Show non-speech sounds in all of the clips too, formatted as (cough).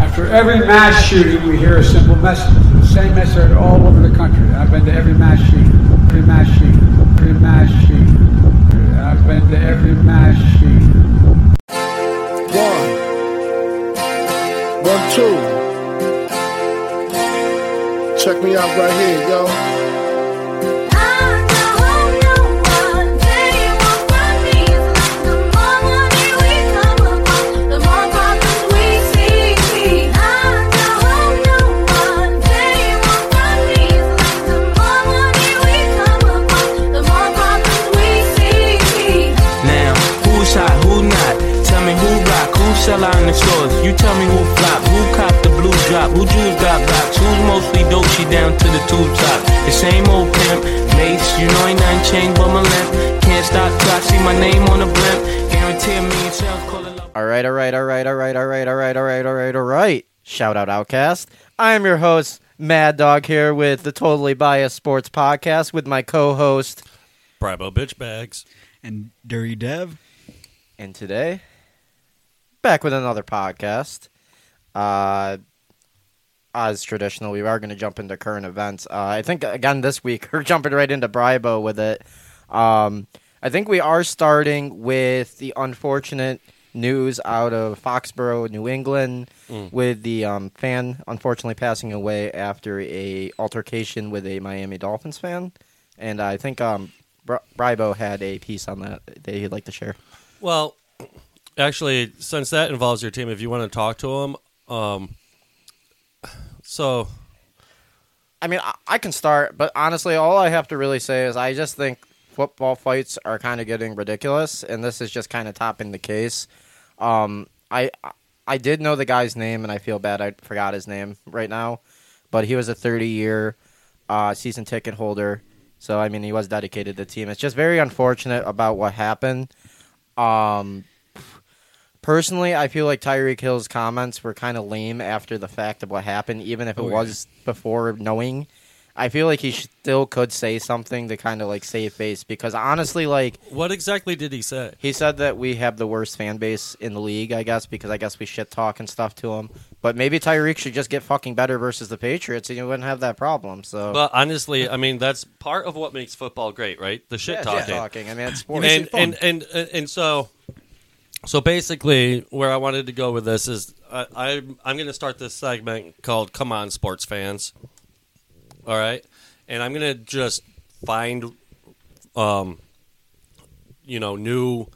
After every mass shooting, we hear a simple message. The same message all over the country. I've been to every mass shooting, every mass shooting, every mass shooting. I've been to every mass shooting. One. One, two. Check me out right here, yo. Now, who's hot, who not? Tell me who rock, who sell out in the stores. You tell me who flop, who cop the blue drop, who jewels got blocks, who's mostly dope, she down to the tube top. The same old pimp, mates, you know ain't nothing changed but my limp. Can't stop till I see my name on a blimp. Guarantee me and self call it love. All right, all right, all right, all right, all right, all right, all right, all right, all right. Shout out Outcast. I am your host, Mad Dog, here with the Totally Biased Sports Podcast with my co host. Bravo bitch bags. and Dirty Dev. And today, back with another podcast. Uh, as traditional, we are going to jump into current events. Uh, I think, again, this week, (laughs) we're jumping right into Bribo with it. Um, I think we are starting with the unfortunate news out of Foxborough, New England, with the um, fan unfortunately passing away after a altercation with a Miami Dolphins fan. And I think um, Bri- Bribo had a piece on that that he'd like to share. Well, actually, since that involves your team, if you want to talk to him, um, so I mean, I, I can start, but honestly, all I have to really say is I just think football fights are kind of getting ridiculous, and this is just kind of topping the case. Um, I I did know the guy's name, and I feel bad I forgot his name right now, but he was a 30 year uh, season ticket holder, so I mean, he was dedicated to the team. It's just very unfortunate about what happened. Um, personally, I feel like Tyreek Hill's comments were kind of lame after the fact of what happened, even Oh, if it was before knowing. I feel like he still could say something to kind of like save face because honestly, like what exactly did he say? he said that we have the worst fan base in the league, I guess, because I guess we shit talk and stuff to him. But maybe Tyreek should just get fucking better versus the Patriots, and you wouldn't have that problem. So Well, honestly, I mean that's part of what makes football great, right? The shit yeah, talking. shit talking. I mean, (laughs) it's sports. and, and and and uh, and so so basically where i wanted to go with this is i, I i'm going to start this segment called come on sports fans all right and i'm going to just find um you know new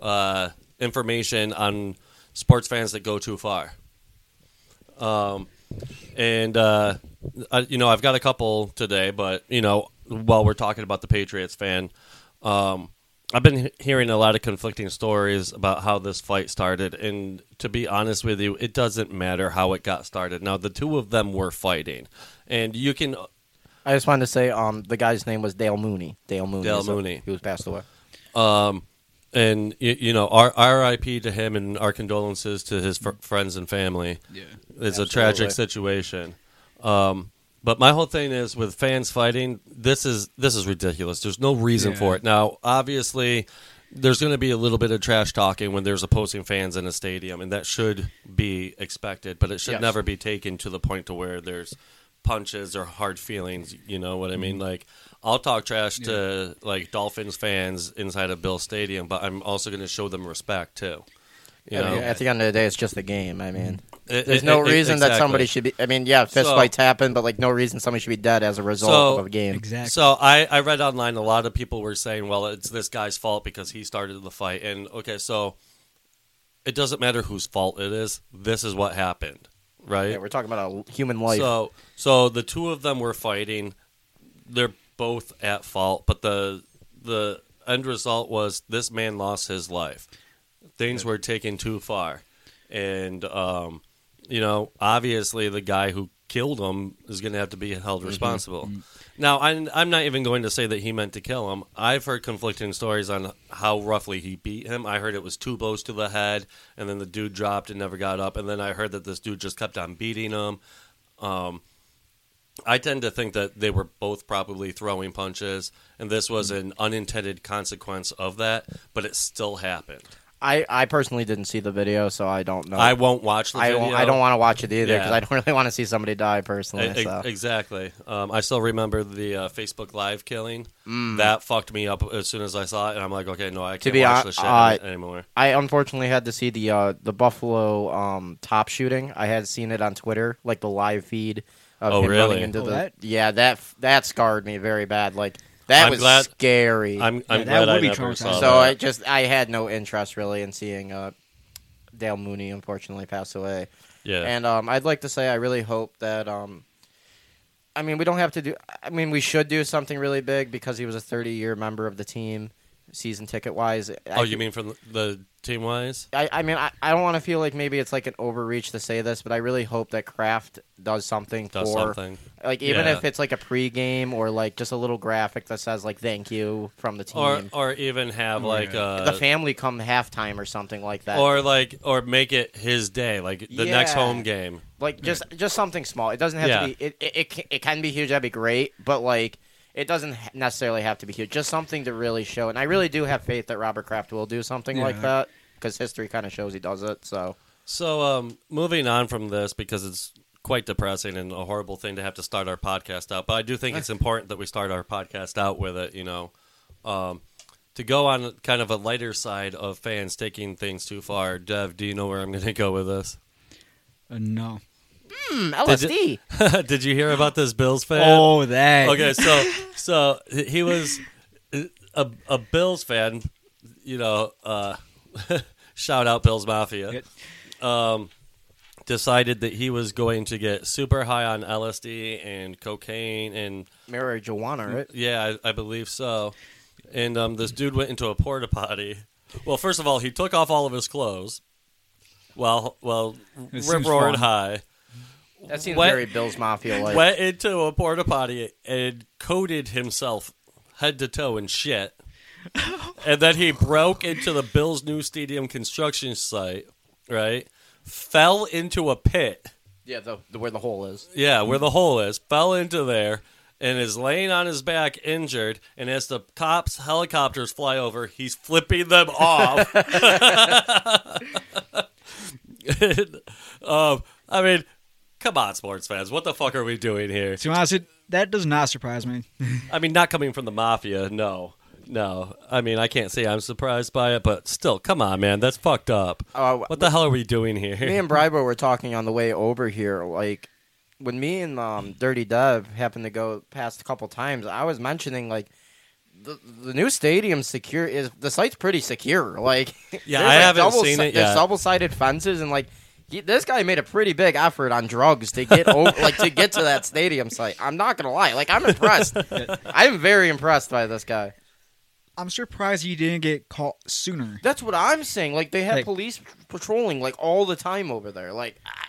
uh information on sports fans that go too far um and uh I, you know i've got a couple today but you know while we're talking about the patriots fan um, I've been he- hearing a lot of conflicting stories about how this fight started, and to be honest with you, it doesn't matter how it got started. Now, the two of them were fighting, and you can I just wanted to say, um, the guy's name was Dale Mooney. Dale Mooney. Dale so Mooney. He was passed away. and you, you know, our R.I.P. to him, and our condolences to his fr- friends and family. Yeah. it's a tragic situation. Um, but my whole thing is with fans fighting. This is this is ridiculous. There's no reason Yeah. for it. Now, obviously, there's going to be a little bit of trash talking when there's opposing fans in a stadium, and that should be expected. But it should Yes. never be taken to the point to where there's punches or hard feelings. You know what I Mm-hmm. mean? Like, I'll talk trash to like Dolphins fans inside of Bill Stadium, but I'm also going to show them respect too. You I know, mean, at the end of the day, it's just a game. I mean, It- there's it- no it- reason that E-, exactly. somebody should be. I mean, yeah, fist So- fights happen, but like no reason somebody should be dead as a result So- of a game. Exactly. So I, I read online a lot of people were saying, well, it's this guy's fault because he started the fight. And okay, so it doesn't matter whose fault it is. This is what happened, right? Yeah, we're talking about a human life. So, so the two of them were fighting. They're both at fault, but the the end result was this man lost his life. Things were taken too far, and um, you know, obviously, the guy who killed him is going to have to be held responsible. Now, I'm, I'm not even going to say that he meant to kill him. I've heard conflicting stories on how roughly he beat him. I heard it was two blows to the head, and then the dude dropped and never got up. And then I heard that this dude just kept on beating him. I tend to think that they were both probably throwing punches, and this was an unintended consequence of that, but it still happened. I, I personally didn't see the video, so I don't know. I won't watch the Uh, I video. don't, I don't want to watch it either Yeah. because I don't (laughs) really want to see somebody die personally. E- e- so. Exactly. Um, I still remember the uh, Facebook Live killing. That fucked me up as soon as I saw it, and I'm like, okay, no, I can't Mm. be watch hon- this shit uh, anymore. I unfortunately had to see the uh, the Buffalo um, top shooting. I had seen it on Twitter, like the live feed of Oh, him really? running into Oh, the that- yeah that that scarred me very bad. Like that I'm was glad- scary. I'm, I'm that glad would I be never saw traumatizing. that. so I just I had no interest really in seeing uh, Dale Mooney unfortunately pass away. yeah. And um, I'd like to say I really hope that. Um, I mean, we don't have to do. I mean, we should do something really big because he was a 30 year member of the team, season ticket wise. oh, you mean from the team wise? I, I mean, I, I don't want to feel like maybe it's like an overreach to say this, but I really hope that Kraft does something Does for, something. like, even Yeah. if it's like a pregame or like just a little graphic that says like "thank you" from the team. Or or even have like uh, the family come halftime or something like that, or like or make it his day, like the next Yeah. home game. like just just something small. It doesn't have Yeah. to be. It it, it, can, it can be huge. That'd be great, but like it doesn't ha- necessarily have to be huge. Just something to really show. And I really do have faith that Robert Kraft will do something like Yeah. that because history kind of shows he does it. So So, um, moving on from this because it's quite depressing and a horrible thing to have to start our podcast out. But I do think it's important that we start our podcast out with it. You know, um, to go on kind of a lighter side of fans taking things too far. Dev, do you know where I'm going to go with this? (laughs) Uh, no. Hmm, LSD. Did you hear about this Bills fan? Oh, that. okay, so so he was a, a Bills fan. You know, uh, (laughs) shout out Bills Mafia. Um, It- decided that he was going to get super high on LSD and cocaine and Marijuana, right? yeah, I, I believe so. And um, this dude went into a porta potty. Well, first of all, he took off all of his clothes. Well, well, rip It seems roaring fun. high. That seems What- very Bills Mafia like. Went into a porta potty and coated himself head to toe in shit. and then he broke into the Bills' new stadium construction site. Right, fell into a pit. Yeah, the, the where the hole is. Yeah, where the hole is. Fell into there and is laying on his back injured. And as the cops' helicopters fly over, he's flipping them off. (laughs) And, um, I mean, come on, sports fans. What the fuck are we doing here? To be honest, it, that does not surprise (laughs) me. I mean, not coming from the mafia, no. No, I mean I can't say I'm surprised by it, but still, come on, man, that's fucked up. Uh, what the hell are we doing here? Me and Bribo were talking on the way over here. Like when me and um, Dirty Dev happened to go past a couple times, I was mentioning like the, the new stadium secure is the site's pretty secure. Like (laughs) Yeah, there's, I like, haven't double, seen it yet. There's double sided fences and like. He, this guy made a pretty big effort on drugs to get over, like to get to that stadium site. I'm not gonna lie, like I'm (laughs) impressed. I'm very impressed by this guy. I'm surprised you didn't get caught sooner. That's what I'm saying. Like they have Like- police patrolling like all the time over there. Like I,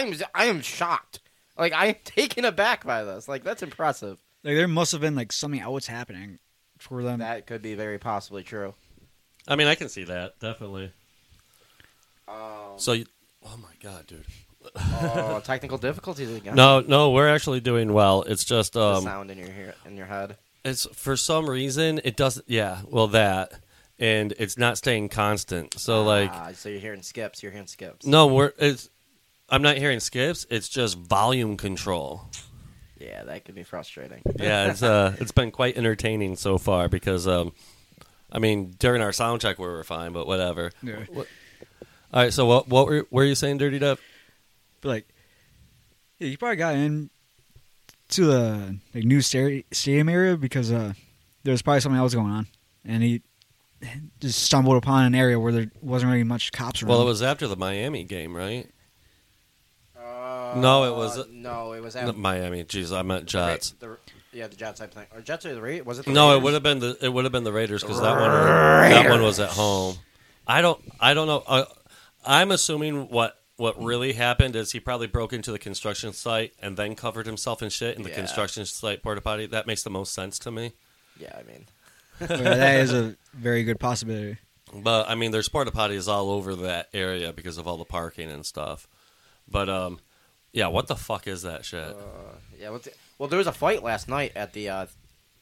I'm I am shocked. Like I am (laughs) taken aback by this. Like that's impressive. Like there must have been like something else happening for them. That could be very possibly (laughs) true. (laughs) I mean, I can see that definitely. Um, so, you, oh my god, dude. Oh, technical difficulties again. No, no, we're actually doing well. It's just the um, sound in your hear- in your head. it's for some reason it doesn't. Yeah, well that, and it's not staying constant. So like, ah, so you're hearing skips. You're hearing skips. no, we're it's. I'm not hearing skips. It's just volume control. Yeah, that could be frustrating. Yeah, it's uh, it's been quite entertaining so far because um, I mean during our sound check we were fine, but whatever. Yeah. All right, so what what were, were you saying, Dirty Dev? But like, yeah, you probably got in to the like new sta- stadium area because uh, there was probably something else going on, and he just stumbled upon an area where there wasn't really much cops around. Well, it was after the Miami game, right? Uh, No, it was- no, it was Not at Miami. Jeez, I meant Ra- Jets. the, yeah, the Jets I playing or Jets or the Raiders? Was it? The No, it Raiders? would have been the it would have been the Raiders because that one that one was at home. I don't I don't know. Uh, I'm assuming what what really happened is he probably broke into the construction site and then covered himself in shit in the Yeah. construction site porta potty. That makes the most sense to me. Yeah, I mean, Yeah, that (laughs) is a very good possibility. But I mean, there's porta potties all over that area because of all the parking and stuff. But um, yeah, what the fuck is that shit? Uh, yeah. What's it? Well, there was a fight last night at the. Uh,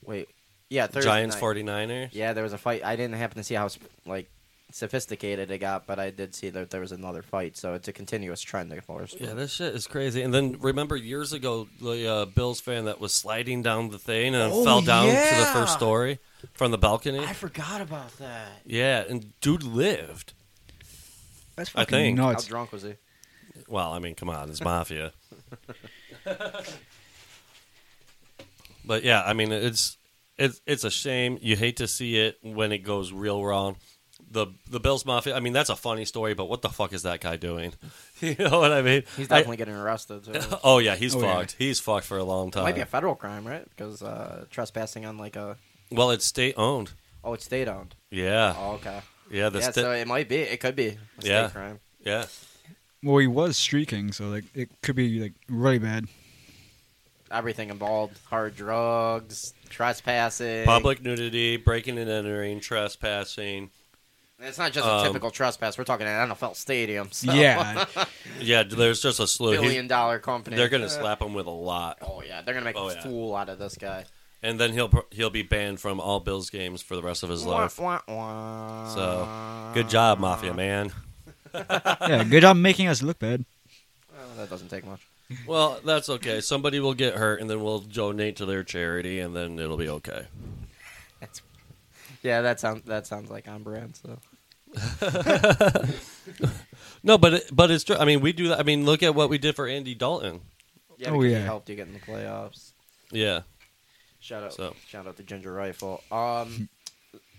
wait, yeah, Thursday Giants night. 49ers? Yeah, there was a fight. I didn't happen to see how like sophisticated it got, but I did see that there was another fight, so it's a continuous trend, of course. Yeah, this shit is crazy. And then remember years ago, the uh, Bills fan that was sliding down the thing and Oh, fell down to the yeah. first story from the balcony. I forgot about that. yeah, and dude lived. That's I fucking think. How nuts. drunk was he? Well, I mean, come on, (laughs) it's mafia. but yeah, I mean, it's it's it's a shame. You hate to see it when it goes real wrong. The the Bills mafia. I mean, that's a funny story, but what the fuck is that guy doing? (laughs) you know what I mean? He's I- definitely getting arrested. Too. (laughs) oh yeah, he's Oh, yeah. fucked. He's fucked for a long time. Might be a federal crime, right? Because uh, trespassing on like a well, it's state owned. oh, it's state owned. Yeah, Oh, okay. yeah, the yeah, sta- so it might be. It could be. A Yeah. State crime. yeah. Well, he was streaking, so like it could be like really bad. Everything involved: hard drugs, trespassing. Public nudity, breaking and entering, trespassing. It's not just a um, typical trespass. We're talking an NFL stadium. So Yeah, Yeah, there's just a slew. He- billion dollar company. they're gonna Uh, slap him with a lot. Oh yeah, they're gonna make Oh, a yeah. fool out of this guy. and then he'll pro- he'll be banned from all Bills games for the rest of his life. Wah, wah, wah. So, good job, Mafia man. (laughs) yeah. Good job making us look bad. Well, that doesn't take much. Well, that's okay. Somebody will get hurt, and then we'll donate to their charity, and then it'll be okay. That's, yeah, that sounds that sounds like on brand. So No, but it, but it's true. I mean, we do that. I mean, look at what we did for Andy Dalton. yeah, Oh, because yeah. he helped you get in the playoffs. Yeah, Shout out, So. shout out to Ginger Rifle. (laughs) Um,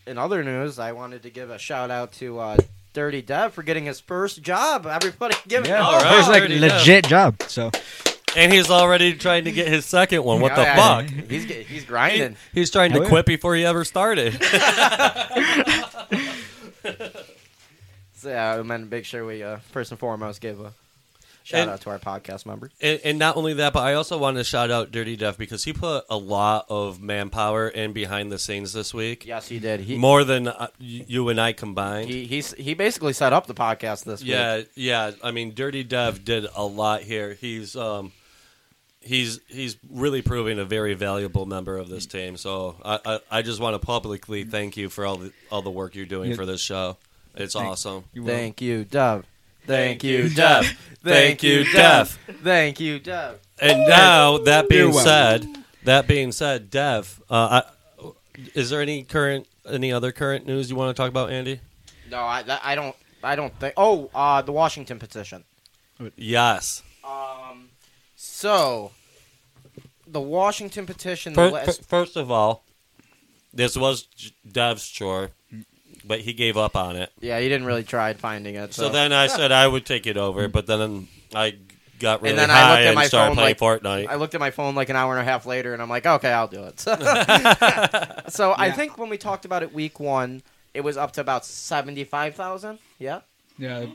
in other news, I wanted to give a shout out to uh, Dirty Dev for getting his first job. Everybody, give it Yeah, up. All right. first like Already know. legit job. So and he's already trying to get his second one. What the Yeah, yeah, fuck? He's get- he's He- grinding. he's trying to Oh, yeah. quit before he ever started. (laughs) So, yeah, I meant to make sure we uh, first and foremost give a shout And- out to our podcast members. and, and not only that, but I also want to shout out Dirty Def because he put a lot of manpower in behind the scenes this week. Yes, he did. He more than uh, y- you and I combined. he he, s- he basically set up the podcast this week. yeah, yeah. I mean, Dirty Dev did a lot here. He's um, he's he's really proving a very valuable member of this team. So I I, I just want to publicly thank you for all the all the work you're doing Yeah. for this show. It's awesome. you will. Thank you, Dove. Thank Thank you, you, Dove. Thank you, Dove. Thank you, Dove. And now that You're being said, welcome. that being said, Dev, uh, I, is there any current any other current news you want to talk about, Andy? No, I that- I don't I don't think. Oh, uh, the Washington petition. Yes. Um, so the Washington petition. The First, last, first of all, this was J- Dev's chore, but he gave up on it. yeah, you didn't really try finding it. So, So then I said I would take it over, but then I got really then I high looked at and my started phone, playing like, Fortnite. I looked at my phone like an hour and a half later, and I'm like, okay, I'll do (laughs) it. (laughs) so I Yeah. think when we talked about it week one, it was up to about seventy five thousand. Yeah. Yeah,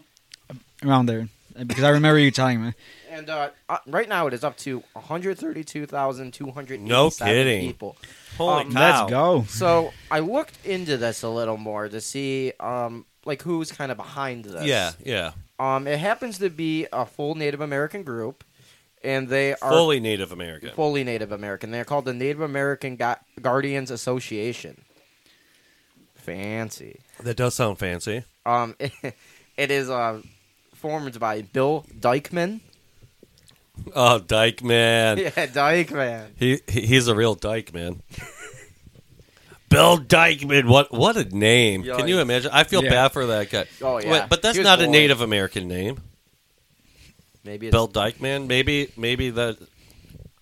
around there because I remember you telling me. And uh, uh, right now it is up to 132,287 No kidding. people. Holy um, cow! Let's go. So I looked into this a little more to see, um, like who's kind of behind this. Yeah, yeah. Um, it happens to be a full Native American group, and they are Fully Native American. fully Native American. They're called the Native American Gu- Guardians Association. Fancy. That does sound fancy. Um, (laughs) it is uh, formed by Bill (laughs) Dykeman. Oh, Dyke man. Yeah, Dykeman. He he- he's a real dyke man. Bill Dykeman, what what a name! Yeah, Can you he- imagine? I feel Yeah. bad for that guy. Oh, yeah. Wait, but that's He was not a born. Native American name. Maybe it's Bill Dykeman, maybe maybe that.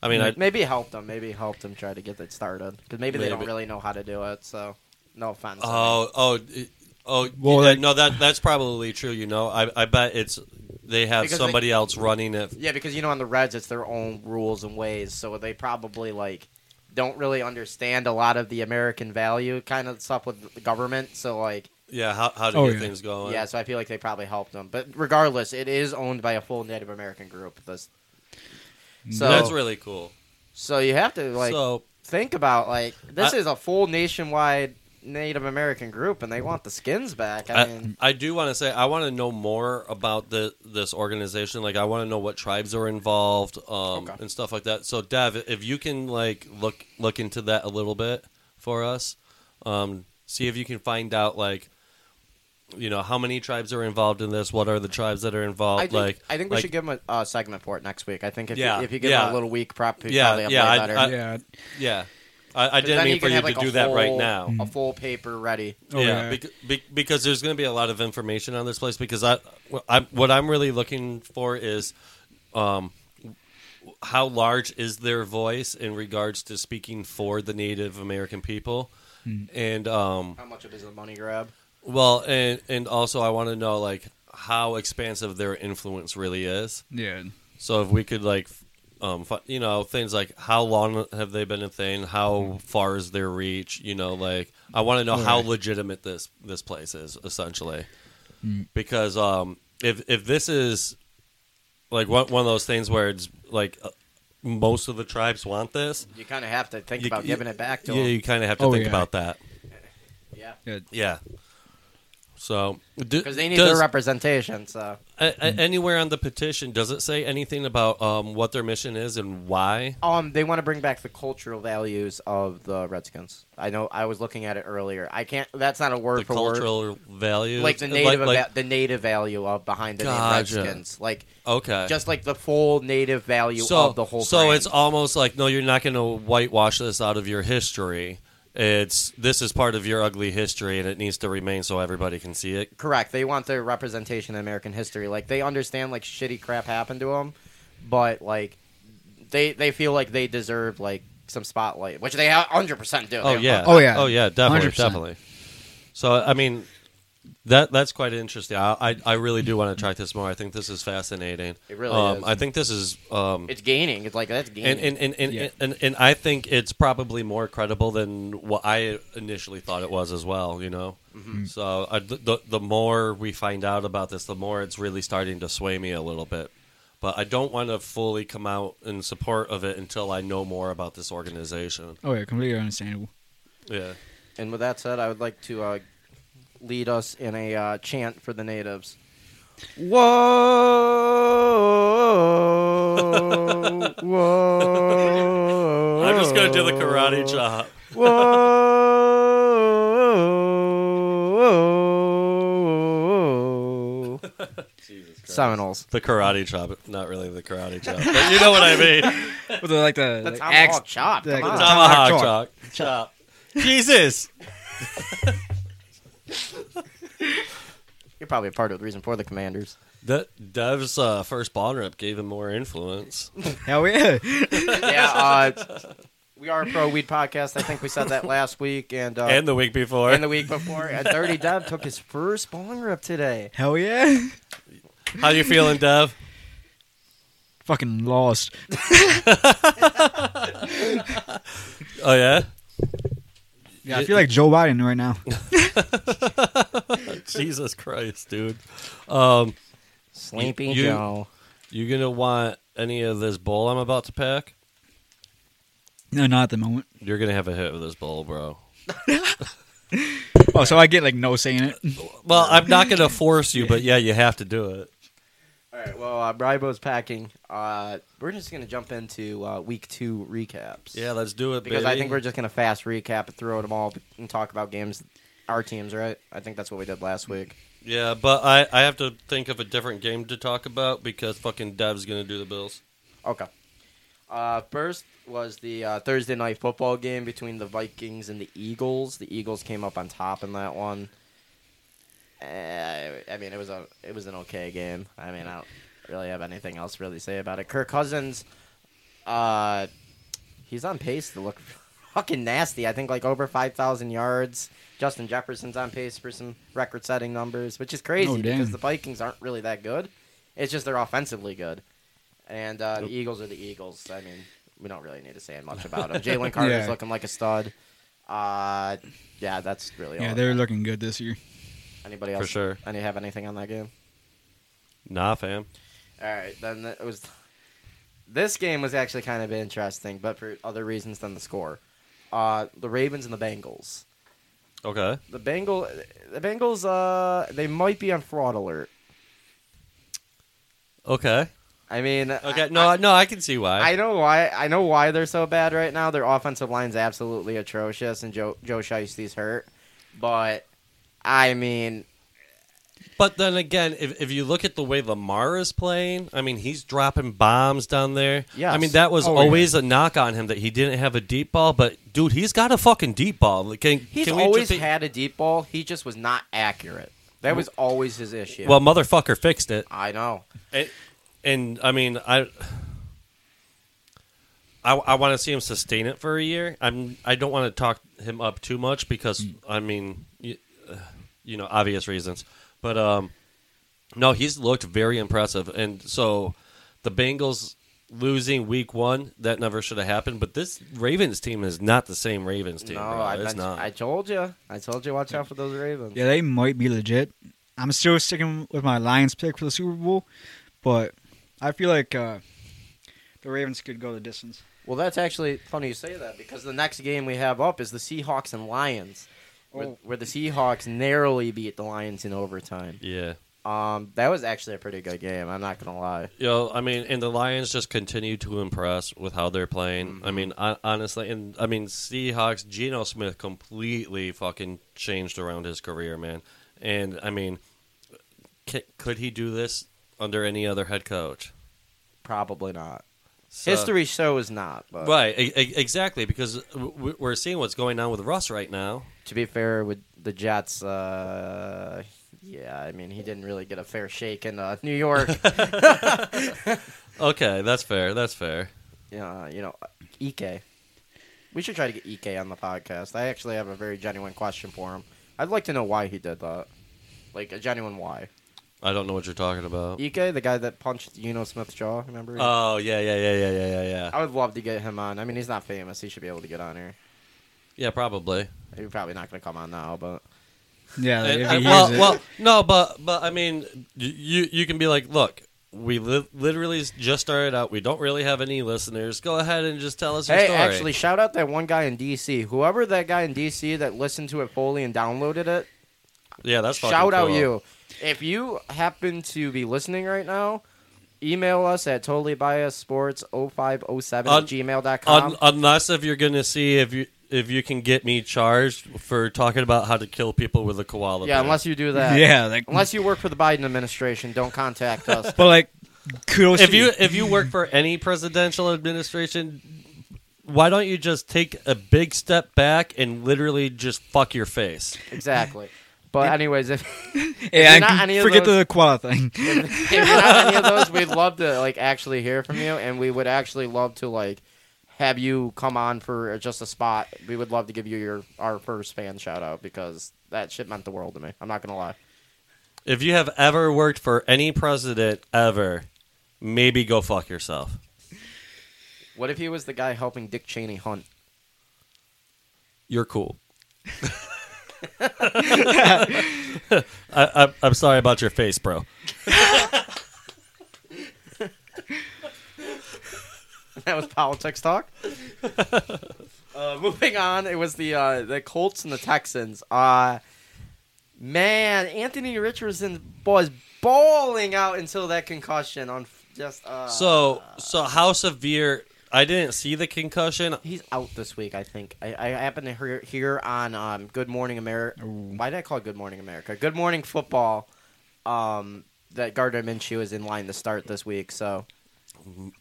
I mean, I, maybe help them. Maybe help them try to get it started because maybe, they don't Maybe. really know how to do it. So, no offense. oh oh it- oh Well, yeah, like- no that that's probably true. You know, I I bet it's they have Because they- somebody else running it. yeah, because you know on the Reds it's their own rules and ways, so they probably like don't really understand a lot of the American value kind of stuff with the government. So like, Yeah, how how to Oh, get yeah. things going? yeah, so I feel like they probably helped them. But regardless, it is owned by a full Native American group. This, so that's really cool. so you have to like so think about like this I- is a full nationwide Native American group, and they want the skins back. I, I, mean. I do want to say I want to know more about the this organization. Like I want to know what tribes are involved um, Okay. and stuff like that. So Dev, if you can like look look into that a little bit for us, um, see if you can find out like you know how many tribes are involved in this? What are the tribes that are involved? I think, like I think we like- should give him a uh, segment for it next week. I think if Yeah, you, if you give him a yeah. little weak prep, he'd Yeah, probably play yeah, I- better. I- yeah. Yeah, I, I 'Cause then didn't mean can for you have, to like, a do that right full- now. A full paper ready. Oh, yeah, yeah. bec- be- because there's going to be a lot of information on this place. Because I, wh- I'm- what I'm really looking for is, um, how large is their voice in regards to speaking for the Native American people, and um, How much of it is a money grab? well, and and also I want to know like how expansive their influence really is. Yeah. So if we could like, f- um, fi- you know, things like how long have they been a thing? How far is their reach? You know, like I want to know how legitimate this this place is essentially, because um, if if this is like one one of those things where it's like uh, most of the tribes want this, You kind of have to think you, about you- giving it back to yeah, him. you kind of have to Oh, think yeah. about that. Yeah, Yeah. So, because because they need their representation. So a- a- Mm-hmm. anywhere on the petition, does it say anything about um, what their mission is and why? Um, they want to bring back the cultural values of the Redskins. I know. I was looking at it earlier. I can't. That's not a word the for word. cultural value, Like the native, ava- the native value of behind the Gotcha. name Redskins. Like okay, just like the full native value so of the whole. so brand. it's almost like no, you're not going to whitewash this out of your history. It's this is part of your ugly history, and it needs to remain so everybody can see it. correct. They want their representation in American history. Like they understand like shitty crap happened to them, but like they they feel like they deserve like some spotlight, which they hundred percent do. Oh They- yeah, Oh, yeah. oh yeah, definitely, 100%. definitely. So I mean, that that's quite interesting. I I, I really do want to track this more. I think this is fascinating. It really um, is. I think this is um, oh, it's gaining. It's like that's gaining. and and and and, Yeah. and and I think it's probably more credible than what I initially thought it was as well. You know, so I, the the- the more we find out about this, the more it's really starting to sway me a little bit. But I don't want to fully come out in support of it until I know more about this organization. Oh, yeah. Completely understandable. Yeah. And with that said, I would like to uh, lead us in a uh, chant for the natives. Whoa, whoa. (laughs) I'm just gonna do the karate chop. Whoa. Seminoles. The karate chop, not really the karate (laughs) chop, but you know what I mean. With the, like the, The like, tomahawk axe- chop, the- come the on. Tomahawk chop. chop. chop. Jesus. You're probably a part of the reason for the (laughs) commanders. That Dev's uh, first ball rip gave him more influence. Hell yeah. yeah, uh, we are a pro weed podcast. I think we said that last week, and uh, (laughs) and the week before. and the week before, and Dirty Dev took his first bong rip today. Hell yeah. How you feeling, Dev? Fucking lost. (laughs) Oh yeah, Yeah, I feel like Joe Biden (laughs) right now. Jesus Christ, dude. Sleepy You- Joe. You gonna want any of this bowl I'm about to pack? No, not at the moment. You're gonna have a hit with this bowl, bro. Oh, so I get like no saying it. Well, I'm not gonna force you, but yeah, you have to do it. All right. Well, uh, Bribo's packing. Uh, we're just gonna jump into uh, week two recaps. Yeah, let's do it, because I baby. think we're just gonna fast recap and throw them all and talk about games, our teams, right? I think that's what we did last week. Yeah, but I, I have to think of a different game to talk about because fucking Dev's gonna do the Bills. Okay. Uh, first was the uh, Thursday night football game between the Vikings and the Eagles. The Eagles came up on top in that one. Uh, I mean, it was a it was an okay game. I mean, I don't really have anything else to really say about it. Kirk Cousins, uh, he's on pace to look (laughs) fucking nasty. I think like over five thousand yards. Justin Jefferson's on pace for some record setting numbers, which is crazy Oh, damn. because the Vikings aren't really that good. It's just they're offensively good. And uh, the Eagles are the Eagles. I mean, we don't really need to say much about (laughs) them. Jalen Carter's Yeah. looking like a stud. Uh, yeah, that's really Yeah, all. they're looking good this year. Anybody For else? sure. Any have anything on that game? Nah, fam. All right, then it was. This game was actually kind of interesting, but for other reasons than the score. Uh, the Ravens and the Bengals. Okay. The Bengal, the Bengals. Uh, they might be on fraud alert. Okay. I mean, Okay. I- No, I- no, I can see why. I know why. I know why they're so bad right now. Their offensive line's absolutely atrocious, and Joe Joe Shiesty's hurt. But I mean, But then again, if, if you look at the way Lamar is playing, I mean, he's dropping bombs down there. Yes. I mean, that was Oh, yeah. always a knock on him that he didn't have a deep ball. But dude, he's got a fucking deep ball. Like, Can, He's can we always just be- had a deep ball. He just was not accurate. That was always his issue. Well, motherfucker fixed it. I know. And, and I mean, I, I, I want to see him sustain it for a year. I'm, I don't want to talk him up too much because I mean, you, uh, you know, obvious reasons. But um, no, he's looked very impressive, and so the Bengals losing week one that never should have happened. But this Ravens team is not the same Ravens team. No, bro. I, it's mentioned- not. I told you. I told you. Watch out for those Ravens. Yeah, they might be legit. I'm still sticking with my Lions pick for the Super Bowl, but I feel like uh, the Ravens could go the distance. Well, that's actually funny you say that because the next game we have up is the Seahawks and Lions, where, Oh. where the Seahawks narrowly beat the Lions in overtime. yeah. Um, that was actually a pretty good game. I'm not gonna lie. You know, I mean, and the Lions just continue to impress with how they're playing. I mean, hon- honestly, and I mean, Seahawks, Geno Smith completely fucking changed around his career, man. And I mean, c- could he do this under any other head coach? Probably not. So- History shows not. But Right, e- e- exactly, because w- w- we're seeing what's going on with Russ right now. to be fair, with the Jets, uh, yeah, I mean he didn't really get a fair shake in uh, New York. Okay, that's fair. That's fair. uh, you know, Ek. We should try to get Ek on the podcast. I actually have a very genuine question for him. I'd like to know why he did that, like a genuine why. I don't know what you're talking about. Ike, the guy that punched Uno Smith's jaw, remember? Oh yeah, yeah, yeah, yeah, yeah, yeah, yeah. I would love to get him on. I mean, he's not famous. He should be able to get on here. Yeah, probably. He's probably not going to come on now, but Yeah, like, And- if and- he hears Uh, well, it. well, no, but but I mean, y- you you can be like, look, we li- literally just started out. We don't really have any listeners. Go ahead and just tell us your hey, story. actually, shout out that one guy in DC. Whoever that guy in DC that listened to it fully and downloaded it, yeah, that's fucking shout out cool. you. If you happen to be listening right now, email us at totallybiassports0507 Un- at gmail.com. Un- unless if you're gonna see if you if you can get me charged for talking about how to kill people with a koala. yeah, bear. unless you do that. yeah, like Unless you work for the Biden administration, don't contact (laughs) us. but like kudos if to you if you work for any presidential administration. Why don't you just take a big step back and literally just fuck your face? exactly. But anyways, if Hey, you're I not can- any of forget those- the koala thing. (laughs) if you're not any of those, we'd love to like actually hear from you, and we would actually love to like have you come on for just a spot. We would love to give you your our first fan shout out because that shit meant the world to me. I'm not gonna lie. If you have ever worked for any president ever, maybe go fuck yourself. What if he was the guy helping Dick Cheney hunt? (laughs) You're cool. I, I, I'm sorry about your face, bro. That was politics talk. uh, moving on, it was the uh, the Colts and the Texans. Uh, man, Anthony Richardson was bawling out until that concussion on f- just uh, So, so how severe? I didn't see the concussion. He's out this week, I think. I, I happen to hear, hear on um, Good Morning America. Why did I call it Good Morning America? Good Morning Football. Um, that Gardner Minshew is in line to start this week, so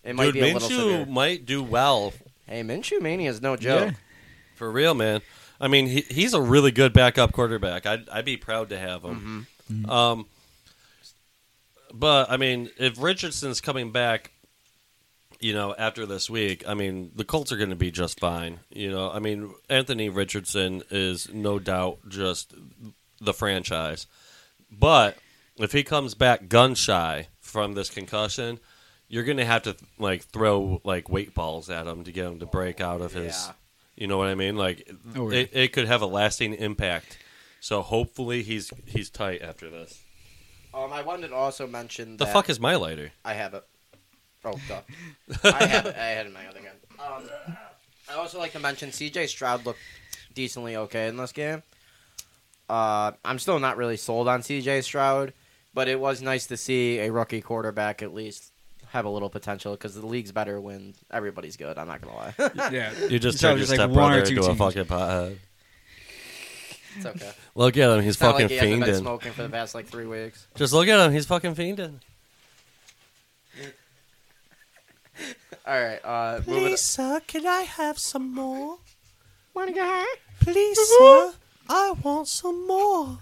it might Dude, be a little severe. Minshew might do well Hey, Minshew mania is no joke. for real, man. I mean, he, he's a really good backup quarterback. I'd, I'd be proud to have Mm-hmm. him. Um, but I mean, if Richardson's coming back, you know, after this week, I mean, the Colts are going to be just fine. You know, I mean, Anthony Richardson is no doubt just the franchise. But if he comes back gun shy from this concussion, you're going to have to like throw like weight balls at him to get him to break out of his. Yeah. You know what I mean? Like Oh, yeah. it, it could have a lasting impact. So hopefully he's he's tight after this. Um, I wanted to also mention The that fuck is my lighter? I have it. Oh, (laughs) duh. I have it. I had it in my other hand. Um, I also like to mention CJ Stroud looked decently okay in this game. Uh, I'm still not really sold on CJ Stroud, but it was nice to see a rookie quarterback at least have a little potential because the league's better when everybody's good. I'm not gonna lie. (laughs) yeah, You just So turned your it's like one or stepbrother two into a teams. fucking pothead. It's okay. Look at him. He's It's not fucking like he hasn't been fiending. smoking for the past like three weeks. Just look at him. He's fucking fiending. All right, uh, moving. sir, can I have some more? Wanna get high? Please, sir, I want some more.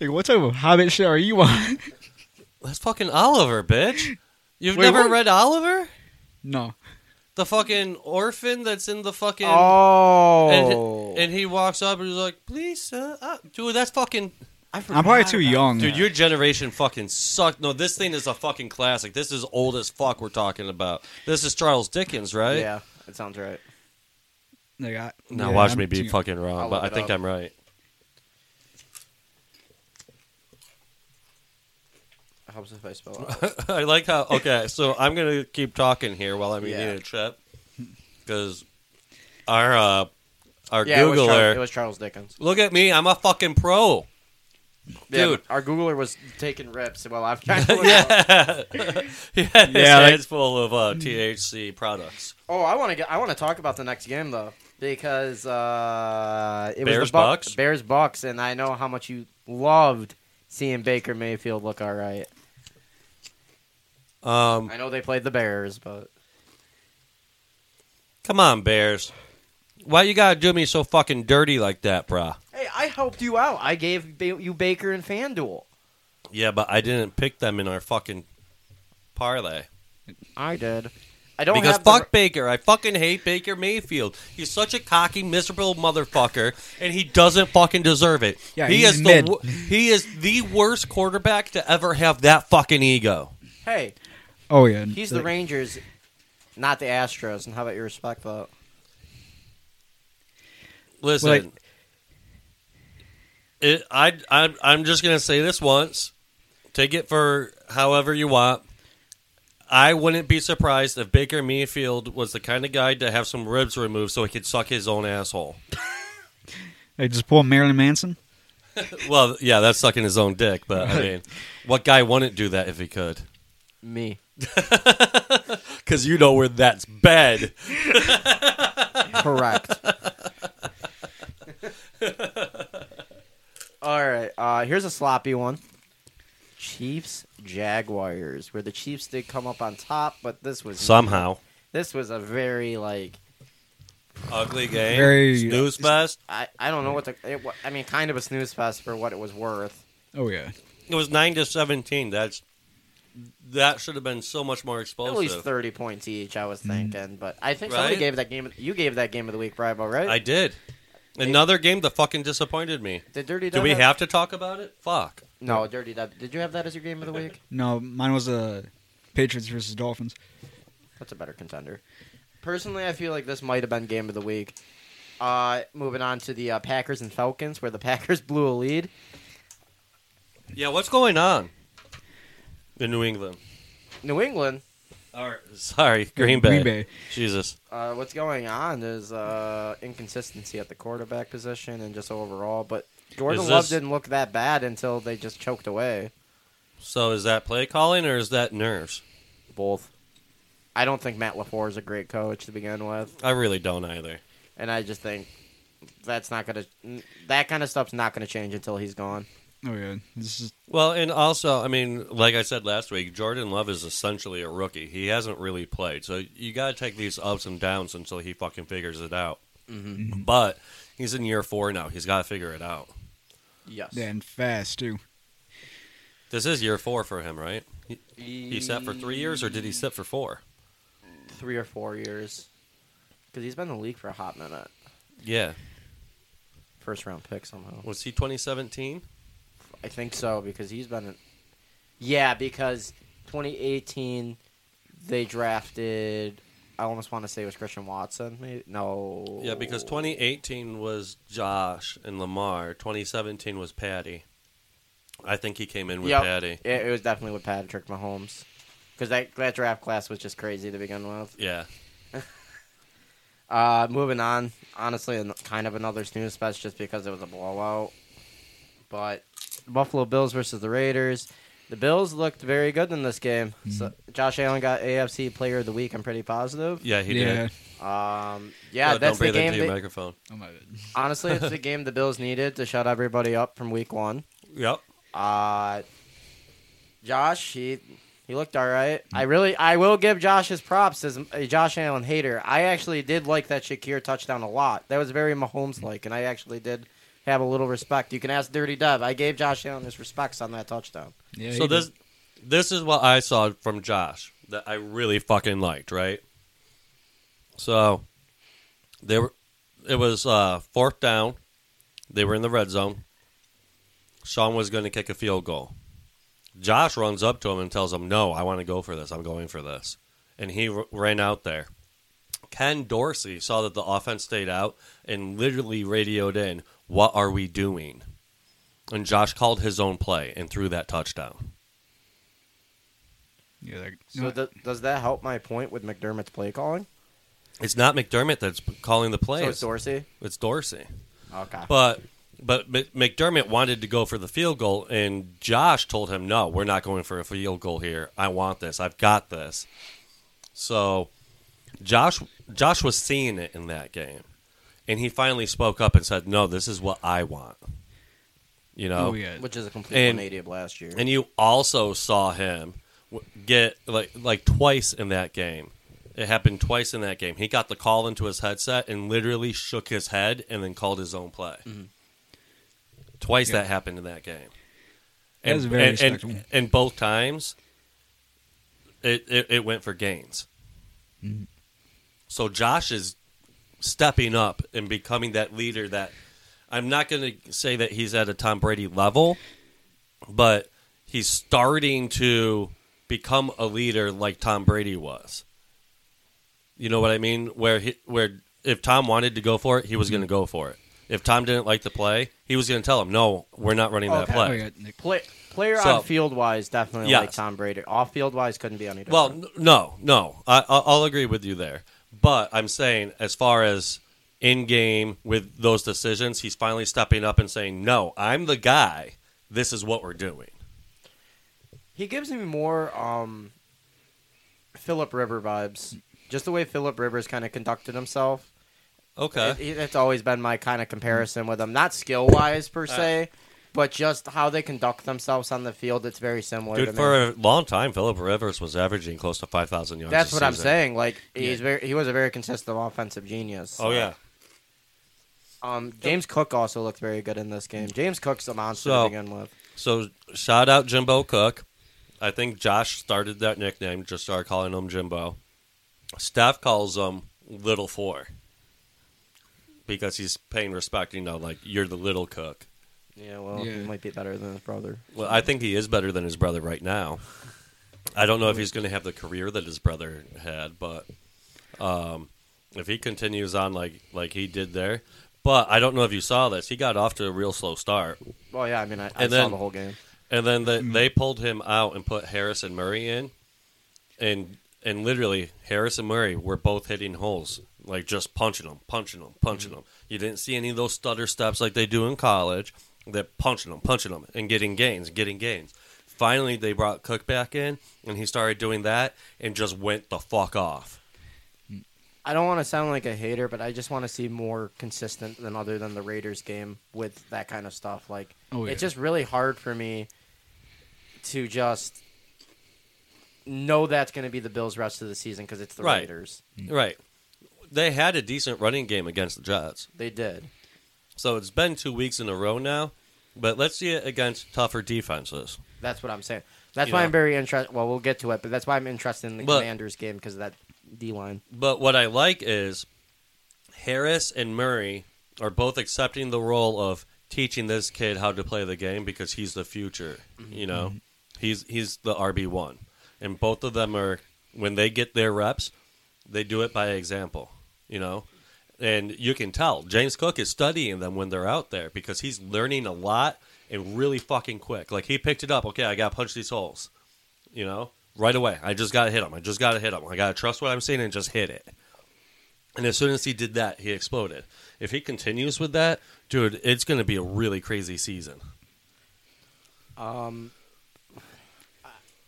Like, what type of hobbit shit are you on? (laughs) That's fucking Oliver, bitch. You've Wait, never what? read Oliver? no. The fucking orphan that's in the fucking. Oh, And, and he walks up and he's like, please, sir. Uh, dude, that's fucking. I I'm probably too young. Dude, your generation fucking sucked. No, this thing is a fucking classic. This is old as fuck we're talking about. This is Charles Dickens, right? yeah, that sounds right. Like, I, Now yeah, watch I'm me be too- fucking wrong, I'll but look it I think up. I'm right. (laughs) Helps if I spell out. I like how. Okay, so I'm gonna keep talking here while I'm Yeah. eating a chip because our uh, our yeah, it was, Charles, Googler. it was Charles Dickens. Look at me, I'm a fucking pro. Yeah, Dude. our Googler was taking rips while (laughs) I'm trying to. look it up. (laughs) yeah, he had his Yeah, like- hands full of uh, THC products. Oh, I want to get. I want to talk about the next game though because uh, it was Bears the Buc- Bucks? Bears Bucks, and I know how much you loved seeing Baker Mayfield look all right. Um, I know they played the Bears, but come on, Bears. Why you gotta do me so fucking dirty like that, brah? hey, I helped you out. I gave ba- you Baker and FanDuel. Yeah, but I didn't pick them in our fucking parlay. I did. I don't because have the- fuck Baker. I fucking hate Baker Mayfield. He's such a cocky, miserable motherfucker, and he doesn't fucking deserve it. Yeah, he he's is mid. the wo- he is the worst quarterback to ever have that fucking ego. hey, Oh, yeah. he's the Like, Rangers, not the Astros. And how about you respect that? Listen, Like- it, I, I I'm just gonna say this once. Take it for however you want. I wouldn't be surprised if Baker Mayfield was the kind of guy to have some ribs removed so he could suck his own asshole. Like, just pull Marilyn Manson. Well, yeah, that's sucking his own dick, but I (laughs) mean, what guy wouldn't do that if he could? Me. Because you know where that's bad. Correct. (laughs) All right. Uh, here's a sloppy one. Chiefs Jaguars, where the Chiefs did come up on top, but this was Somehow. This was a very like Ugly game. Very- Snooze fest. I, I don't know what the it, wa- I mean kind of a snooze fest for what it was worth. Oh, yeah. It was 9 to 17. That's That should have been so much more At least explosive. thirty points each, I was thinking, but I think somebody Right? gave that game. You gave that game of the week, Bravo, right? I did. Another game that fucking disappointed me. did Dirty. Do Dub we have to talk about it? Fuck. no Dirty Dub? Did you have that as your game of the week? No, mine was uh, Patriots versus Dolphins. That's a better contender. Personally, I feel like this might have been game of the week. Uh, moving on to the uh, Packers and Falcons, where the (laughs) Packers blew a lead. Yeah, what's going on in New England? New England, Or, (laughs) sorry, Green Bay. Green Bay. Jesus. uh, what's going on is uh, inconsistency at the quarterback position and just overall. But Jordan Is Love this- didn't look that bad until they just choked away. So is that play calling or is that nerves? Both. I don't think Matt LaFleur is a great coach to begin with. I really don't either. And I just think that's not going to, that kind of stuff's not going to change until he's gone. Oh, yeah. This is Well, and also, I mean, like I said last week, Jordan Love is essentially a rookie. He hasn't really played, so you got to take these ups and downs until he fucking figures it out. But he's in year four now; he's got to figure it out. Yes. yeah, and fast, too. This is year four for him, right? He, he sat for three years, or did he sit for four? three or four years because he's been in the league for a hot minute. Yeah, First round pick somehow. was he 2017? I think so because he's been. In... Yeah, because 2018 they drafted. I almost want to say it was Christian Watson. Maybe? No. Yeah, because 2018 was Josh and Lamar. 2017 was Patty. I think he came in with Yep. Patty. It, it was definitely with Patrick Mahomes because that that draft class was just crazy to begin with. Yeah, Uh, moving on. Honestly, an- kind of another snooze fest just because it was a blowout. But Buffalo Bills versus the Raiders. The Bills looked very good in this game. So Josh Allen got AFC Player of the Week. I'm pretty positive. Yeah, he yeah. did. Um, yeah, Oh, that's don't the breathe game. into your they- microphone. Oh my god. honestly, it's (laughs) the game the Bills needed to shut everybody up from Week One. Yep. Uh, Josh, he he looked all right. I Mm. really, I will give Josh his props as a Josh Allen hater. I actually did like that Shakir touchdown a lot. That was very Mahomes like, and I actually did have a little respect. You can ask Dirty Dev. I gave Josh Allen his respects on that touchdown. Yeah, so he this did. this is what I saw from Josh that I really fucking liked, right? So they were it was uh fourth down. They were in the red zone. Sean was going to kick a field goal. Josh runs up to him and tells him, "No, I want to go for this. I'm going for this." And he r- ran out there. Ken Dorsey saw that the offense stayed out and literally radioed in, "What are we doing?" And Josh called his own play and threw that touchdown. Yeah, like, So no, th- does that help my point with McDermott's play calling? It's not McDermott that's calling the plays. So it's Dorsey. It's Dorsey. Okay. But but Mc- McDermott wanted to go for the field goal, and Josh told him, "No, we're not going for a field goal here. I want this. I've got this." So Josh Josh was seeing it in that game, and he finally spoke up and said, "No, this is what I want." You know, oh, yeah. which is a complete And- 180 of last year. and you also saw him w- get like like twice in that game. It happened twice in that game. He got the call into his headset and literally shook his head and then called his own play. Twice Mm-hmm. Yeah. that happened in that game. That And, was very and, and, respectable. and both times, it, it, it went for gains. Mm-hmm. So Josh is stepping up and becoming that leader that I'm not going to say that he's at a Tom Brady level, but he's starting to become a leader like Tom Brady was. You know what I mean? Where he, where if Tom wanted to go for it, he was going to go for it. If Tom didn't like the play, he was going to tell him, "No, we're not running that Okay. play." Oh, yeah, Nick. Play, player So- on field wise, definitely Yes. like Tom Brady. Off field wise, couldn't be any different. Well, n- no, no, I, I- I'll agree with you there. But I'm saying, as far as in game with those decisions, he's finally stepping up and saying, "No, I'm the guy. This is what we're doing." He gives me more um, Philip River vibes. Just the way Philip Rivers kind of conducted himself. Okay, It- it- it's always been my kind of comparison with him. Not skill wise Uh. per se, but just how they conduct themselves on the field. It's very similar. to dude, me. for a long time, Philip Rivers was averaging close to five thousand yards. that's a what I'm season. saying. Like he's very, he was a very consistent offensive genius. Oh yeah, Um, James Cook also looked very good in this game. James Cook's a monster So- to begin with. So shout out Jimbo Cook. I think Josh started that nickname, just started calling him Jimbo. Steph calls him Little Four because he's paying respect, you know, like you're the little cook. Yeah, well, Yeah. he might be better than his brother. Well, I think he is better than his brother right now. I don't know if he's going to have the career that his brother had, but um, if he continues on like like he did there, but I don't know if you saw this, he got off to a real slow start. Well, yeah, I mean, I, I And saw then- the whole game. And then the, they pulled him out and put Harris and Murray in, and and literally Harris and Murray were both hitting holes, like just punching them, punching them, punching them. You didn't see any of those stutter steps like they do in college. They're punching them, punching them, and getting gains, getting gains. Finally, they brought Cook back in, and he started doing that, and just went the fuck off. I don't want to sound like a hater, but I just want to see more consistent than other than the Raiders game with that kind of stuff. Like Oh, yeah. it's just really hard for me to just know that's going to be the Bills rest of the season because it's the Right. Raiders. Right? They had a decent running game against the Jets. They did. So it's been two weeks in a row now, but let's see it against tougher defenses. That's what I'm saying. That's You why know. I'm very interested. Well, we'll get to it, but that's why I'm interested in the But- Commanders game because of that D line. But what I like is Harris and Murray are both accepting the role of teaching this kid how to play the game because he's the future. You know, he's he's the RB one, and both of them are when they get their reps, they do it by example. You know, and you can tell James Cook is studying them when they're out there because he's learning a lot and really fucking quick. Like he picked it up. Okay, I got to punch these holes. You know, right away. I just got to hit him. I just got to hit him. I got to trust what I'm seeing and just hit it. And as soon as he did that, he exploded. If he continues with that, dude, it's going to be a really crazy season. I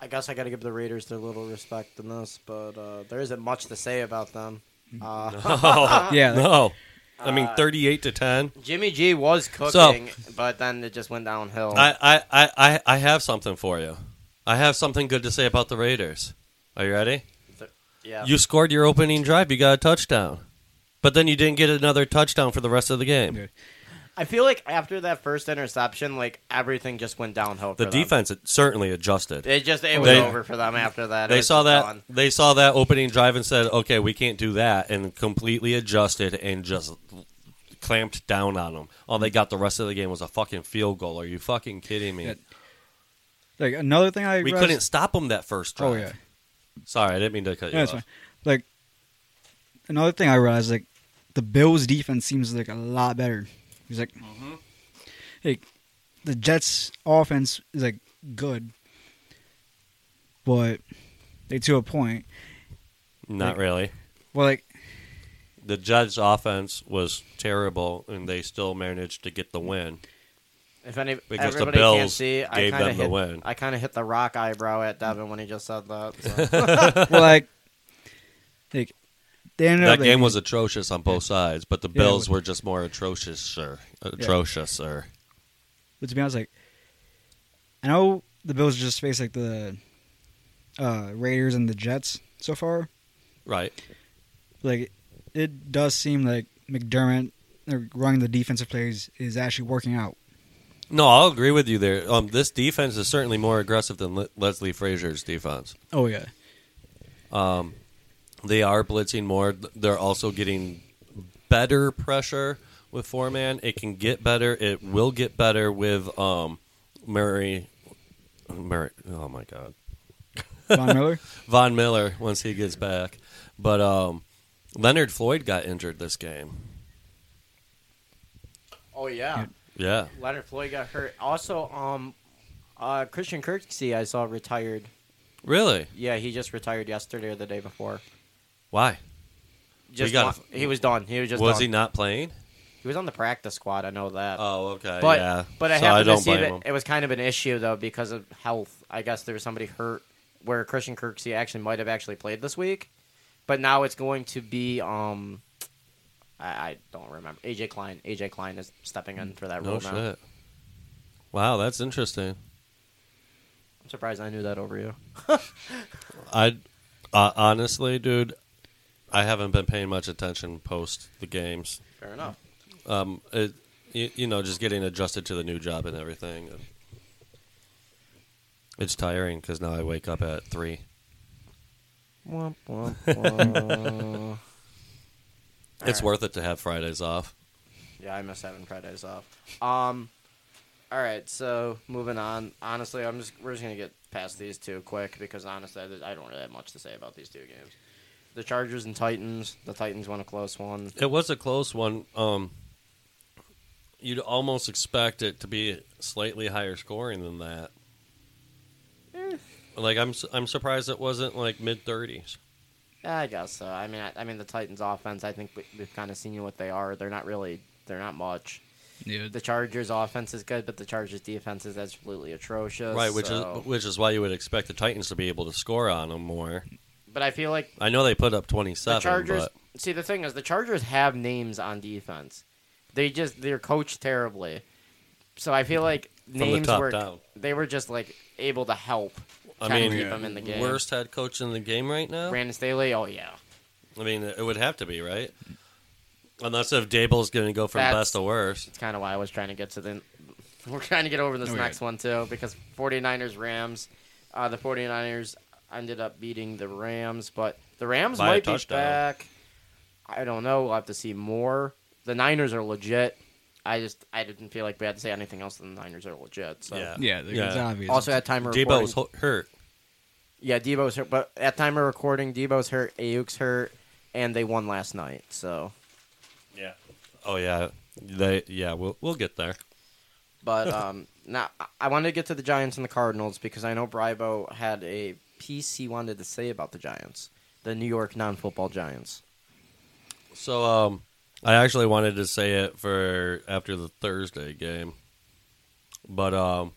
guess I got to give the Raiders their little respect in this, but uh, there isn't much to say about them. Uh, Oh, Yeah, like- no. I mean, 38 to 10. Jimmy G was cooking, but then it just went downhill. I, I, I, I, I have something for you. I have something good to say about the Raiders. Are you ready? yeah. You scored your opening drive. You got a touchdown. But then you didn't get another touchdown for the rest of the game. Dude. I feel like after that first interception, like everything just went downhill. The for them. defense it certainly adjusted. It just it was They- over for them after that. It they was saw just that gone. they saw that opening drive and said, "Okay, we can't do that," and completely adjusted and just clamped down on them. All they got the rest of the game was a fucking field goal. Are you fucking kidding me? Yeah, Like another thing I we realized- couldn't stop them that first drive. Oh yeah, Sorry, I didn't mean to cut you Yeah, that's off. fine. Like another thing I realized, like the Bills' defense seems like a lot better. He's like, Mm-hmm. like the Jets' offense is like good, but they to a point. Not really. Well, like The Jets' offense was terrible, and they still managed to get the win. If any, Because the everybody can't Bills see, I gave kind them of the hit. win. I kind of hit the rock eyebrow at Devin when he just said that. so. (laughs) well, like like they ended up that like, game was atrocious on both sides, but the Yeah, Bills but- were just more atrocious, sir. Atrocious, sir. But to be honest, like I know the Bills just faced like the uh, Raiders and the Jets so far. Right. like it does seem like McDermott like, running the defensive plays is actually working out. No, I'll agree with you there. Um, this defense is certainly more aggressive than Le- Leslie Frazier's defense. Oh yeah, They are blitzing more. They're also getting better pressure with four man. It can get better. It will get better with um, Murray. Murray. Oh my God, Von Miller. Von Miller once he gets back. But um, Leonard Floyd got injured this game. oh yeah, Yeah, Leonard Floyd got hurt. Also, um, uh, Christian Kirksey I saw retired. really? Yeah, he just retired yesterday or the day before. Why Just got wa- a- he was done. He was just was done. he not playing? He was on the practice squad. I know that. Oh, okay. but yeah. but I So happened don't to see blame that him. it was kind of an issue though because of health. I guess there was somebody hurt where Christian Kirksey actually might have actually played this week, but now it's going to be um, I, I don't remember AJ Klein. AJ Klein is stepping in for that No role now. shit. Wow, that's interesting. I'm surprised I knew that over you. I uh, honestly, dude, I haven't been paying much attention post the games. Fair enough. Um, it, you, you know, just getting adjusted to the new job and everything. It's tiring because now I wake up at three. Womp, womp, womp. it's right. worth it to have Fridays off. yeah, I miss having Fridays off. Um, all right, so moving on. Honestly, I'm just we're just gonna get past these two quick because honestly, I- I don't really have much to say about these two games. The Chargers and Titans. The Titans won a close one. It was a close one. Um, you'd almost expect it to be slightly higher scoring than that. Like I'm, su- I'm surprised it wasn't like mid thirties. Yeah, I guess so. I mean, I, I mean the Titans' offense. I think we, we've kind of seen what they are. They're not really. They're not much. Yeah, The Chargers' offense is good, but the Chargers' defense is absolutely atrocious. Right, which so- is which is why you would expect the Titans to be able to score on them more. But I feel like I know they put up twenty the seven, Chargers. but See, the thing is, the Chargers have names on defense. They just they're coached terribly, so I feel like the names top were down. they were just like able to help. I kinda mean, keep them in the game. worst head coach in the game right now. Brandon Staley, oh yeah, I mean, it would have to be right, unless if Dable's going to go from That's- best to worst. it's kind of why I was trying to get to the. (laughs) We're trying to get over this Oh, yeah. next one too because 49ers Rams, uh, the 49ers ended up beating the Rams, but the Rams By a might be touchdown. back. I don't know. We'll have to see more. The Niners are legit. I just I didn't feel like we had to say anything else than the Niners are legit. So Yeah, (laughs) yeah, it's obvious. Also, at time of Dable recording, was hu- hurt. yeah, Debo's hurt. But at time of recording, Debo's hurt, Ayuk's hurt, and they won last night. So, Yeah. Oh yeah, they yeah we'll we'll get there. (laughs) but um, now I- I wanted to get to the Giants and the Cardinals because I know Bribo had a piece he wanted to say about the Giants, the New York non-football Giants. So um, I actually wanted to say it for after the Thursday game, but um,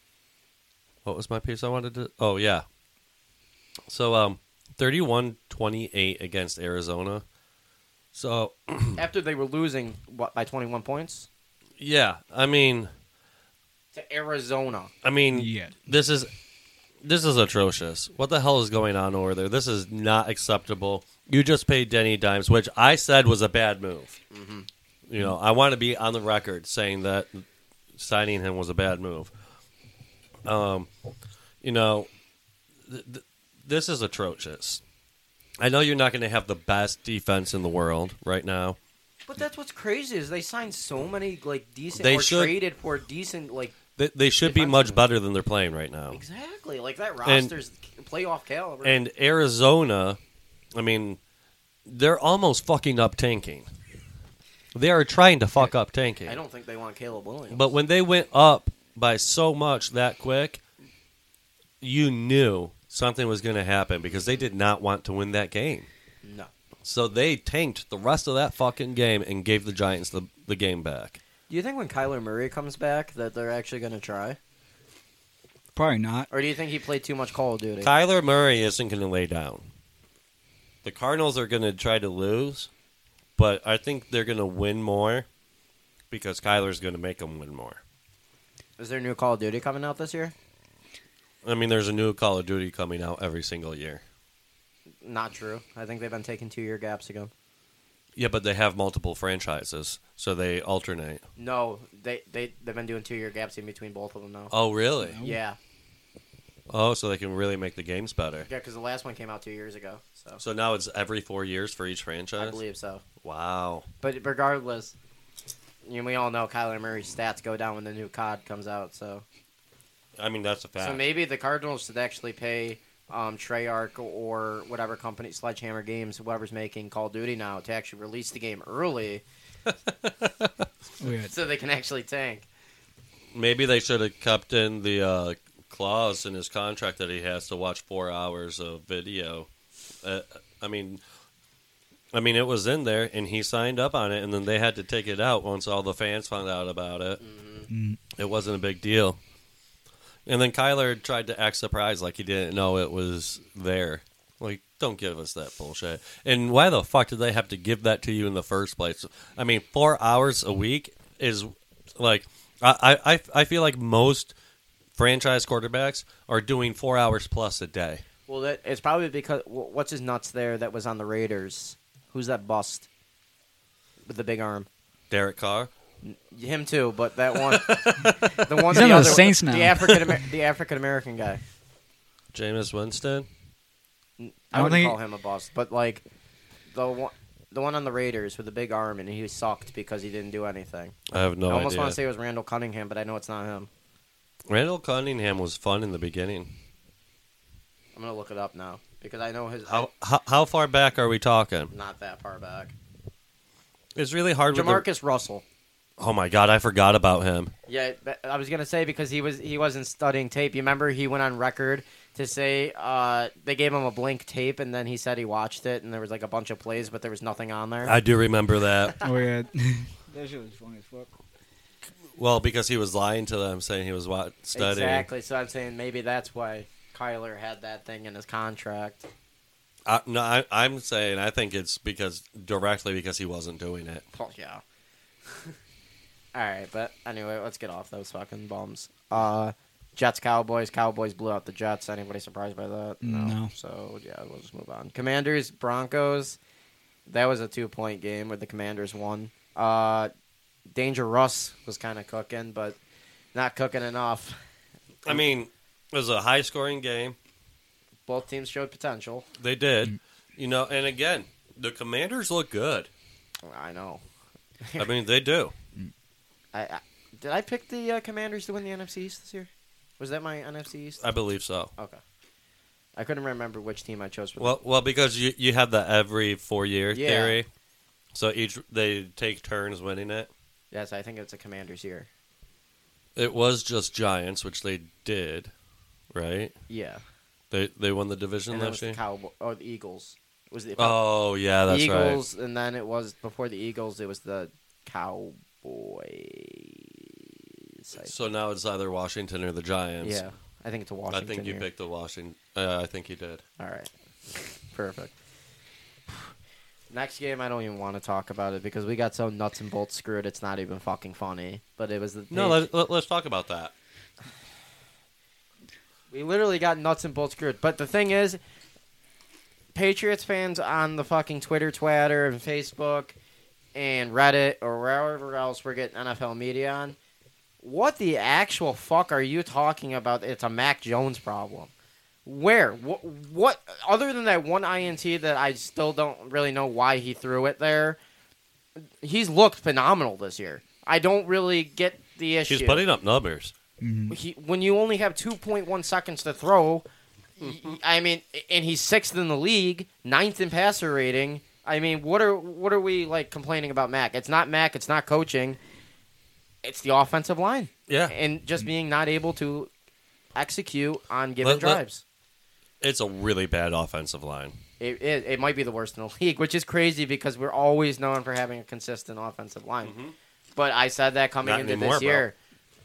what was my piece I wanted to? Oh yeah, So um 31-28 against Arizona. So After they were losing what by 21 points yeah, I mean to Arizona. I mean Yeah. this is this is atrocious. What the hell is going on over there? This is not acceptable. You just paid Denny Dimes, which I said was a bad move. You know, I want to be on the record saying that signing him was a bad move. Um, you know, th- th- this is atrocious. I know you're not going to have the best defense in the world right now. But that's what's crazy is they signed so many like decent They or should- traded for decent like They, they should be much better than they're playing right now. exactly like that roster's playoff caliber. Oh. And Arizona, I mean, they're almost fucking up tanking. They are trying to fuck up tanking. I don't think they want Caleb Williams. But when they went up by so much that quick, you knew something was going to happen because they did not want to win that game. no, So they tanked the rest of that fucking game and gave the Giants the, the game back. do you think when Kyler Murray comes back that they're actually going to try, Probably not. or do you think he played too much Call of Duty? Kyler Murray isn't going to lay down. The Cardinals are going to try to lose, but I think they're going to win more because Kyler's going to make them win more. Is there a new Call of Duty coming out this year? I mean, there's a new Call of Duty coming out every single year. Not true. I think they've been taking two year gaps again. Yeah, but they have multiple franchises, so they alternate. No, they they they've been doing two year gaps in between both of them now. Oh, really? Yeah, Oh, so they can really make the games better. yeah, because the last one came out two years ago, so, So now it's every four years for each franchise? I believe so. Wow. But regardless, you know, we all know Kyler Murray's stats go down when the new COD comes out. So, I mean, that's a fact. so maybe the Cardinals should actually pay um, Treyarch or whatever company, Sledgehammer Games, whoever's making Call of Duty now, to actually release the game early Weird. so they can actually tank. Maybe they should have kept in the uh, clause in his contract that he has to watch four hours of video. Uh, I mean, I mean, it was in there, and he signed up on it, and then they had to take it out once all the fans found out about it. It wasn't a big deal. And then Kyler tried to act surprised, like he didn't know it was there. Like, don't give us that bullshit. And why the fuck did they have to give that to you in the first place? I mean, four hours a week is like I I, I- I feel like most franchise quarterbacks are doing four hours plus a day. Well, that it's probably because wh- what's his nuts there that was on the Raiders? Who's that bust with the big arm? Derek Carr. Him too, but that (laughs) one, the one, on the, the other, Saints now. the African (laughs) Amer- the African American guy. Jameis Winston. I, I don't wouldn't think- call him a bust, but like the one, the one on the Raiders with the big arm, and he sucked because he didn't do anything. I have no I almost idea. want to say it was Randall Cunningham, but I know it's not him. Randall Cunningham was fun in the beginning. I'm gonna look it up now because I know his. How how, how far back are we talking? not that far back. It's really hard. with the- Jamarcus Russell. oh my god, I forgot about him. Yeah, th- I was gonna say because he was he wasn't studying tape. You remember he went on record to say uh, they gave him a blank tape, and then he said he watched it, and there was like a bunch of plays, but there was nothing on there. I do remember that. (laughs) Weird. that shit was funny as fuck. Well, because he was lying to them, saying he was wa- studying. Exactly. So I'm saying maybe that's why Kyler had that thing in his contract. I, no, I, I'm saying I think it's because directly because he wasn't doing it. Well, yeah. (laughs) All right, but anyway, let's get off those fucking bums. Uh, Jets, Cowboys. Cowboys blew out the Jets. Anybody surprised by that? No. So yeah, we'll just move on. Commanders, Broncos. That was a two-point game where the Commanders won. Uh, Danger Russ was kind of cooking, but not cooking enough. Mm. I mean, it was a high scoring game. Both teams showed potential. They did, you know. And again, the Commanders look good. I know. I mean, they do. I, I did. I pick the uh, Commanders to win the NFC East this year. Was that my NFC East? I believe so. Okay. I couldn't remember which team I chose for. Well, well, because you you have the every four year Yeah. theory, so each they take turns winning it. Yes, I think it's a Commanders year. It was just Giants, which they did, right? Yeah, They they won the division and then it was last the year. Cowboy or the Eagles. It was the, Oh yeah, that's right. Eagles, and then it was before the Eagles. It was the Cowboys. I- So now it's either Washington or the Giants. yeah, I think it's a Washington. I think you year. picked the Washington. Uh, I think you did. All right. Perfect. Next game, I don't even want to talk about it because we got so nuts and bolts screwed. It's not even fucking funny. But it was the No, they- let, let, let's talk about that. we literally got nuts and bolts screwed. But the thing is, Patriots fans on the fucking Twitter, Twitter, and Facebook, and Reddit, or wherever else we're getting NFL media on, what the actual fuck are you talking about? It's a Mac Jones problem. Where? What, what? Other than that one INT that I still don't really know why he threw it there, he's looked phenomenal this year. I don't really get the issue She's putting up numbers. he, when you only have 2.1 seconds to throw, y- I mean, and he's sixth in the league, ninth in passer rating. I mean, what are what are we like complaining about Mac? It's not Mac. It's not coaching. It's the offensive line Yeah, and just being not able to execute on given Mm. Let- let- drives. it's a really bad offensive line. It, it, it might be the worst in the (laughs) league, which is crazy because we're always known for having a consistent offensive line. But I said that coming Not into anymore, this bro. year,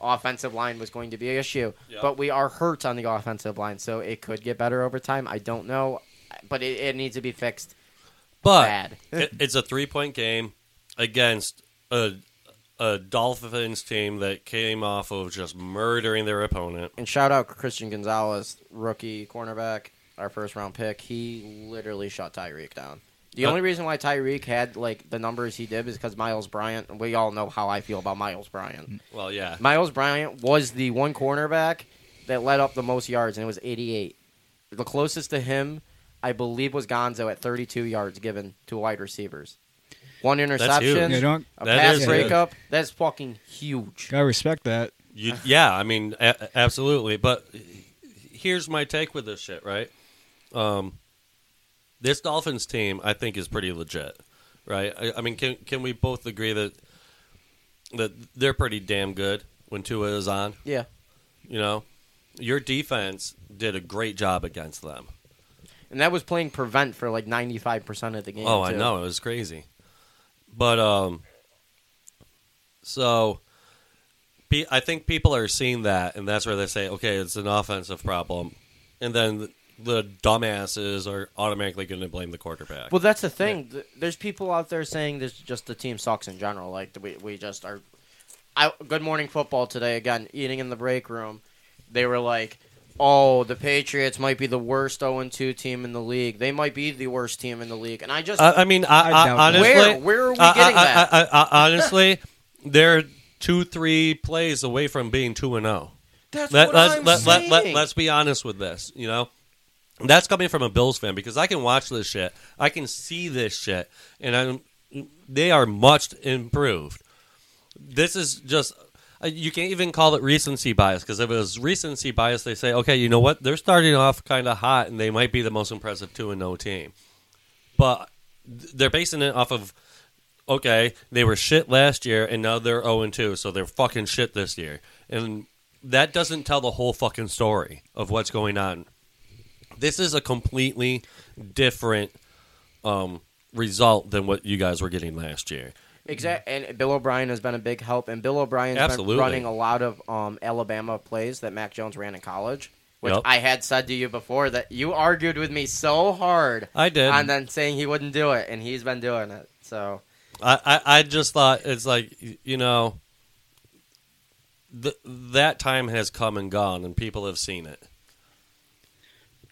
offensive line was going to be an issue. Yeah. But we are hurt on the offensive line, so it could get better over time. I don't know, but it, it needs to be fixed. But Bad. it, it's a three point game against a a Dolphins team that came off of just murdering their opponent. And shout out Christian Gonzalez, rookie cornerback, our first round pick. He literally shut Tyreek down. The Uh, only reason why Tyreek had like the numbers he did is because Miles Bryant. We all know how I feel about Miles Bryant. Well, yeah, Miles Bryant was the one cornerback that led up the most yards, and it was 88. The closest to him, I believe, was Gonzo at 32 yards given to wide receivers. One interception, huge. Yeah, don't- a That pass is breakup. That's fucking huge. Gotta respect that. you, yeah. I mean, a- absolutely. But here's my take with this shit, right? Um, this Dolphins team, I think, is pretty legit, right? I, I mean, can can we both agree that that they're pretty damn good when Tua is on? Yeah. You know, your defense did a great job against them. And that was playing prevent for like 95% of the game. Oh, I too. know it was crazy, but um, so pe- I think people are seeing that, and that's where they say, okay, it's an offensive problem, and then the, the dumbasses are automatically going to blame the quarterback. Well, that's the thing. Th There's people out there saying this just the team sucks in general. Like we we just are. I Good Morning Football today again. Eating in the break room, they were like, "Oh, the Patriots might be the worst 0 2 team in the league. They might be the worst team in the league." And I just I, I mean, I, I I, doubt honestly, that. Where- where are we I- I- getting that? I, I, I, honestly, (laughs) they're two, three plays away from being two and oh. zero. that's let, what let's, I'm let, saying. let, us be honest with this, you know? That's coming from a Bills fan because I can watch this shit. I can see this shit. And I'm, they are much improved. This is just, uh, you can't even call it recency bias because if it was recency bias, they say, okay, you know what? They're starting off kind of hot and they might be the most impressive 2 and 0 team. But th- they're basing it off of, okay, they were shit last year and now they're 0 and 2, so they're fucking shit this year. And that doesn't tell the whole fucking story of what's going on. This is a completely different um, result than what you guys were getting last year. Exactly, and Bill O'Brien has been a big help, and Bill O'Brien's Absolutely. been running a lot of um, Alabama plays that Mac Jones ran in college, which Yep. I had said to you before that you argued with me so hard. I did. on then saying he wouldn't do it, and he's been doing it. So I, I, I just thought it's like y- you know, th- that time has come and gone, and people have seen it.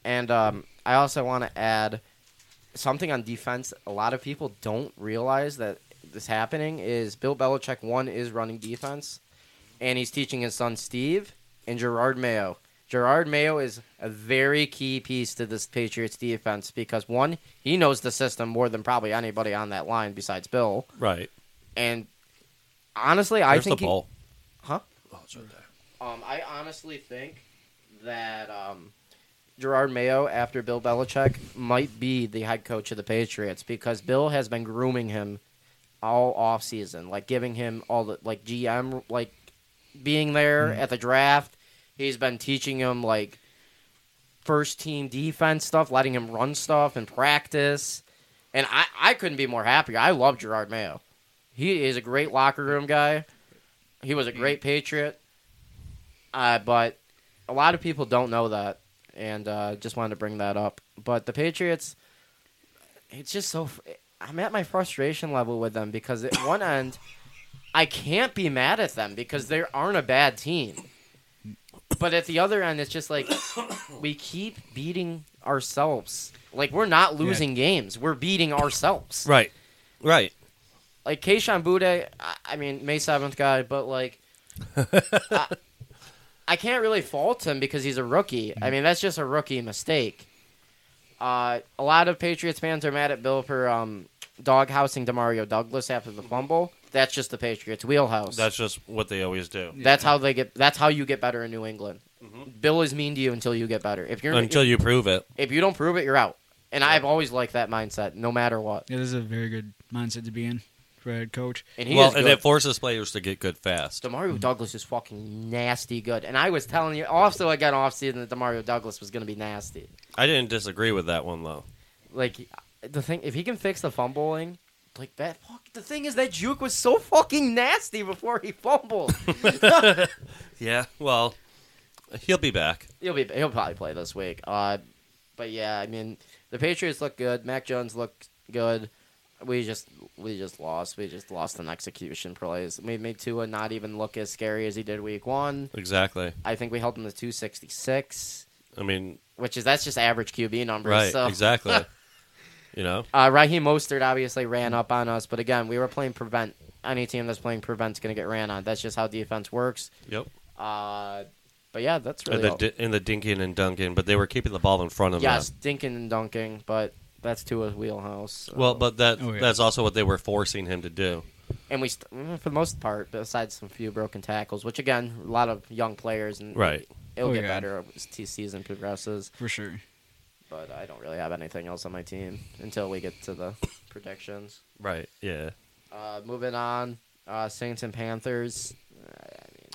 And um, I also want to add something on defense. A lot of people don't realize that this happening is Bill Belichick. One is running defense, and he's teaching his son Steve and Gerard Mayo. Gerard Mayo is a very key piece to this Patriots defense because one, he knows the system more than probably anybody on that line besides Bill. Right? And honestly, I There's think the he- ball. Huh? Oh, it's right there. Um, I honestly think that um, Gerard Mayo, after Bill Belichick, might be the head coach of the Patriots because Bill has been grooming him all off season, like giving him all the like GM, like being there at the draft. He's been teaching him like first team defense stuff, letting him run stuff and practice. And I, I couldn't be more happier. I love Gerard Mayo. He is a great locker room guy. He was a great Patriot. Uh, but a lot of people don't know that, and uh, just wanted to bring that up. But the Patriots, it's just so. fr- I'm at my frustration level with them because at one (coughs) end, I can't be mad at them because they aren't a bad team. But at the other end, it's just like (coughs) we keep beating ourselves. Like we're not losing games; we're beating ourselves Right. Right. like Keishon Bude, I, I mean May seventh guy, but like I, I can't really fault him because he's a rookie. I mean that's just a rookie mistake. Uh, a lot of Patriots fans are mad at Bill for um, doghousing Demario Douglas after the fumble. That's just the Patriots' wheelhouse. That's just what they always do. That's how they get. That's how you get better in New England. Bill is mean to you until you get better. If you're Mm-hmm. Until you prove it. if you don't prove it, you're out. And I've always liked that mindset, no matter what. It is a very good mindset to be in for a head coach. And he is well, and good. it forces players to get good fast. Demario Douglas is fucking nasty good, and I was telling you also again off season that Demario Douglas was gonna be nasty. I didn't disagree with that one though. Like the thing, if he can fix the fumbling, like that. Fuck, the thing is that juke was so fucking nasty before he fumbled. Yeah. Well, he'll be back. he'll be he'll probably play this week. Uh, but yeah, I mean the Patriots look good. Mac Jones looked good. We just we just lost. We just lost an execution plays. We made Tua not even look as scary as he did week one. Exactly. I think we held him to two sixty six. I mean, which is that's just average QB numbers. right. so. (laughs) Exactly. you know. Uh, Raheem Mostert obviously ran up on us, but again, we were playing prevent. Any team that's playing prevent's going to get ran on. That's just how defense works. Yep. Uh, but yeah, that's And really the, all. di- and the dinking and dunking, but they were keeping the ball in front of yes, them. dinking and dunking, but that's to his wheelhouse. so- Well, but that Oh, yeah. that's also what they were forcing him to do. and we st- mm, for the most part, besides some few broken tackles, which again, a lot of young players and Right. it'll Oh, get yeah. better as the season progresses. For sure. But I don't really have anything else on my team until we get to the predictions. Right. Yeah. Uh, moving on, uh, Saints and Panthers.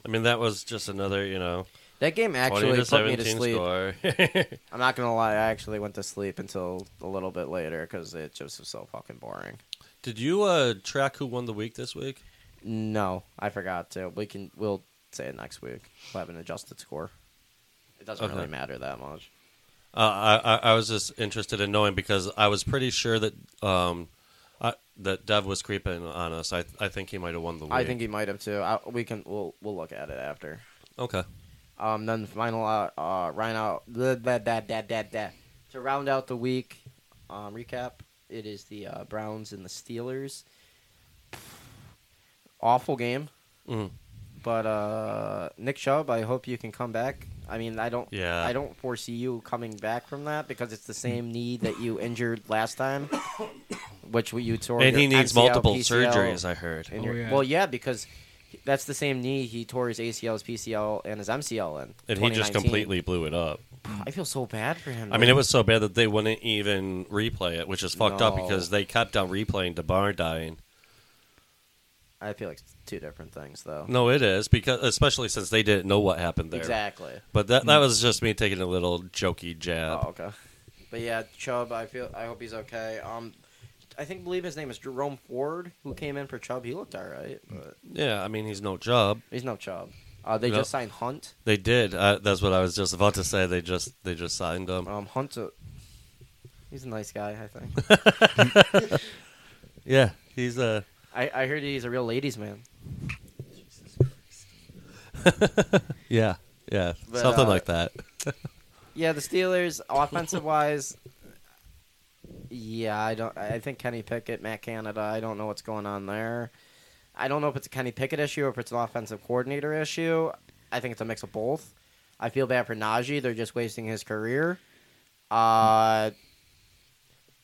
I mean, that was just another, you know, That game 20 actually to put me to 17 sleep. score. (laughs) I'm not gonna lie, I actually went to sleep until a little bit later because it just was so fucking boring. Did you uh, track who won the week this week? No, I forgot to. We can we'll say it next week. We'll have an adjusted score. It doesn't Okay. really matter that much. Uh, I, I I was just interested in knowing because I was pretty sure that um, I, that Dev was creeping on us. I I think he might have won the week. I think he might have too. I, we can we'll we'll look at it after. okay. Um, then the final uh, uh round out blah, blah, blah, blah, blah, blah. to round out the week um, recap. It is the uh, Browns and the Steelers. Awful game. Mm. But uh, Nick Chubb, I hope you can come back. I mean, I don't. Yeah. I don't foresee you coming back from that because it's the same knee that you injured last time, (coughs) which you tore. And he your needs MCL, multiple PCL, surgeries. I heard. and Oh, your- yeah. Well, yeah, because that's the same knee he tore his ACL, his PCL, and his MCL in. And he just 2019. completely blew it up. I feel so bad for him. I mean, it was so bad that they wouldn't even replay it, which is fucked up No. because they kept on replaying DeBar dying. I feel like it's two different things, though. No, it is because especially since they didn't know what happened there. Uh, Exactly. But that that was just me taking a little jokey jab. Mm-hmm. Oh, okay. But yeah, Chubb, I feel I hope he's okay. Um I think believe his name is Jerome Ford, who came in for Chubb. He looked all right, but Yeah, I mean he's no job. he's no Chubb. Uh, they Hmm. No. just signed Hunt. They did. Uh, that's what I was just about to say. They just they just signed him. Um, Hunt's a, he's a nice guy, I (laughs) think. Oh. Yeah, he's uh, a. I, I heard he's a real ladies' man. Yeah, yeah, But, something uh, like that. Yeah, the Steelers offensive wise. Yeah, I don't. I think Kenny Pickett, Matt Canada. I don't know what's going on there. I don't know if it's a Kenny Pickett issue or if it's an offensive coordinator issue. I think it's a mix of both. I feel bad for Najee. They're just wasting his career. Uh,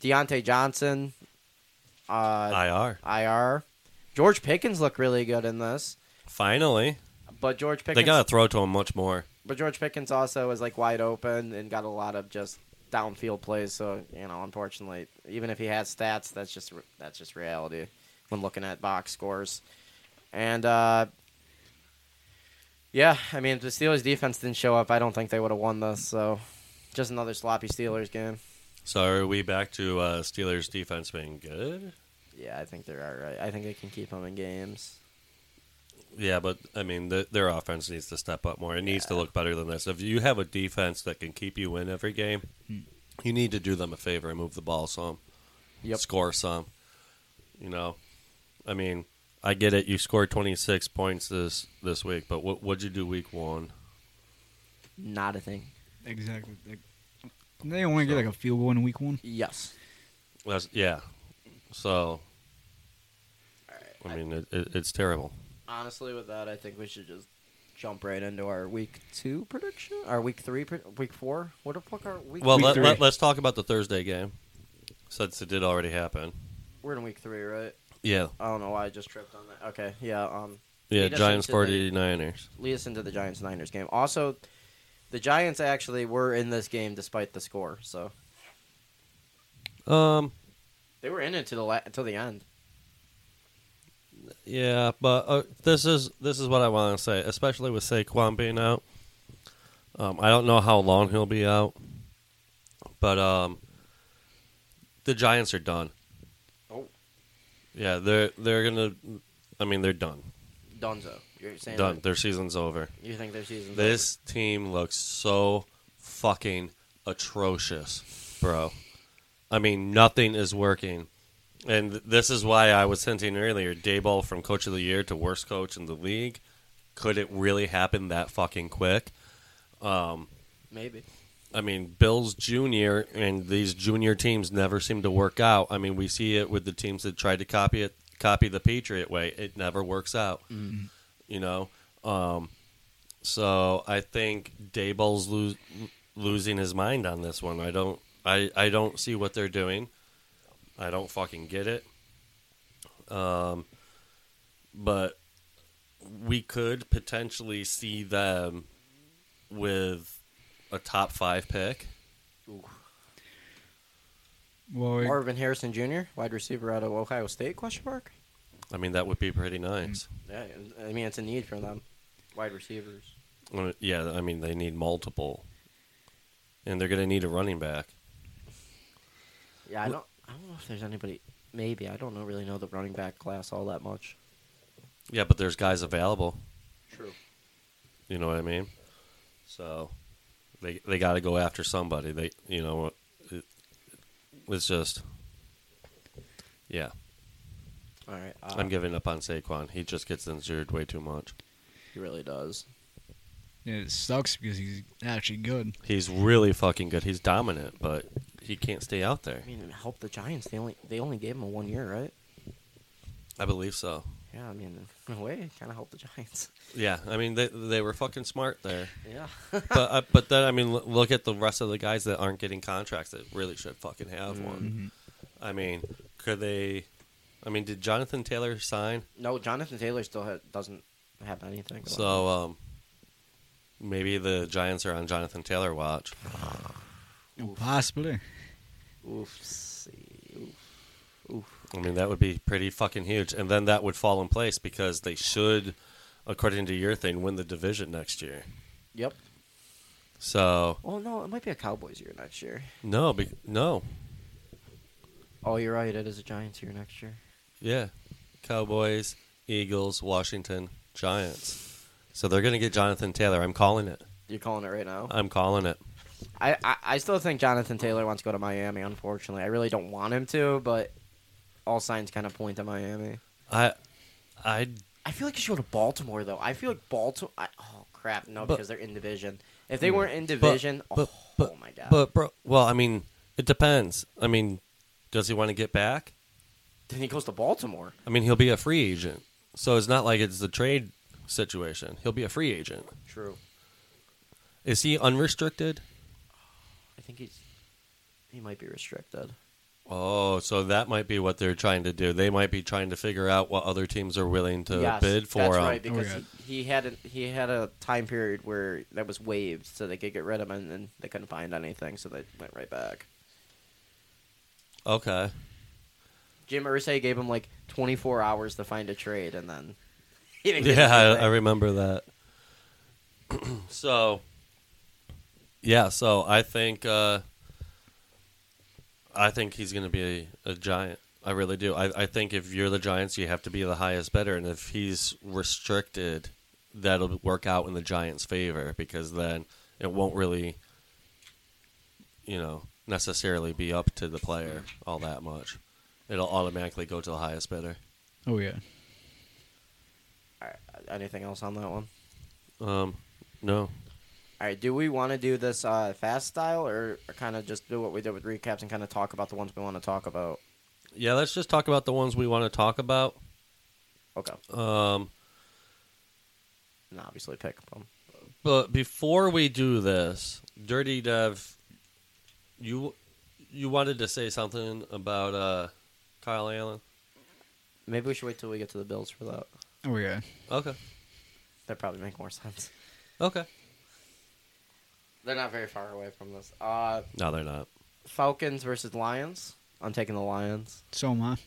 Deontay Johnson. Uh, IR IR. George Pickens looked really good in this, finally. but George Pickens They gotta throw to him much more. but George Pickens also was like wide open and got a lot of just downfield plays. So you know, unfortunately, even if he has stats, that's just that's just reality when looking at box scores. And uh, yeah, I mean, if the Steelers defense didn't show up, I don't think they would have won this. So just another sloppy Steelers game. So are we back to uh, Steelers defense being good? Yeah, I think they're all right. I think they can keep them in games. Yeah, but I mean, the, their offense needs to step up more. It needs to look better than this. If you have a defense that can keep you in every game, you need to do them a favor and move the ball some, Yep. score some. You know, I mean, I get it. You scored twenty six points this this week, but what what'd you do week one? Not a thing. Exactly. Like, they only get like a field goal in week one. Yes. That's, yeah, so I mean, it, it, it's terrible. Honestly, with that, I think we should just jump right into our week two prediction, our week three, pre- week four. What the fuck are week? Well, week let, three. let, us talk about the Thursday game since it did already happen. we're in week three, right? Yeah, I don't know why I just tripped on that. Okay, yeah. Um, yeah, He doesn't Giants do that. 49ers. lead us into the Giants Niners game. Also, the Giants actually were in this game despite the score, so Um, they were in it to the la- till the end. Yeah, but uh, this is this is what I want to say, especially with Saquon being out. Um, I don't know how long he'll be out, but um, the Giants are done. Oh. yeah, they're they're gonna. I mean, they're done. Dunzo, you're saying Done. that- Their season's over. you think their season's This team looks so fucking atrocious, bro. I mean, nothing is working. And th- this is why I was hinting earlier Dayball from coach of the year to worst coach in the league. Could it really happen that fucking quick? over? maybe? I mean, Bills junior and these junior teams never seem to work out. I mean, we see it with the teams that tried to copy it, copy the Patriot way. It never works out. You know. Um, so I think Dayball's lo- losing his mind on this one. I don't. I, I don't see what they're doing. I don't fucking get it. Um, but we could potentially see them with a top five pick. Well, it- Marvin Harrison Jr., wide receiver out of Ohio State? Question mark. I mean, that would be pretty nice. Yeah, I mean it's a need for them, wide receivers. Well, Yeah, I mean, they need multiple, and they're going to need a running back. Yeah, I don't. I don't know if there's anybody. Maybe I don't know. Really know the running back class all that much. Yeah, but there's guys available. True. You know what I mean? So they they got to go after somebody. They you know it, it's just yeah. All right. Uh, I'm giving up on Saquon. He just gets injured way too much. He really does. it sucks because he's actually good. He's really fucking good. He's dominant, but he can't stay out there. I mean, and help the Giants. They only they only gave him a one year, right? I believe so. Yeah, I mean, in a (laughs) way, kind of helped the Giants. Yeah, I mean they they were fucking smart there. (laughs) Yeah. but uh, (laughs) but then I mean, l- look at the rest of the guys that aren't getting contracts that really should fucking have one. I mean, could they? I mean, did Jonathan Taylor sign? no, Jonathan Taylor still ha- doesn't have anything. going on. So um, maybe the Giants are on Jonathan Taylor watch. Possibly. oof, see, oof, oof. I mean, that would be pretty fucking huge, and then that would fall in place because they should, according to your thing, win the division next year. Yep. So Oh no, it might be a Cowboys year next year. no, be- no, Oh, you're right. It is a Giants year next year. Yeah. Cowboys, Eagles, Washington, Giants. So they're going to get Jonathan Taylor. I'm calling it. You're calling it right now. I'm calling it. I, I, I still think Jonathan Taylor wants to go to Miami. Unfortunately, I really don't want him to, but all signs kind of point to Miami. I I I feel like he should go to Baltimore though. I feel like Baltimore. Oh crap, no, But- Hmm. because they're in division. If they weren't in but- division, but- oh, but- my god. But bro, well, I mean, it depends. I mean, does he want to get back? then he goes to Baltimore. I mean, he'll be a free agent. So it's not like it's the trade situation. He'll be a free agent. True. Is he unrestricted? I think he's he might be restricted. Oh, so that might be what they're trying to do. They might be trying to figure out what other teams are willing to yes, bid for um, that's him. right because Okay. he, he had a, he had a time period where that was waived, so they could get rid of him, and then they couldn't find anything, so they went right back. Okay. Jim Irsay gave him like 24 hours to find a trade, and then he didn't get Yeah, I, anything. I remember that. (clears throat) so, yeah, so I think uh, I think he's going to be a, a giant. I really do. I, I think if you're the Giants, you have to be the highest bidder, and if he's restricted, that'll work out in the Giants' favor because then it won't really, you know, necessarily be up to the player all that much. It'll automatically go to the highest bidder. Oh yeah. Anything else on that one? Um, no, All right, do we want to do this uh, fast style or, or kind of just do what we did with recaps and kind of talk about the ones we want to talk about? yeah. Let's just talk about the ones we want to talk about. Okay. Um, And obviously pick them. But before we do this, Dirty Dev, you you wanted to say something about uh, Kyle Allen? Maybe we should wait till we get to the Bills for that. Oh yeah. Okay, That probably make more (laughs) sense. okay. They're not very far away from this. Uh, No, they're not. Falcons versus Lions. I'm taking the Lions. So am I.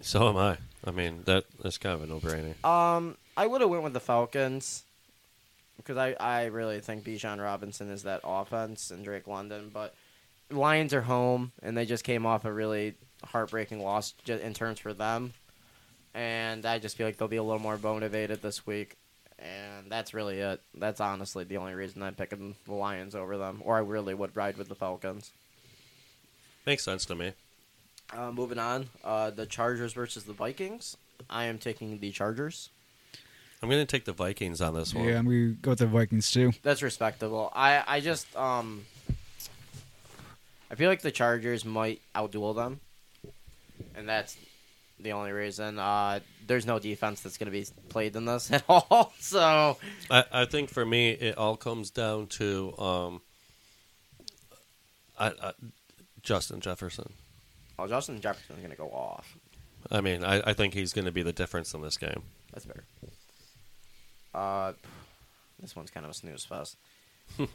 So am I. I mean, that that's kind of a no brainer. Um, I would have went with the Falcons because I, I really think Bijan Robinson is that offense and Drake London. But Lions are home and they just came off a really heartbreaking loss ju- in terms for them. And I just feel like they'll be a little more motivated this week. And that's really it. That's honestly the only reason I'm picking the Lions over them, or I really would ride with the Falcons. Makes sense to me. Uh, moving on, uh, the Chargers versus the Vikings. I am taking the Chargers. I'm going to take the Vikings on this one. Yeah, I'm gonna go with the Vikings too. That's respectable. I, I just um I feel like the Chargers might outduel them. And that's the only reason. Uh there's no defense that's gonna be played in this (laughs) at all. So I, I think for me, it all comes down to um, I, I, Justin Jefferson. oh, Justin Jefferson's gonna go off. I mean, I, I think he's going to be the difference in this game. That's better. Uh this one's kind of a snooze fest.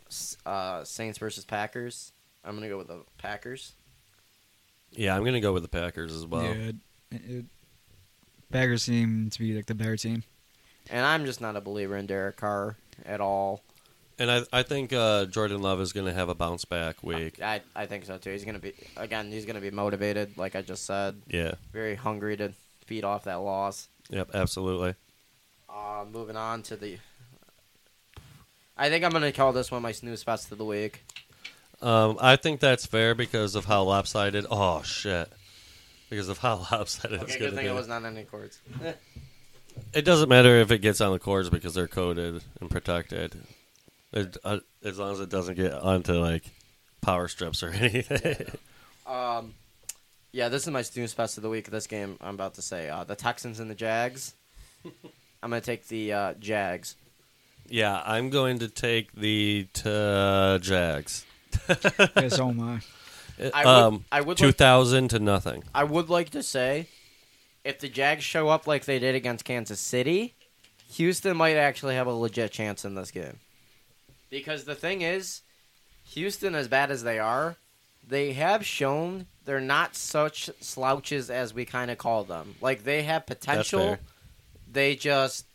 S- uh Saints versus Packers. I'm gonna go with the Packers. Yeah, I'm going to go with the Packers as well. Yeah. It, it, Packers seem to be like the (laughs) better team. And I'm just not a believer in Derek Carr at all. And I, I think uh, Jordan Love is going to have a bounce back week. I, I think so too. He's gonna be again. He's gonna be motivated, like I just said, Yeah. very hungry to feed off that loss. Yep. Absolutely. Uh, moving on to the, I think I'm gonna call this one my snooze fest of the week. Um, I think that's fair because of how lopsided. Oh shit. Because of how (laughs) lopsided it's Okay, going good to thing be. it was not any chords. It doesn't matter if it gets on the cords because they're coated and protected. It, uh, as long as it doesn't get onto like power strips or (laughs) anything. um, yeah, this is my snooze fest of the week. This game I'm about to say, uh, the Texans and the (laughs) Jags. I'm gonna take the uh, Jags. yeah, I'm going to take the uh, Jags. yeah, so am I. I would- um, I would like- two thousand to nothing. I would like to say, if the Jags show up like they did against Kansas City, Houston might actually have a legit chance in this game. Because the thing is, Houston, as bad as they are, they have shown they're not such slouches as we kind of call them. Like they have potential. fair. They just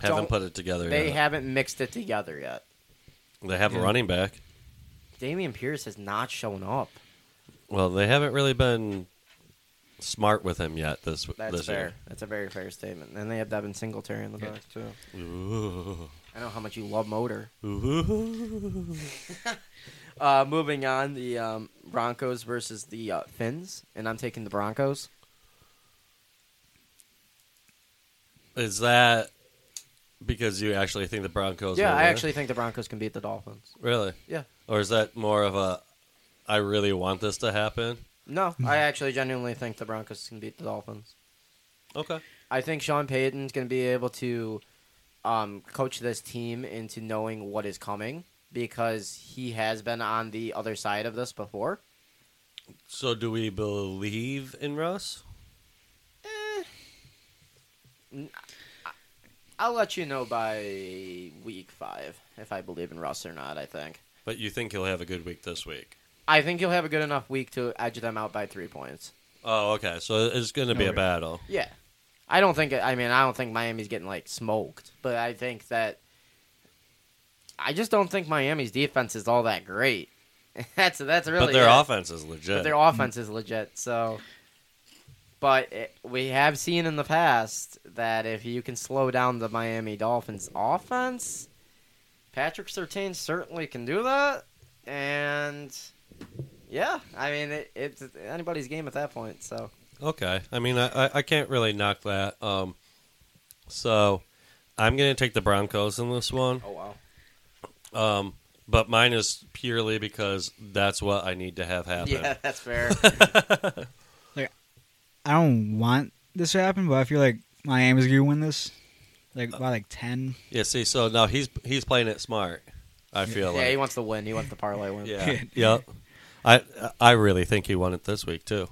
Haven't Don't- put it together. they yet. haven't mixed it together yet. they have a Yeah. running back. Damian Pierce has not shown up. Well, they haven't really been smart with him yet this That's this fair. That's a very fair statement. And they have Devin Singletary in the back too. year. Ooh. I know how much you love motor. Ooh. Uh, moving on, the um, Broncos versus the uh, Finns, and I'm taking the Broncos. Is that because you actually think the Broncos? yeah, will I win? actually think the Broncos can beat the Dolphins. really, Yeah. or is that more of a I really want this to happen? No, I actually genuinely think the Broncos can beat the Dolphins. Okay, I think Sean Payton's going to be able to um, coach this team into knowing what is coming because he has been on the other side of this before. so do we believe in Russ? I'll let you know by week five if I believe in Russ or not, I think. But you think he'll have a good week this week? I think he'll have a good enough week to edge them out by three points. Oh, okay. So it's going to be No, a really. battle. Yeah, I don't think. I mean, I don't think Miami's getting like smoked, but I think that I just don't think Miami's defense is all that great. (laughs) that's that's really but their it. Uh, offense is legit. But their offense is legit. So But it, we have seen in the past that if you can slow down the Miami Dolphins offense, Patrick Sertain certainly can do that. And yeah, I mean it, it's anybody's game at that point. So Okay. I mean, I, I- I can't really knock that. Um, so I'm going to take the Broncos in this one, oh wow, um, but mine is purely because that's what I need to have happen. yeah, (laughs) that's fair. I don't want this to happen, but I feel like Miami's gonna win this, like Uh. by like ten. Yeah, see, so now he's he's playing it smart. I feel (laughs) yeah, he like. wants the win. He wants the parlay win. yeah. yep. I I really think he won it this week too.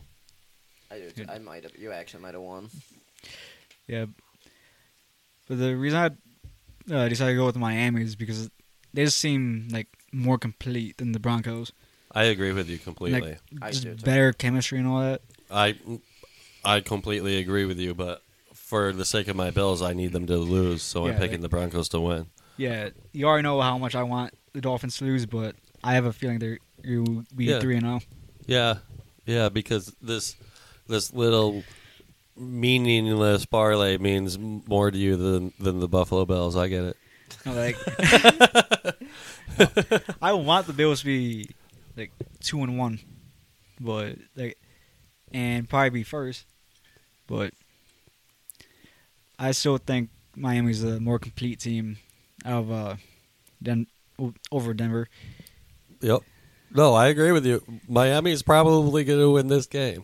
I, do- I might have. You actually might have won. Yeah. But the reason I uh, decided to go with Miami is because they just seem like more complete than the Broncos. I agree with you Like, completely. I just do, too. better chemistry and all that. I I completely agree with you, but for the sake of my Bills, I need them to lose, so I'm Yeah, picking like- the Broncos to win. Yeah, you already know how much I want the Dolphins to lose, but I have a feeling they're you be Yeah. three and oh. zero. Yeah, yeah, because this this little meaningless parlay means more to you than than the Buffalo Bills. I get it. No, (laughs) like I want the Bills to be like two and one, but like and probably be first, but I still think Miami's a more complete team out of uh, Den- o- over Denver. Yep. No, I agree with you. Miami's probably going to win this game,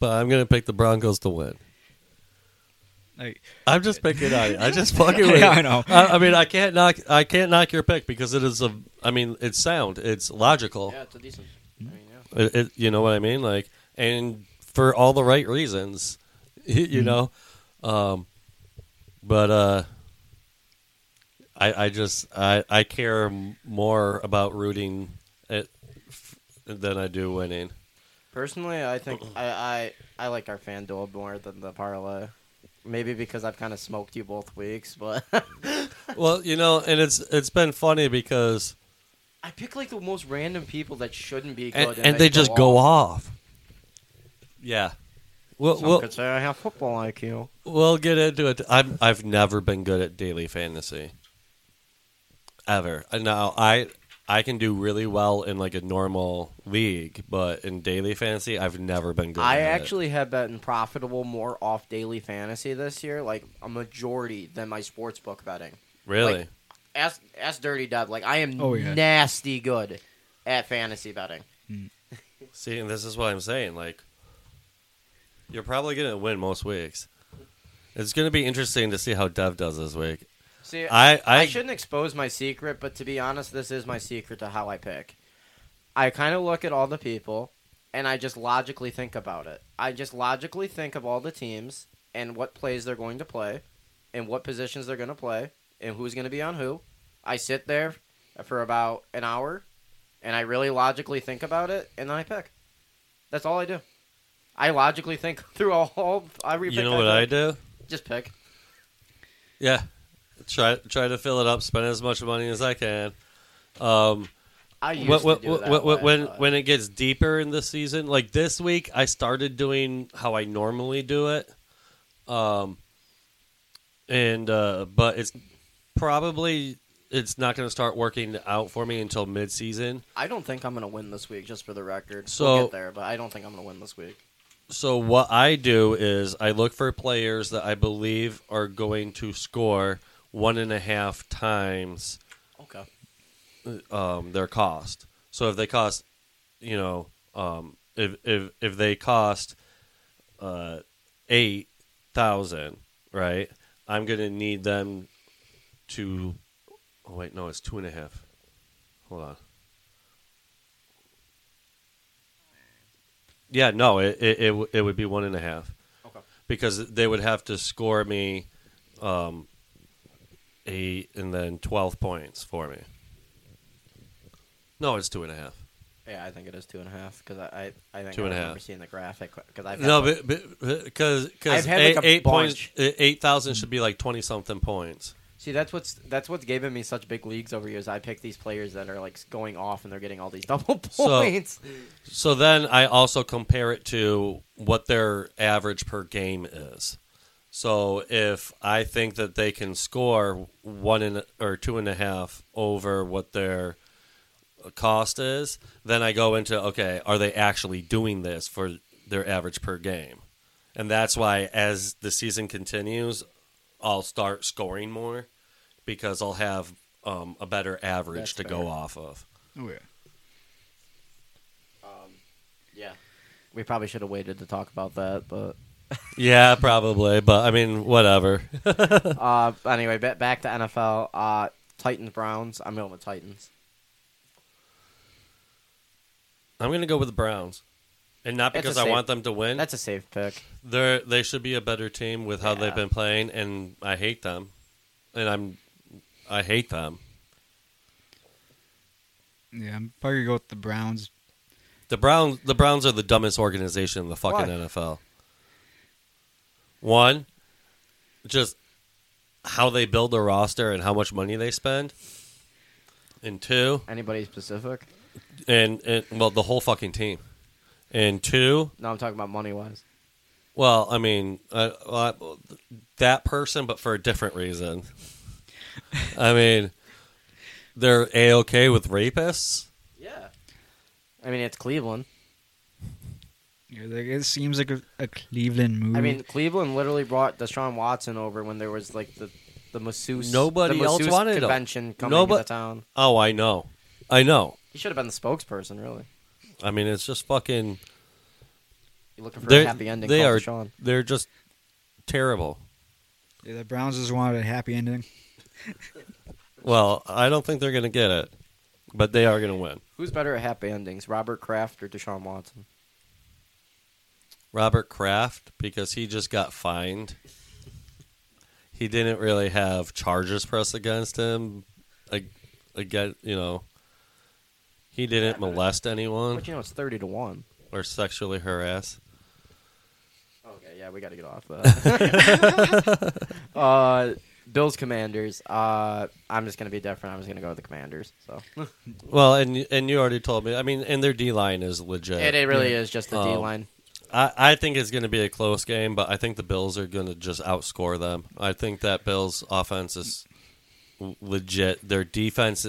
but I'm going to pick the Broncos to win. Like (laughs) I'm just picking on you. I just fucking. with Yeah, you. I know. I, I mean, I can't knock. I can't knock your pick because it is a. I mean, it's sound. It's logical. Yeah, it's a decent. I mean, yeah. It, it, you know what I mean? Like, and for all the right reasons, (laughs) you Mm-hmm. know. Um, but uh, I, I just, I, I care m- more about rooting it f- than I do winning. Personally, I (clears throat) think I, I I like our fan duel more than the parlay. Maybe because I've kind of smoked you both weeks, but (laughs) Well, you know, and it's it's been funny because I pick like the most random people that shouldn't be good, and, and they just go off. Yeah. We'll, Some we'll, could say I have football IQ. we'll get into it. I'm, I've never been good at daily fantasy. Ever. And Now, I I can do really well in like a normal league, but in daily fantasy, I've never been good I at it. actually have been profitable more off daily fantasy this year, like a majority than my sports book betting. Really? like- Ask ask Dirty Dub, like I am Oh, yeah. nasty good at fantasy betting. See, and this is what I'm saying. Like, you're probably going to win most weeks. It's going to be interesting to see how Dev does this week. See, I, I, I shouldn't expose my secret, but to be honest, this is my secret to how I pick. I kind of look at all the people and I just logically think about it. I just logically think of all the teams and what plays they're going to play and what positions they're going to play and who's going to be on who. I sit there for about an hour and I really logically think about it and then I pick. That's all I do. I logically think (laughs) through all. all every You pick know what I do? Just pick. Yeah. Try try to fill it up, spend as much money as I can. Um, I used what, what, to do it that what, way, when but- uh, when it gets deeper in the season, like this week, I started doing how I normally do it. Um, and uh, but it's probably it's not going to start working out for me until mid season. I don't think I'm gonna win this week, just for the record. So- we'll get there, but I don't think I'm gonna win this week. So what I do is I look for players that I believe are going to score one and a half times Okay. um, their cost. So if they cost, you know, um, if if if they cost uh, eight thousand, right? I'm gonna need them to. Oh wait, no, it's two and a half. Hold on. Yeah, no, it it it, w- it would be one and a half Okay. because they would have to score me um, eight and then 12 points for me. No, it's two and a half. Yeah, I think it is two and a half because I, I I think Two I and a remember half. seeing the graphic because I've had No, like- because because I've had, like, eight, a eight points, bunch. eight thousand should be like twenty something points. See, that's what's that's what's given me such big leagues over years. I pick these players that are like going off and they're getting all these (laughs) double So- points. So then I also compare it to what their average per game is. So if I think that they can score one and or two and a half over what their cost is, then I go into okay, are they actually doing this for their average per game? And that's why as the season continues, I'll start scoring more because I'll have um, a better average That's to fair. go off of. Oh yeah. yeah, we probably should have waited to talk about that, but Yeah, probably, but I mean, whatever. uh, anyway, ba- back to NFL. Uh, Titans Browns. I'm going with Titans. I'm gonna go with the Browns, and not That's a because I safe- want them to win. That's a safe pick. They're they should be a better team with how Yeah. they've been playing, and I hate them, and I'm I hate them. Yeah, I'm probably gonna go with the Browns. The Browns the Browns are the dumbest organization in the fucking Why? NFL. One, just how they build their roster and how much money they spend, and two, Anybody specific? and, and well, the whole fucking team, and two, No, I'm talking about money wise. Well, I mean, uh, uh, that person, but for a different reason. I mean, they're a okay with rapists. Yeah. I mean, it's Cleveland. Yeah, like, it seems like a, a Cleveland move. I Mm-hmm. mean, Cleveland literally brought Deshaun Watson over when there was like the the masseuse. Nobody the else masseuse wanted him. convention coming Nobo- to town. Oh, I know, I know. He should have been the spokesperson, really. I mean, it's just fucking. You're looking for They're, a happy ending. they called are. Deshaun. They're just terrible. yeah, the Browns just wanted a happy ending. Well, I don't think they're gonna get it, but they are gonna win. Who's better at happy endings, Robert Kraft or Deshaun Watson? Robert Kraft because he just got fined. He didn't really have charges pressed against him. Ag- Again, you know, he didn't molest anyone But you know, it's thirty to one. or sexually harass. Okay, yeah, we got to get off (laughs) that. (laughs) uh, Bills Commanders. Uh, I'm just gonna be different. I'm just gonna go with the Commanders. So Uh, Well, and you- and you already told me. I mean, and their D line is legit. it, it really is just the D Oh. line. I, I think it's going to be a close game, but I think the Bills are going to just outscore them. I think that Bills offense is l- legit. Their defense,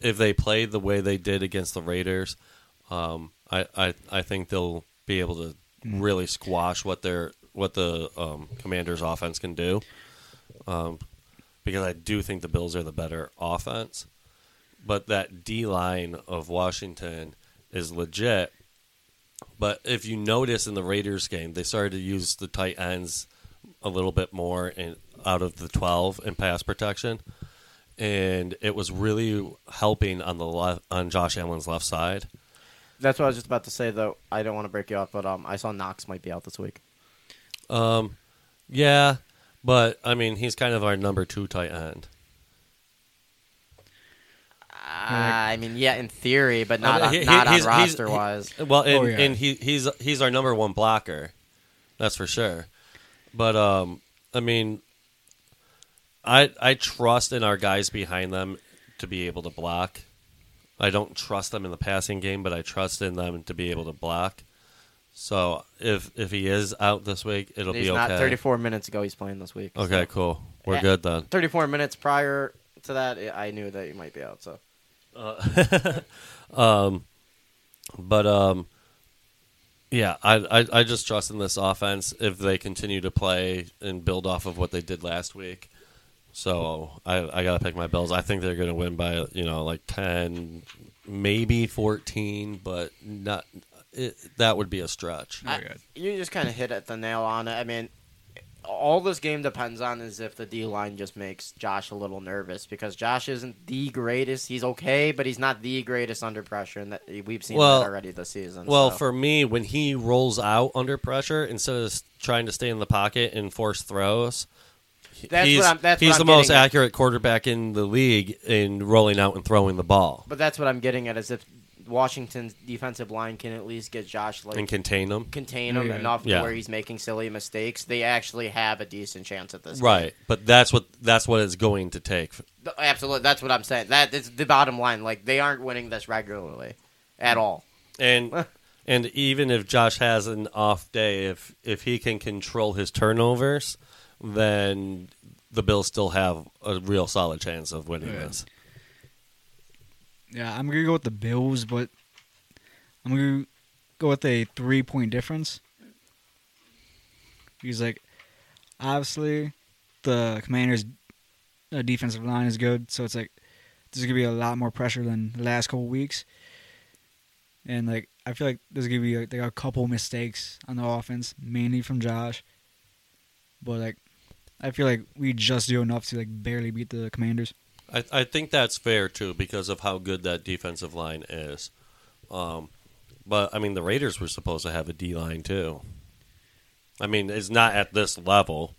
if they play the way they did against the Raiders, um, I, I I think they'll be able to really squash what their what the um, Commanders offense can do. Um, because I do think the Bills are the better offense, but that D line of Washington is legit. But if you notice in the Raiders game, they started to use the tight ends a little bit more in, out of the 12 in pass protection. And it was really helping on the left, on Josh Allen's left side. That's what I was just about to say. Though I don't want to break you off, but um, I saw Knox might be out this week. Yeah, but I mean, he's kind of our number two tight end. I mean, yeah, in theory, but I not mean, on, he- not on he's- he's- roster wise. Well, and, Oh, yeah. and he he's he's our number one blocker, that's for sure. But um, I mean, I I trust in our guys behind them to be able to block. I don't trust them in the passing game, but I trust in them to be able to block. So if if he is out this week, it'll He's be okay. not 34 minutes ago. He's playing this week. Okay, cool. We're Eh. good then. 34 minutes prior to that, I I knew that he might be out. So But um, yeah, I, I I just trust in this offense if they continue to play and build off of what they did last week. So I I gotta pick my Bills. I think they're gonna win by you know like ten, maybe fourteen, but not. It, that would be a stretch. I- you just kind of hit at the nail on it. I mean, all this game depends on is if the D line just makes Josh a little nervous because Josh isn't the greatest. He's okay, but he's not the greatest under pressure, and that we've seen Well- that already this season. Well, so. for me, when he rolls out under pressure instead of s- trying to stay in the pocket and force throws, he- That's what he's, I'm- that's what he's I'm the most getting at. accurate quarterback in the league in rolling out and throwing the ball. But that's what I'm getting at is if Washington's defensive line can at least get Josh like and contain them. contain him Yeah. enough to Yeah. where he's making silly mistakes, they actually have a decent chance at this. Right, but that's what that's what it's going to take. Th- Absolutely, that's what I'm saying. That is the bottom line. Like they aren't winning this regularly at all. And and even if Josh has an off day, if if he can control his turnovers, then the Bills still have a real solid chance of winning Yeah. this. Yeah, I'm gonna go with the Bills, but I'm gonna go with a three point difference. Because like, obviously, the Commanders' uh, defensive line is good, so it's like there's gonna be a lot more pressure than the last couple weeks. And like, I feel like there's gonna be like, like a couple mistakes on the offense, mainly from Josh. But like, I feel like we just do enough to like barely beat the Commanders. I, I think that's fair too because of how good that defensive line is. Um, but I mean, the Raiders were supposed to have a D line too. I mean, it's not at this level,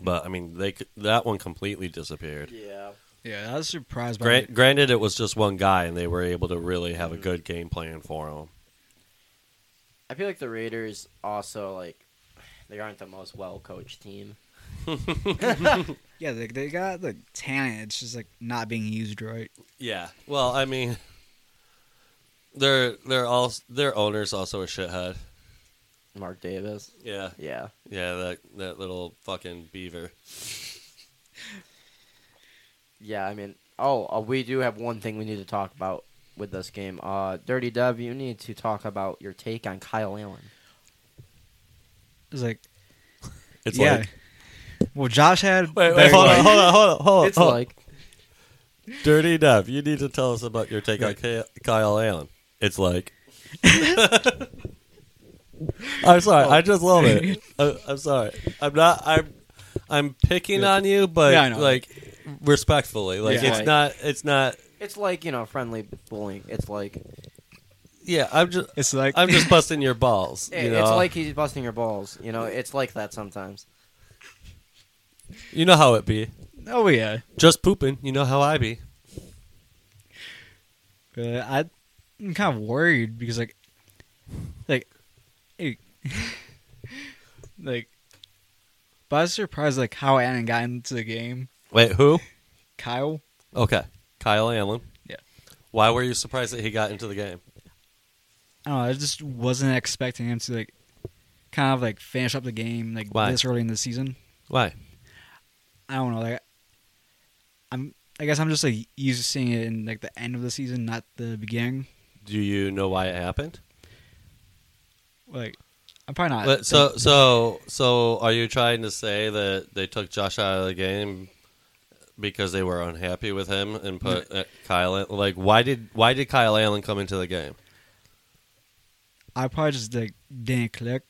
but I mean, they c- that one completely disappeared. Yeah. Yeah, I was surprised by Gra- granted, it was just one guy, and they were able to really have a good game plan for him. I feel like the Raiders also like they aren't the most well coached team. Yeah, they, they got the talent. It's just like not being used right. Yeah. Well, I mean, their their all their owner's also a shithead. Mark Davis. Yeah. Yeah. Yeah. That that little fucking beaver. Yeah, I mean, oh, uh, we do have one thing we need to talk about with this game. Uh, Dirty Dub, you need to talk about your take on Kyle Allen. It's like It's yeah. like well, Josh had Wait, wait, very hold good- on, hold on, hold on, hold on. It's hold on. like Dirty Dove, you need to tell us about your take on K- Kyle Allen. It's (laughs) like. I'm sorry. Oh. I just love (laughs) it. I, I'm sorry. I'm not. I'm. I'm picking on you, but Yeah, I know. like respectfully, like Yeah. it's not. It's not. it's like you know friendly bullying. It's like Yeah, I'm just. It's like I'm just busting your balls. it- you know? it's like he's busting your balls. You know, it's like that sometimes. you know how it be. (laughs) oh yeah. Just pooping. You know how I be. Uh, I- I'm kind of worried because like like it- (laughs) like. But I was surprised like how Allen got into the game. Wait, who? Kyle, Okay, Kyle Allen. Yeah. Why were you surprised that he got into the game? I don't know. I just wasn't expecting him to like kind of like finish up the game like Why? this early in the season. Why? I don't know. Like, I'm. I guess I'm just like used to seeing it in like the end of the season, not the beginning. Do you know why it happened? Like, I'm probably not. But so so so are you trying to say that they took Josh out of the game because they were unhappy with him and put uh, Kyle in- like why did why did Kyle Allen come into the game? I probably just like didn't click,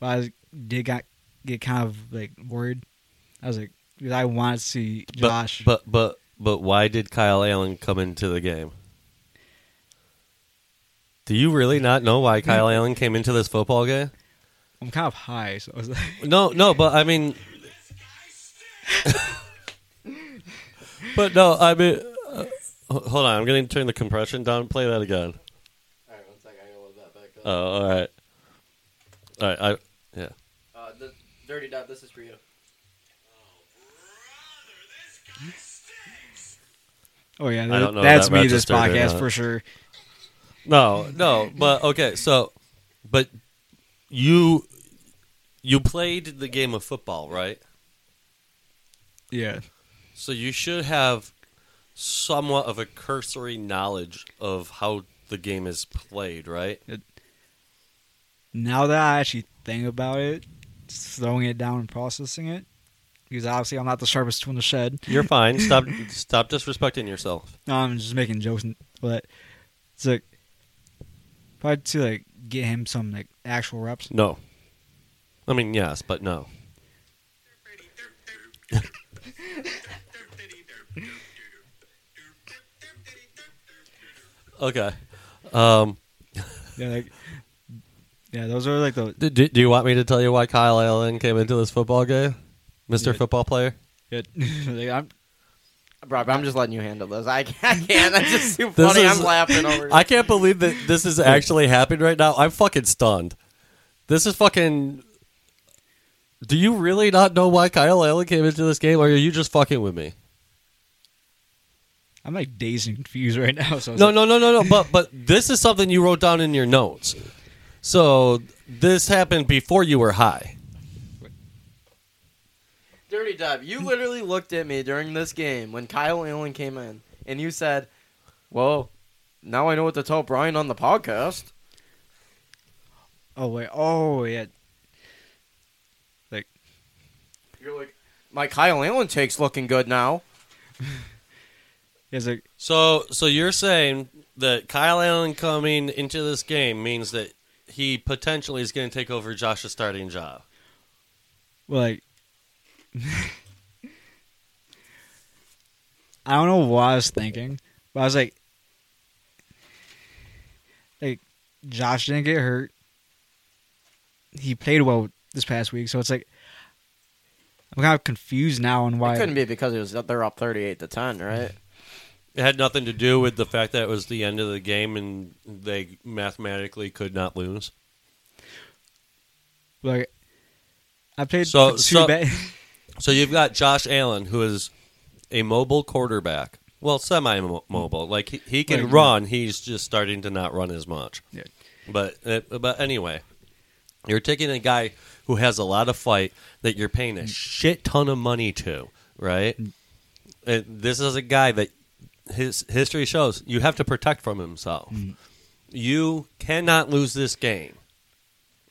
but I did got get kind of like worried. I was like, 'cause I wanted to see But- Josh. But but but why did Kyle Allen come into the game? Do you really not know why Kyle Allen came into this football game? I'm kind of high, so I was like, (laughs) No, no, but I mean, (laughs) but no, I mean, uh, h- hold on, I'm gonna turn the compression down. Play that again. All right, one second. I gotta load that back Oh, all right, all right, I yeah. Uh, the Dirty Dub, this is for you. oh yeah, I don't know if that's that me. This registered or podcast not. for sure. No, no, but okay, so, but you you played the game of football, right? Yeah, So you should have somewhat of a cursory knowledge of how the game is played, right? now that I actually think about it, slowing it down and processing it, because obviously I'm not the sharpest tool in the shed. You're fine. (laughs) Stop, stop disrespecting yourself. No, I'm just making jokes, and- but it's like probably to like get him some like actual reps. No. I mean, yes, but no. (laughs) okay. Um, Yeah, like yeah, those are like the do, do do you want me to tell you why Kyle Allen came into this football game, Mister Yeah. (laughs) Football Player? like I'm Rob, I'm just letting you handle this. I, I can't. That's just too (laughs) This funny. is- I'm laughing over. I can't believe that this is actually happening right now. I'm fucking stunned. This is fucking. Do you really not know why Kyle Allen came into this game, or are you just fucking with me? I'm like dazed and confused right now. So I was No, like, no, no, no, no. But but this is something you wrote down in your notes. So this happened before you were high. Dirty Dub, you literally looked at me during this game when Kyle Allen came in, and you said, "Well, now I know what to tell Brian on the podcast." Oh wait. Oh yeah. You're like, "My Kyle Allen takes looking good now." It's like So so you're saying that Kyle Allen coming into this game means that he potentially is going to take over Josh's starting job. well, like. I don't know what I was thinking, but I was like, like Josh didn't get hurt. He played well this past week, so it's like I'm kind of confused now on why. It couldn't be because it was they're up 38 to 10, right? It had nothing to do with the fact that it was the end of the game and they mathematically could not lose. Like, I played So- too so- bad. So you've got Josh Allen, who is a mobile quarterback. Well, semi-mobile. Like he, he can Like, run. He's just starting to not run as much. Yeah. But uh, but anyway, you're taking a guy who has a lot of fight that you're paying a shit ton of money to, right? And this is a guy that his history shows you have to protect from himself. You cannot lose this game.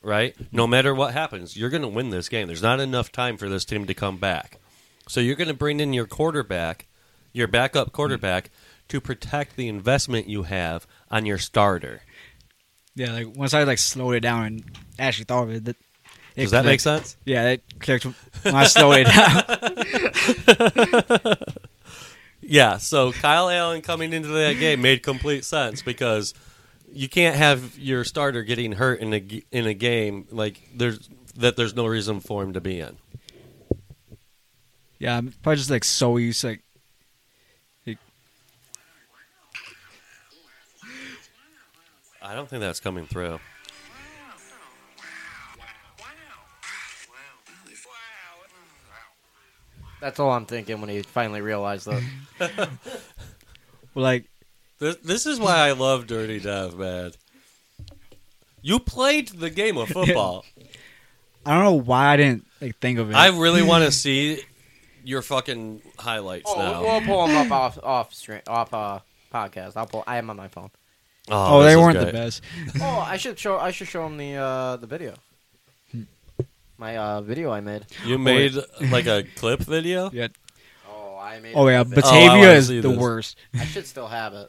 Right? No matter what happens, you're going to win this game. There's not enough time for this team to come back. So you're going to bring in your quarterback, your backup quarterback, to protect the investment you have on your starter. (laughs) Yeah, like once I like slowed it down and actually thought of it. That, it Does that make clicked. sense? Yeah, it clicked when I slowed it (laughs) down. Yeah, so Kyle Allen coming into that game made complete sense because you can't have your starter getting hurt in a g- in a game like there's that there's no reason for him to be in. Yeah, I'm probably just like so used to, like. like- I don't think that's coming through. That's all I'm thinking when he finally realized that. Well, like This, this is why I love Dirty Dev, man. You played the game of football. I don't know why I didn't like think of it. I really want to see your fucking highlights oh, now. we'll, we'll pull him up off off stream, off uh, podcast. I'll pull. I am on my phone. oh, this they is weren't great. the best. Oh, I should show. I should show him the uh, the video. My uh, video I made. You made like a clip video. Yeah. Oh, I made. Oh a yeah, video. Batavia wanna is see the this. worst. I should still have it.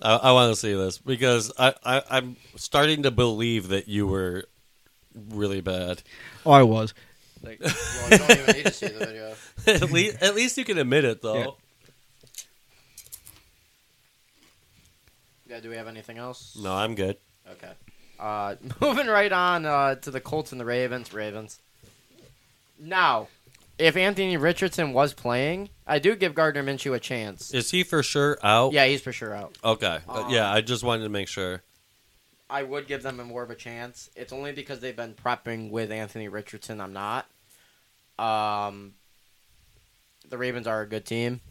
I, I want to see this because I, I I'm starting to believe that you were really bad. (laughs) Oh, I was. (laughs) Like, well, you don't even need to see the video. at least at least you can admit it though. Yeah. Yeah, do we have anything else? No, I'm good. Okay. Uh, (laughs) moving right on uh, to the Colts and the Ravens. Ravens. Now, if Anthony Richardson was playing, I do give Gardner Minshew a chance. Is he for sure out? Yeah, Uh-huh. he's for sure out. Okay. Uh, yeah, I just wanted to make sure. I would give them a more of a chance. It's only because they've been prepping with Anthony Richardson. I'm not. Um, the Ravens are a good team.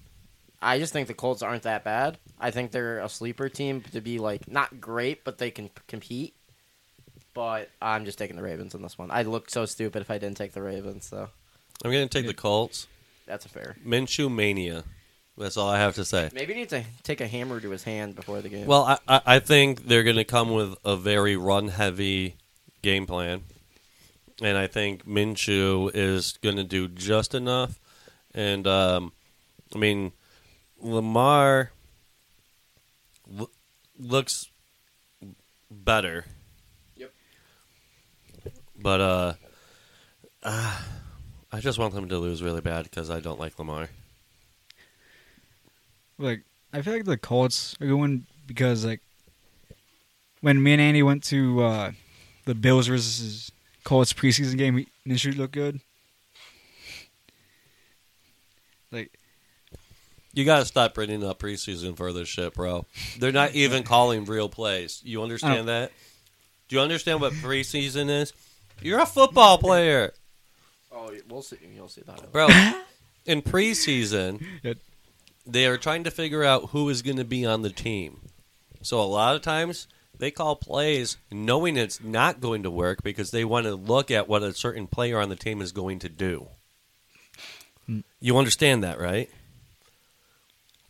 I just think the Colts aren't that bad. I think they're a sleeper team to be like not great, but they can p- compete. But I'm just taking the Ravens in this one. I'd look so stupid if I didn't take the Ravens. So I'm gonna take the Colts. that's a fair. Minshew mania. That's all I have to say. Maybe you need to take a hammer to his hand before the game. Well, I, I, I think they're going to come with a very run heavy game plan. And I think Minshew is going to do just enough. And, um, I mean, Lamar l- looks better. Yep. But uh, (sighs) ah, I just want them to lose really bad because I don't like Lamar. Like I feel like the Colts are going because like when me and Andy went to uh the Bills versus Colts preseason game, he- Minshew looked good. Like You got to stop bringing up preseason for this shit, bro. They're not even calling real plays. You Oh. understand that? Do you understand what preseason is? You're a football player, Oh, we'll see. You'll see that. bro. In preseason, It- they are trying to figure out who is going to be on the team. So a lot of times they call plays knowing it's not going to work because they want to look at what a certain player on the team is going to do. You understand that, right?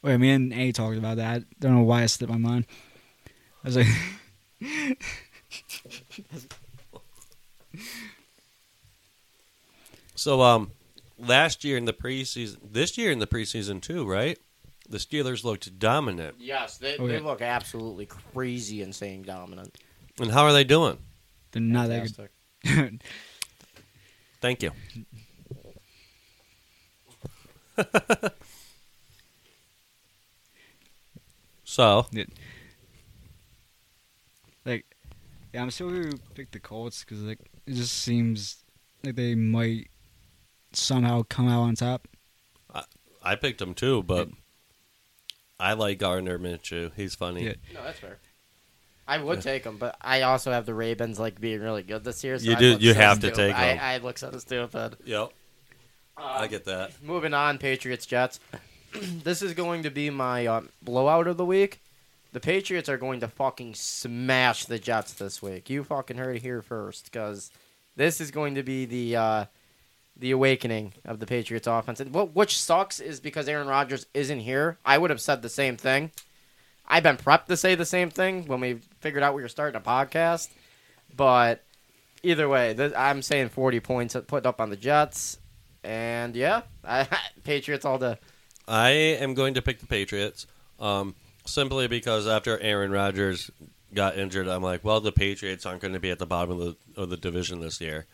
Wait, me and A talked about that. I don't know why it slipped my mind. I was like, (laughs) So um last year in the preseason, this year in the preseason too, right? The Steelers looked dominant. Yes, they, Okay. they look absolutely crazy, insane, dominant. And how are they doing? they're not that Fantastic. (laughs) good. Thank you. (laughs) so, like, yeah, I'm still gonna pick the Colts because like it just seems like they might somehow come out on top. I picked him too, but I like Gardner Minshew. He's funny. Yeah. No, that's fair. I would take them, but I also have the Ravens like being really good this year. So You I do- look you so have to stupid. take I, 'em. I look so stupid. Yep. I get that. Moving on, Patriots Jets. (clears throat) this is going to be my um, blowout of the week. The Patriots are going to fucking smash the Jets this week. You fucking heard it here first, because this is going to be the uh, the awakening of the Patriots offense. And what which sucks is because Aaron Rodgers isn't here. I would have said the same thing. I've been prepped to say the same thing when we figured out we were starting a podcast, but either way, th- I'm saying 40 points put up on the Jets, and yeah, (laughs) I, Patriots all the I am going to pick the Patriots um, simply because after Aaron Rodgers got injured, I'm like, well, the Patriots aren't going to be at the bottom of the, of the division this year.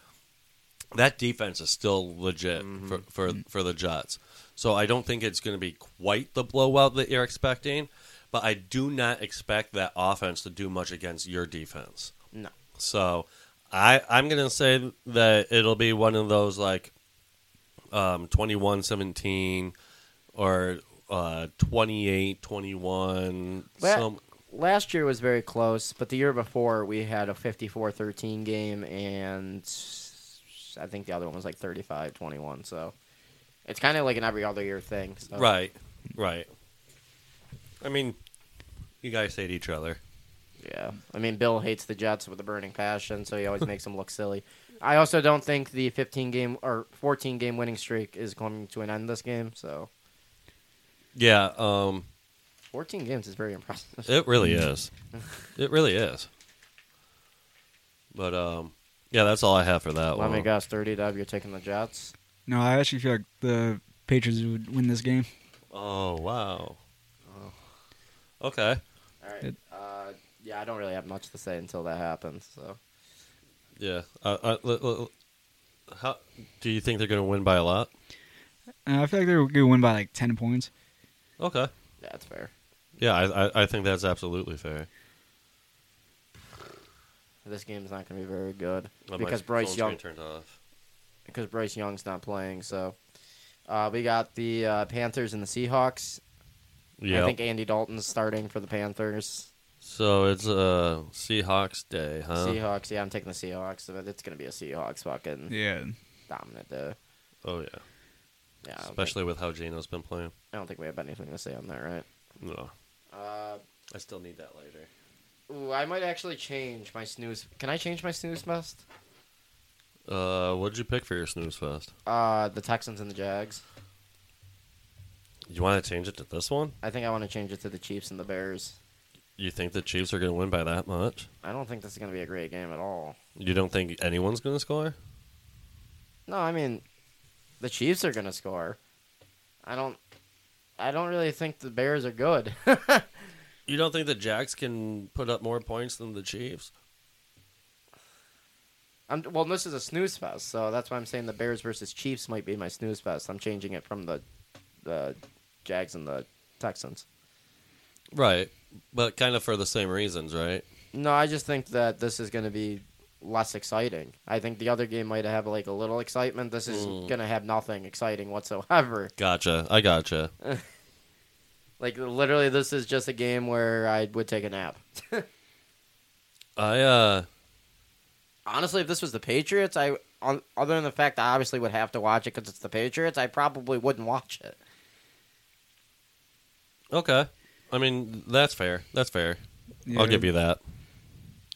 That defense is still legit Mm-hmm. for, for, for the Jets. So I don't think it's going to be quite the blowout that you're expecting, but I do not expect that offense to do much against your defense. no. So I I'm gonna say that it'll be one of those like um 21-17 or uh 28-21 Well- some Last year was very close, but the year before we had a 54-13 game, and I think the other one was like 35-21. So it's kind of like an every other year thing. So. right right I mean you guys hate each other Yeah. I mean, Bill hates the Jets with a burning passion, so he always makes them look silly. (laughs) I also don't think the 15 game or 14 game winning streak is coming to an end this game. So yeah um 14 games is very impressive. it really is it really is but um yeah that's all I have for that Let me one guess, 30 W, you're taking the Jets. No, I actually feel like the Patriots would win this game. oh wow Oh. okay All right. It- Uh, yeah, I don't really have much to say until that happens. So Yeah. Uh, uh, l- l- l- how do you think they're going to win by a lot? Uh, I feel like they're gonna win by like ten points. Okay. yeah, that's fair. Yeah, I, I, I think that's absolutely fair. This game's not going to be very good Well, my because Bryce phone Young screen turned off. because Bryce Young's not playing. So uh, we got the uh, Panthers and the Seahawks. Yeah. I think Andy Dalton's starting for the Panthers. so it's uh Seahawks day, huh? Seahawks. Yeah, I'm taking the Seahawks. But it's going to be a Seahawks fucking Yeah, dominant day. Oh yeah. Yeah, I don't, think, Especially with how Gino's been playing. I don't think we have anything to say on that, right? No. Uh, I still need that later. ooh, I might actually change my snooze. Can I change my snooze fest? Uh, what did you pick for your snooze fest? Uh, the Texans and the Jags. You want to change it to this one? I think I want to change it to the Chiefs and the Bears. You think the Chiefs are going to win by that much? I don't think this is going to be a great game at all. You don't think anyone's going to score? No, I mean, the Chiefs are going to score. I don't. I don't really think the Bears are good. (laughs) You don't think the Jacks can put up more points than the Chiefs? I'm, well, this is a snooze fest, so that's why I'm saying the Bears versus Chiefs might be my snooze fest. I'm changing it from the the Jags and the Texans. Right, but kind of for the same reasons, right? No, I just think that this is going to be less exciting. I think the other game might have like a little excitement. This is going to have nothing exciting whatsoever. Gotcha. I gotcha. Like literally, this is just a game where I would take a nap. I uh, Honestly, if this was the Patriots, I on, other than the fact I obviously would have to watch it because it's the Patriots, I probably wouldn't watch it. okay. I mean, that's fair. That's fair. Yeah, I'll give you that.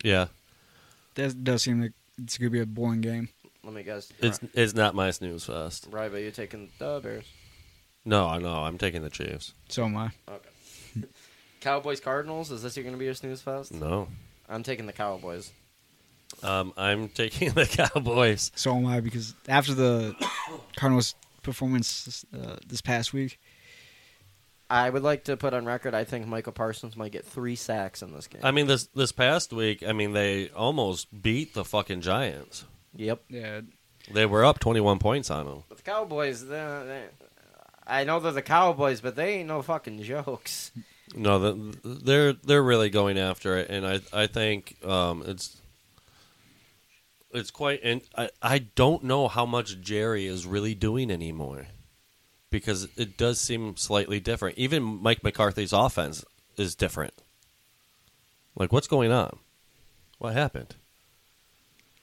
Yeah, That does seem like it's gonna be a boring game. Let me guess. it's it's not my snooze fest. right, but you're taking the Bears, No, I know. I'm taking the Chiefs. So am I. Cowboys, Cardinals. Is this going to be your snooze fest? No, I'm taking the Cowboys. um, I'm taking (laughs) the Cowboys. So am I because after the (coughs) Cardinals performance this, uh, this past week, I would like to put on record. I think Michael Parsons might get three sacks in this game. I mean, this this past week, I mean, they almost beat the fucking Giants. yep. yeah, They were up 21 points on them. But the Cowboys, they, they, I know they're the Cowboys, but they ain't no fucking jokes. No, the, they're they're really going after it, and I I think um, it's it's quite, and I I don't know how much Jerry is really doing anymore, because it does seem slightly different. Even Mike McCarthy's offense is different. Like, what's going on? What happened?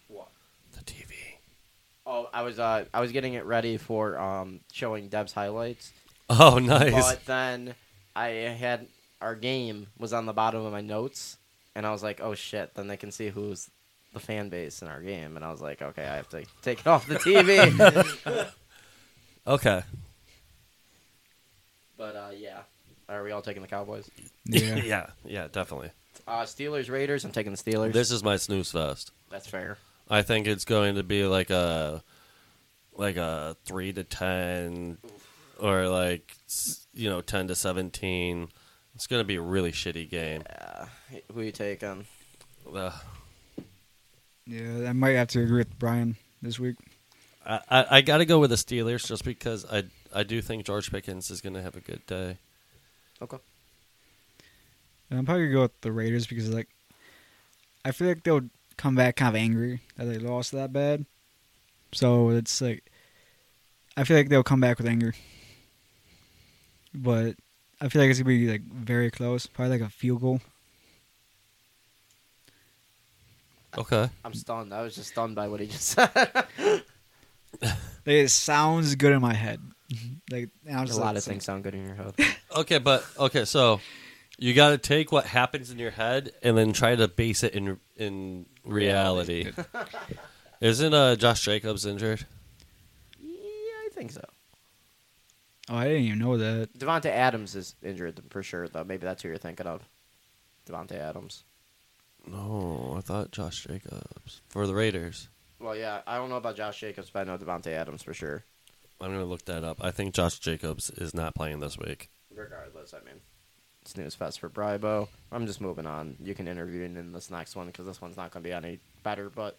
What? The TV. Oh, I was uh, I was getting it ready for um, showing Deb's highlights, Oh, (laughs) nice. but then I had our game was on the bottom of my notes, and I was like, oh shit! Then they can see who's the fan base in our game, and I was like, okay, I have to take it off the (laughs) TV. Okay. (laughs) but uh, yeah, are we all taking the Cowboys? Yeah. yeah. yeah. Definitely. Uh, Steelers, Raiders. I'm taking the Steelers. This is my snooze fest. That's fair. I think it's going to be like a like a three to ten or like s- you know ten to seventeen. It's going to be a really shitty game. Uh, who you taking? Uh, yeah, I might have to agree with Brian this week. I, I, I got to go with the Steelers just because I I do think George Pickens is going to have a good day. Okay. And I'm probably gonna go with the Raiders because like I feel like they'll come back kind of angry that they lost that bad. So it's like I feel like they'll come back with anger. But I feel like it's gonna be like very close, probably like a field goal. Okay. I'm stunned. I was just stunned by what he just said. Like, it sounds good in my head. like now Mm-hmm. a lot of things sound good in your head. Okay, but okay, so you got to take what happens in your head and then try to base it in in reality. (laughs) Isn't uh, Josh Jacobs injured? yeah, I think so. Oh, I didn't even know that. Devonte Adams is injured for sure, though. Maybe that's who you're thinking of. Devonte Adams. No, I thought Josh Jacobs for the Raiders. Well, yeah, I don't know about Josh Jacobs, but I know Devonte Adams for sure. I'm gonna look that up. I think Josh Jacobs is not playing this week. Regardless, I mean, it's news fest for Bribo. I'm just moving on. You can interview in- in this next one because this one's not going to be any better. But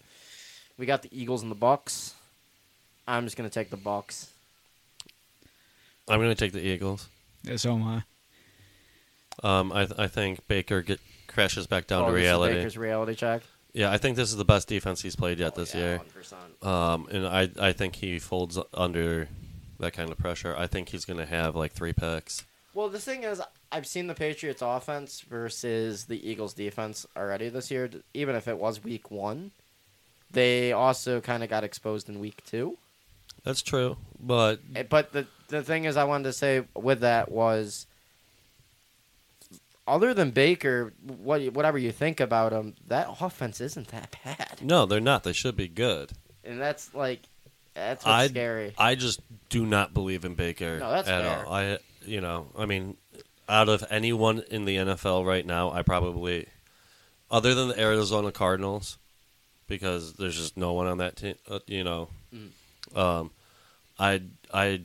we got the Eagles and the Bucks. I'm just going to take the Bucks. I'm gonna take the Eagles. Yeah, so am I. Um, I th- I think Baker get, crashes back down Oh, to this is reality. Baker's reality check. Yeah, I think this is the best defense he's played yet this Yeah, year. 100%. Um, and I I think he folds under that kind of pressure. I think he's gonna have like three picks. Well, the thing is, I've seen the Patriots' offense versus the Eagles' defense already this year. d- Even if it was Week One, they also kind of got exposed in Week Two. That's true, but Eh, But the the thing is, I wanted to say with that was, other than Baker, what whatever you think about him, that offense isn't that bad, no, they're not. They should be good. and that's like that's what's I scary. I just do not believe in Baker No, that's at fair. all. I you know, I mean, out of anyone in the NFL right now, I probably other than the Arizona Cardinals because there's just no one on that team, uh, you know. Mm-hmm. Um I I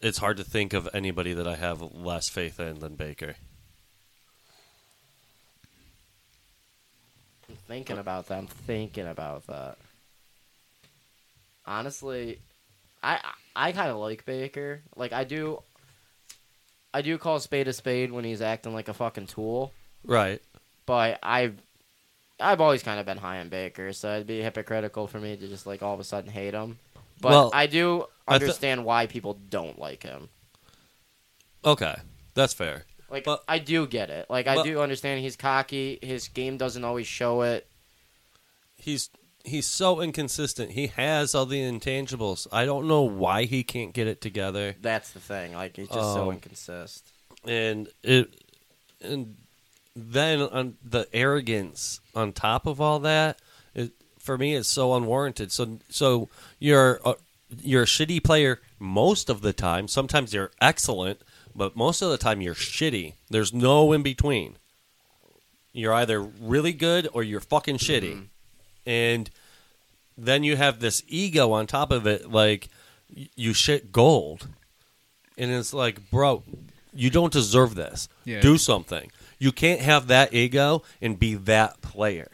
it's hard to think of anybody that I have less faith in than Baker. I'm thinking about that. I'm thinking about that. Honestly, I I kind of like Baker. Like I do. I do call a spade a spade when he's acting like a fucking tool, Right. but I've I've always kind of been high on Baker, so it'd be hypocritical for me to just like all of a sudden hate him. But Well, I do I th- understand why people don't like him. Okay. That's fair. Like But- I do get it. Like I but- do understand he's cocky. His game doesn't always show it. He's he's so inconsistent. He has all the intangibles. I don't know why he can't get it together. That's the thing. Like he's just so Um, inconsistent. And it and then on the arrogance on top of all that, it, for me it's so unwarranted. So so you're a, you're a shitty player most of the time. Sometimes you're excellent, but most of the time you're shitty. There's no in between. You're either really good or you're fucking shitty. And then you have this ego on top of it like y- you shit gold. And it's like, bro, you don't deserve this. Yeah. Do something. You can't have that ego and be that player.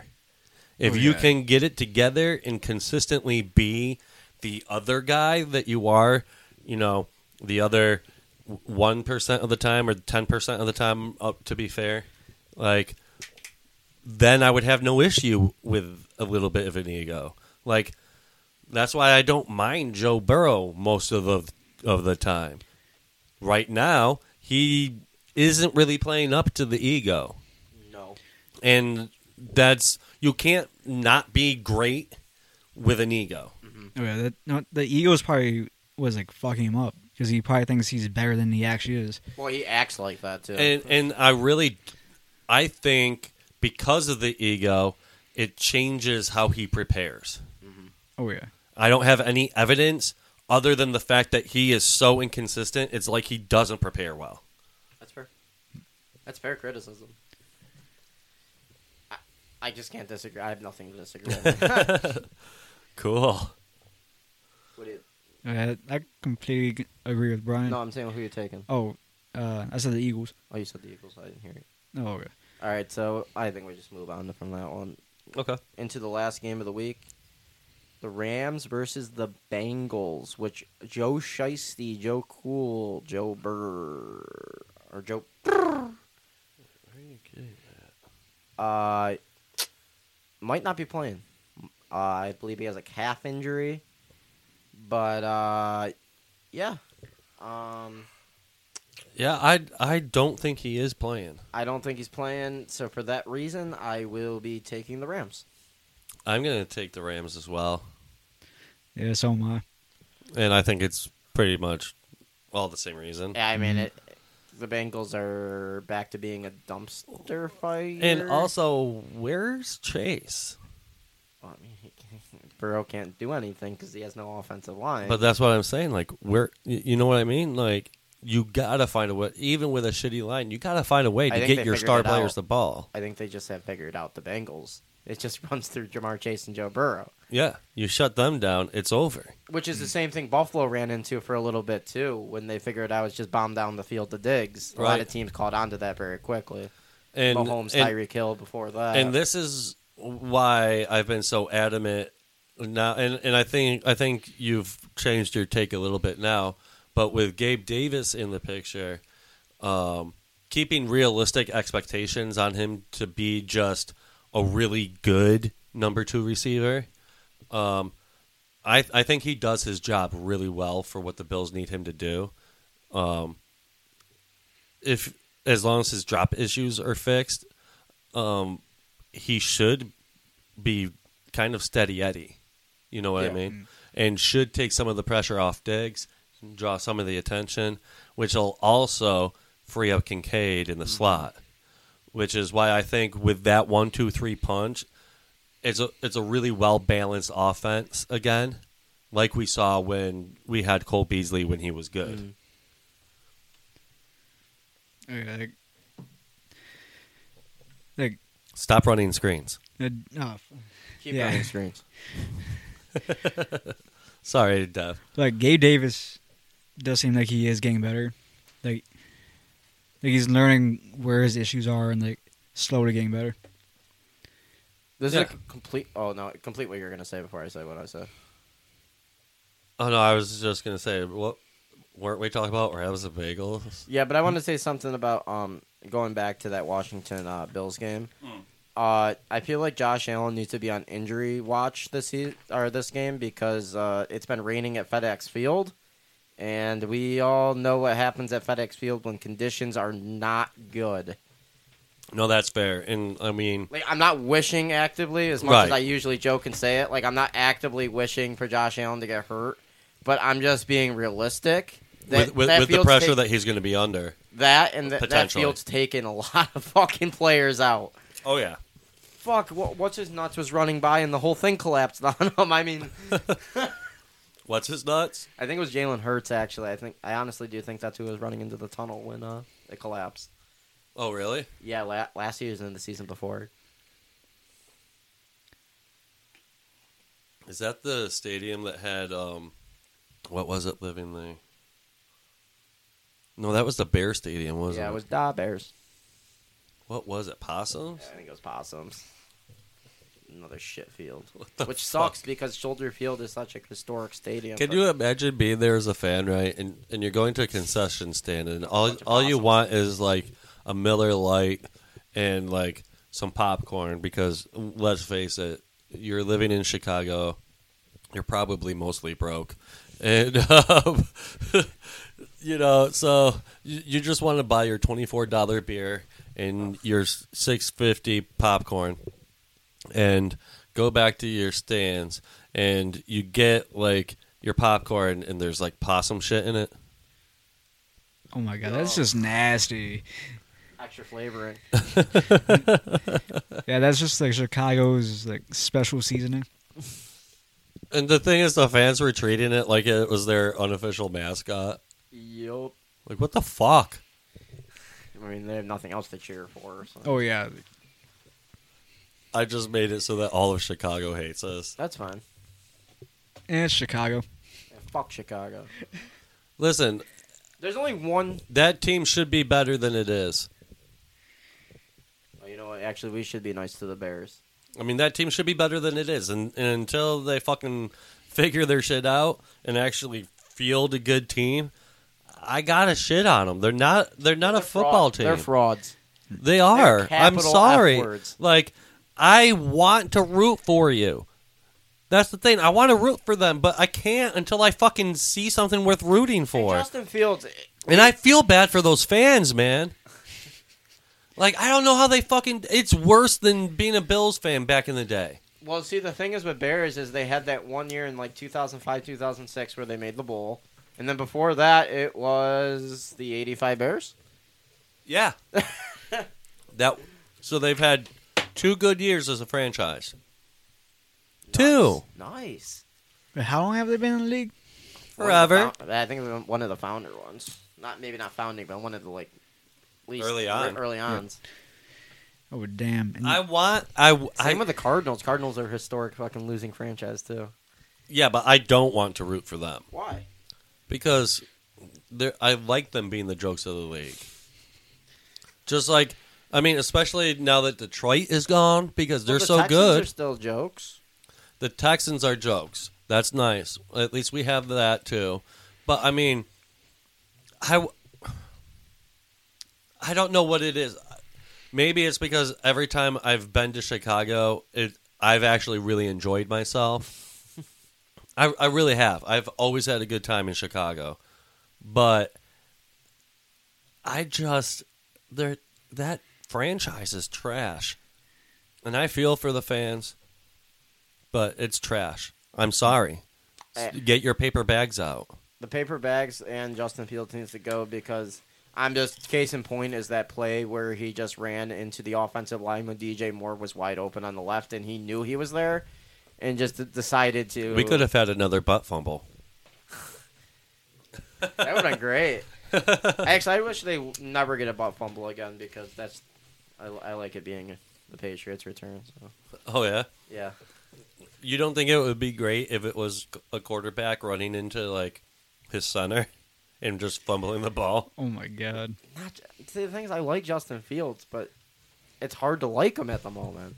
If Oh, you yeah. can get it together and consistently be the other guy that you are, you know, the other one percent of the time or ten percent of the time, up to be fair, like then I would have no issue with a little bit of an ego. Like that's why I don't mind Joe Burrow most of the of the time. Right now, he isn't really playing up to the ego No. and that's you can't not be great with an ego. Oh, yeah, that, no, the ego's probably was like fucking him up because he probably thinks he's better than he actually is. Well, he acts like that too. And and I really I think because of the ego, it changes how he prepares. Oh yeah, I don't have any evidence other than the fact that he is so inconsistent. It's like he doesn't prepare well. That's fair. That's fair criticism. I, I just can't disagree. I have nothing to (laughs) disagree. with. Cool. (laughs) What do you- Oh, yeah, I completely agree with Brian. no, I'm saying who you're taking. Oh, uh, I said the Eagles. Oh, you said the Eagles. I didn't hear you. Oh, okay. All right, so I think we just move on from that one Okay. into the last game of the week. The Rams versus the Bengals, which Joe Shiesty, Joe Cool, Joe Burr, or Joe. Uh, might not be playing. Uh, I believe he has a calf injury, but uh, yeah. Um, Yeah, I I don't think he is playing. I don't think he's playing, so for that reason, I will be taking the Rams. I'm going to take the Rams as well. Yeah, so am I. And I think it's pretty much all the same reason. Yeah, I mean it. The Bengals are back to being a dumpster fire. And also, where's Chase? Well, I mean, he can't- Burrow can't do anything because he has no offensive line. But that's what I'm saying. Like, where y- you know what I mean? Like, you gotta find a way. Even with a shitty line, you gotta find a way I to think get they your figured star it players out. the ball. I think they just have figured out the Bengals. It just (laughs) runs through Jamar Chase and Joe Burrow, Yeah, you shut them down, it's over. which is the Mm. same thing Buffalo ran into for a little bit too when they figured out it's just bomb down the field to Diggs. A lot of Right. teams caught on to that very quickly. And Mahomes, and, Tyreek Hill before that. and this is why I've been so adamant now. And, and I think I think you've changed your take a little bit now. But with Gabe Davis in the picture, um, keeping realistic expectations on him to be just a really good number two receiver, um, I I think he does his job really well for what the Bills need him to do. Um, if as long as his drop issues are fixed, um, he should be kind of steady Eddie. You know what I Yeah. mean? And should take some of the pressure off Diggs, draw some of the attention, which will also free up Kincaid in the slot. Which is why I think with that one, two, three punch, it's a it's a really well balanced offense again, like we saw when we had Cole Beasley when he was good. Oh, yeah, like, Stop running screens. uh, no, f- keep yeah. running screens. Sorry, Dev. like Gabe Davis does seem like he is getting better. Like, like he's learning where his issues are and like slowly getting better. This Yeah. is a complete. Oh no, complete what you're gonna say before I say what I said. Oh no, I was just gonna say what weren't we talking about Rams and bagels? Yeah, but I want to say something about um going back to that Washington uh, Bills game. Uh, I feel like Josh Allen needs to be on injury watch this se- or this game because uh, it's been raining at FedEx Field, And we all know what happens at FedEx Field when conditions are not good. No, that's fair. And I mean, Like I'm not wishing actively as much as Right. I usually joke and say it. Like I'm not actively wishing for Josh Allen to get hurt, but I'm just being realistic. That, with, with, that with the field's pressure ta- that he's going to be under. that and that that Potentially. field's taken a (laughs) lot of fucking players out. Oh yeah. Fuck, what, what's his nuts was running by and the whole thing collapsed (laughs) on him. I mean, What's his nuts? I think it was Jalen Hurts actually. I think I honestly do think that's who was running into the tunnel when uh, it collapsed. Oh really? Yeah, la- last season and the season before. Is that the stadium that had um, what was it living there? No, that was the Bear Stadium, wasn't yeah, it? it was Da Bears. What was it? Possums? I think it was possums. Another shit (laughs) field, the which sucks because Soldier Field is such a historic stadium. Can but- you imagine being there as a fan, right? And and you're going to a concession stand, and all of all you possums. want is like a Miller Light and like some popcorn because let's face it, you're living in Chicago, you're probably mostly broke, and (laughs) um, you know, so you, you just want to buy your twenty four dollar beer and your six fifty popcorn and go back to your stands and you get like your popcorn and there's like possum shit in it. Oh my god, that's just nasty. extra flavoring? Yeah, that's just like Chicago's like special seasoning. And the thing is the fans were treating it like it was their unofficial mascot. yup. Like what the fuck? I mean, they have nothing else to cheer for. So. Oh yeah, I just made it so that all of Chicago hates us. that's fine. and it's Chicago. Yeah, fuck Chicago. Listen, There's only one. that team should be better than it is. Well, oh, you know what? Actually, we should be nice to the Bears. I mean, that team should be better than it is, and, and until they fucking figure their shit out and actually field a good team, I got to shit on them. They're not. They're not a football Fraud- team. They're frauds. They are. I'm capital sorry. F words. Like, I want to root for you. That's the thing. I want to root for them, but I can't until I fucking see something worth rooting for. And Justin Fields. and I feel bad for those fans, man. Like, I don't know how they fucking. It's worse than being a Bills fan back in the day. Well, see, the thing is with Bears is they had that one year in like 2005, 2006 where they made the bowl, and then before that it was the '85 Bears. Yeah. (laughs) that. So they've had two good years as a franchise. Two Nice. But how long have they been in the league? forever. One of the found- I think it was one of the founder ones. Not maybe not founding, but one of the like least Early on. Early ons. Oh damn! And I want. I. I Same with the Cardinals. Cardinals are a historic fucking losing franchise too. yeah, but I don't want to root for them. Why? because they're- I like them being the jokes of the league. Just like I mean, especially now that Detroit is gone because they're the so Texans good. Are still jokes. The Texans are jokes. That's nice. At least we have that too. But I mean, I w- I don't know what it is. Maybe it's because every time I've been to Chicago, it I've actually really enjoyed myself. I I really have. I've always had a good time in Chicago, but I just there that franchise is trash, and I feel for the fans but it's trash. I'm sorry. S- Eh. Get your paper bags out. The paper bags and Justin Fields needs to go because I'm just case in point is that play where he just ran into the offensive line when DJ Moore was wide open on the left and he knew he was there and just decided to We could have had another butt fumble. That would have been (laughs) great. Actually, I wish they w- never get a butt fumble again because that's I, I like it being the Patriots' return. So Oh yeah. yeah, You don't think it would be great if it was a quarterback running into like his center and just fumbling the ball? oh my god! not see, the thing is I like Justin Fields, but it's hard to like him at the moment.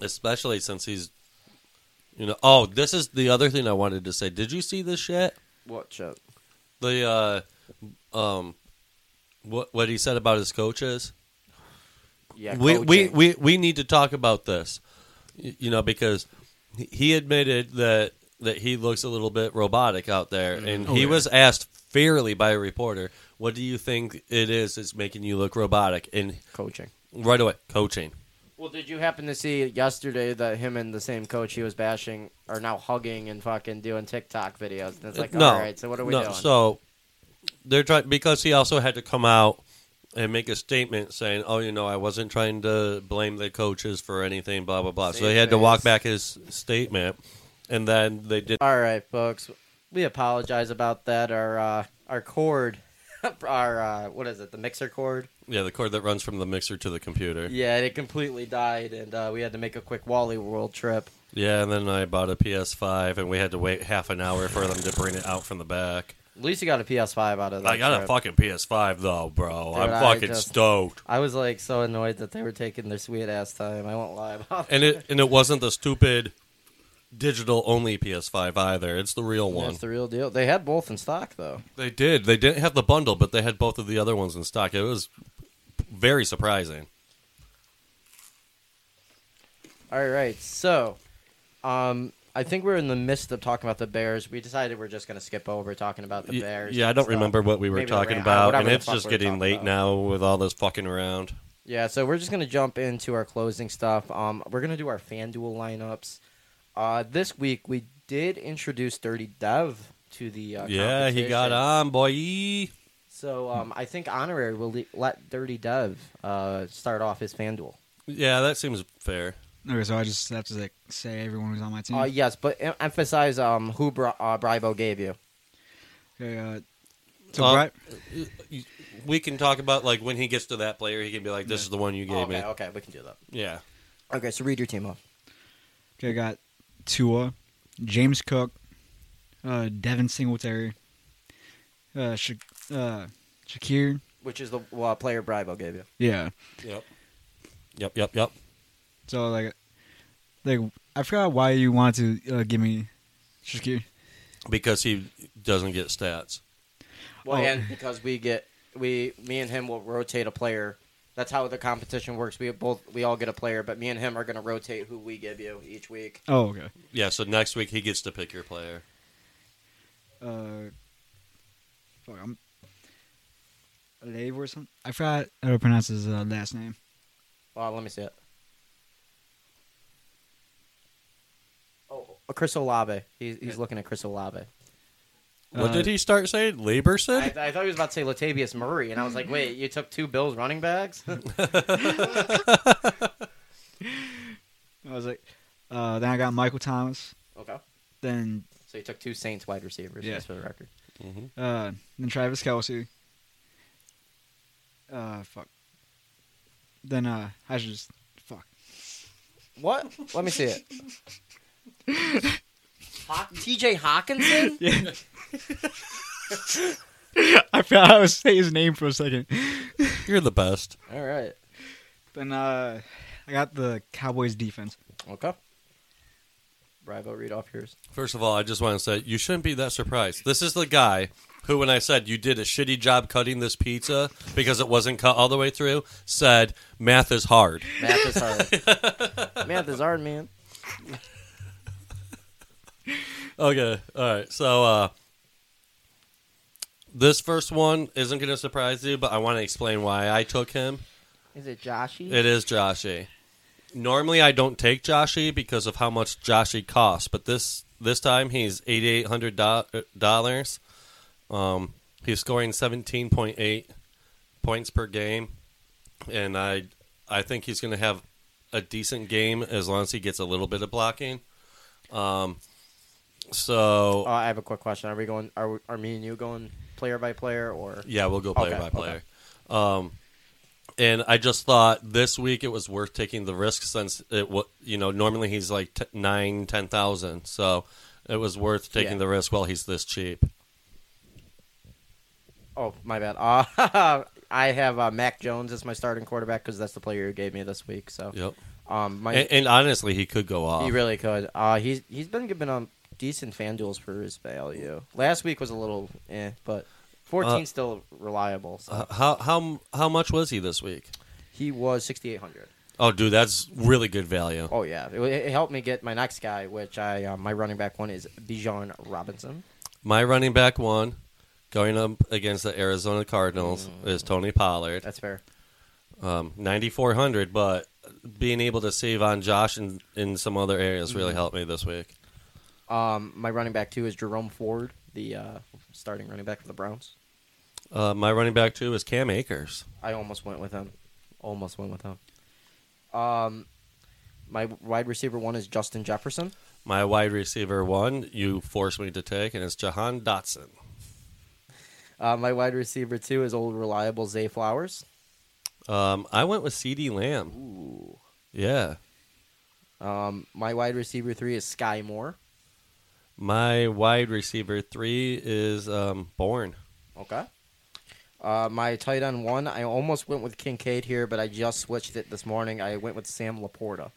Especially since he's you know oh, this is the other thing I wanted to say. Did you see this shit? What shit? The uh um what what he said about his coaches? Yeah, we, we, coaching. we, we need to talk about this, y- you know, because he- he admitted that that he looks a little bit robotic out there, and Oh, he yeah. was asked fairly by a reporter, what do you think it is that's making you look robotic? And coaching. right away, coaching. Well, did you happen to see yesterday that him and the same coach he was bashing are now hugging and fucking doing TikTok videos? And it's like, no, all right, so what are we no, doing? So they're trying because he also had to come out and make a statement saying, "Oh, you know, I wasn't trying to blame the coaches for anything, blah blah blah." so he had to walk Save face. back his statement, and then they did. all right, folks, we apologize about that. Our uh, our cord, (laughs) our uh, what is it? The mixer cord. Yeah, the cord that runs from the mixer to the computer. Yeah, Yeah, it completely died, and uh, we had to make a quick Wally World trip. and then I bought a PS5, and we had to wait half an hour for them to bring it out from the back. At least you got a PS5 out of that. I got a trip. fucking PS5 though, bro. Dude, I'm I fucking just- stoked. I was like so annoyed that they were taking their sweet ass time. I won't lie about And it and it wasn't the stupid digital only PS5 either. It's the real one. That's the real deal. They had both in stock though. They did. They didn't have the bundle, but they had both of the other ones in stock. It was very surprising. All right, so um, I think we're in the midst of talking about the Bears. We decided we're just going to skip over talking about the Y- Bears. yeah, I and don't stuff. remember what we were Maybe the talking Ram- about, whatever and the it's fuck just we were getting talking late about. now with all this fucking around. Yeah, so we're just going to jump into our closing stuff. Um, we're going to do our FanDuel lineups. Uh, this week we did introduce Dirty Dev to the uh, yeah, he got competition. on, boy. So um, I think Honorary will le- let Dirty Dev uh, start off his FanDuel. Yeah, that seems fair. Okay, so I just have to like say everyone who's on my Hmm. team. Uh, yes, but em- emphasize um, who Bri- uh, Bribo gave you. okay, uh, so Uh, Bri- We can talk about like when he gets to that player, he can be like, "This is the one you gave Oh, okay, me." okay, we can do that. Yeah, Okay, so read your team off. okay, I got Tua, James Cook, uh, Devin Singletary, uh, Sha- uh, Shakir. Which is the uh, player Bribo gave you. Yeah. yep, yep, yep, yep. So like, like I forgot why you wanted to uh, give me Shakir. Because he doesn't get stats. Well, Oh. and because we get we me and him will rotate a player. That's how the competition works. We both we all get a player, but me and him are going to rotate who we give you each week. Oh, okay. Yeah, so next week he gets to pick your player. Uh, fuck, I'm. Lave or something. I forgot how to pronounce his uh, last name. Well, let me see it. Oh, Chris Olave. He's, he's looking at Chris Olave. what Uh, did he start saying? Laberson. I, I thought he was about to say Latavius Murray, and I was like, wait, you took two Bills running (laughs) backs? I was like, uh, then I got Michael Thomas. okay. Then So you took two Saints wide receivers, Yeah. just for the record. uh, then Travis Kelsey. Uh, fuck. Then uh, I should just fuck. What? Let me see it. Ho- TJ (laughs) Hawkinson? (laughs) I forgot how to say his name for a second. You're the best. All right. Then uh, I got the Cowboys defense. Oh, Okay. Rival, read off yours. First of all, I just want to say you shouldn't be that surprised. This is the guy who, when I said you did a shitty job cutting this pizza because it wasn't cut all the way through, said math is hard. Math is hard. (laughs) Math is hard, man. Okay, all right. So uh, this first one isn't going to surprise you, but I want to explain why I took him. Is it Joshy? It is Joshy. Normally, I don't take Joshy because of how much Joshy costs, but this this time he's eighty eight hundred dollars. Um, he's scoring seventeen point eight points per game, and I I think he's going to have a decent game as long as he gets a little bit of blocking. Um, so Uh, I have a quick question. Are we going? Are, we, are me and you going player by player, or Yeah, we'll go player Okay, by okay. player. Um, and I just thought this week it was worth taking the risk since it wa you know normally he's like t- nine ten thousand, so it was worth taking Yeah. the risk while he's this cheap. Oh, my bad. (laughs) Uh, I have uh, Mac Jones as my starting quarterback because that's the player who gave me this week. So, Yep. um, my, And, and honestly, he could go off. he really could. Uh, he's he's been giving um decent fan duels for his value. Last week was a little eh, but fourteen still reliable. So Uh, how how how much was he this week? he was sixty eight hundred. Oh, dude, that's really good value. Oh yeah, it, it helped me get my next guy, which I uh, my running back one is Bijan Robinson. My running back one Going up against the Arizona Cardinals Mm. is Tony Pollard. That's fair. um, 9400 but being able to save on josh in, in some other areas really helped me this week Um, my running back too is Jerome Ford, the uh, starting running back for the Browns. uh, my running back too is cam akers I almost went with him. Almost went with him. Um, my wide receiver one is Justin Jefferson. my wide receiver one you forced me to take and it's jahan dotson Uh, my wide receiver two is old reliable Zay Flowers. um, i went with cd lamb Ooh. yeah Um, my wide receiver three is Sky Moore. my wide receiver three is um, born Okay. Uh, my tight end one, I almost went with Kincaid here, but I just switched it this morning. I went with Sam Laporta.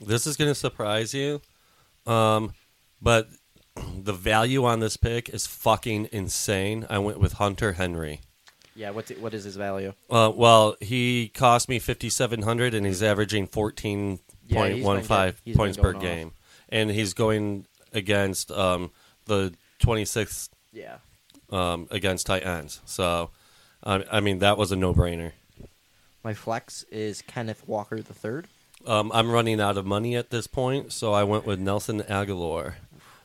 this is going to surprise you um, but (clears throat) the value on this pick is fucking insane i went with hunter henry Yeah, what's it, what is his value? Uh, well, he cost me fifty seven hundred, and he's averaging fourteen point one five Yeah, he's been go- he's been points per going off. game, and he's going against um, the twenty sixth Yeah. um, against tight ends. So, I, I mean, that was a no brainer. My flex is Kenneth Walker the third. Um, I'm running out of money at this point, so I went with Nelson Aguilar.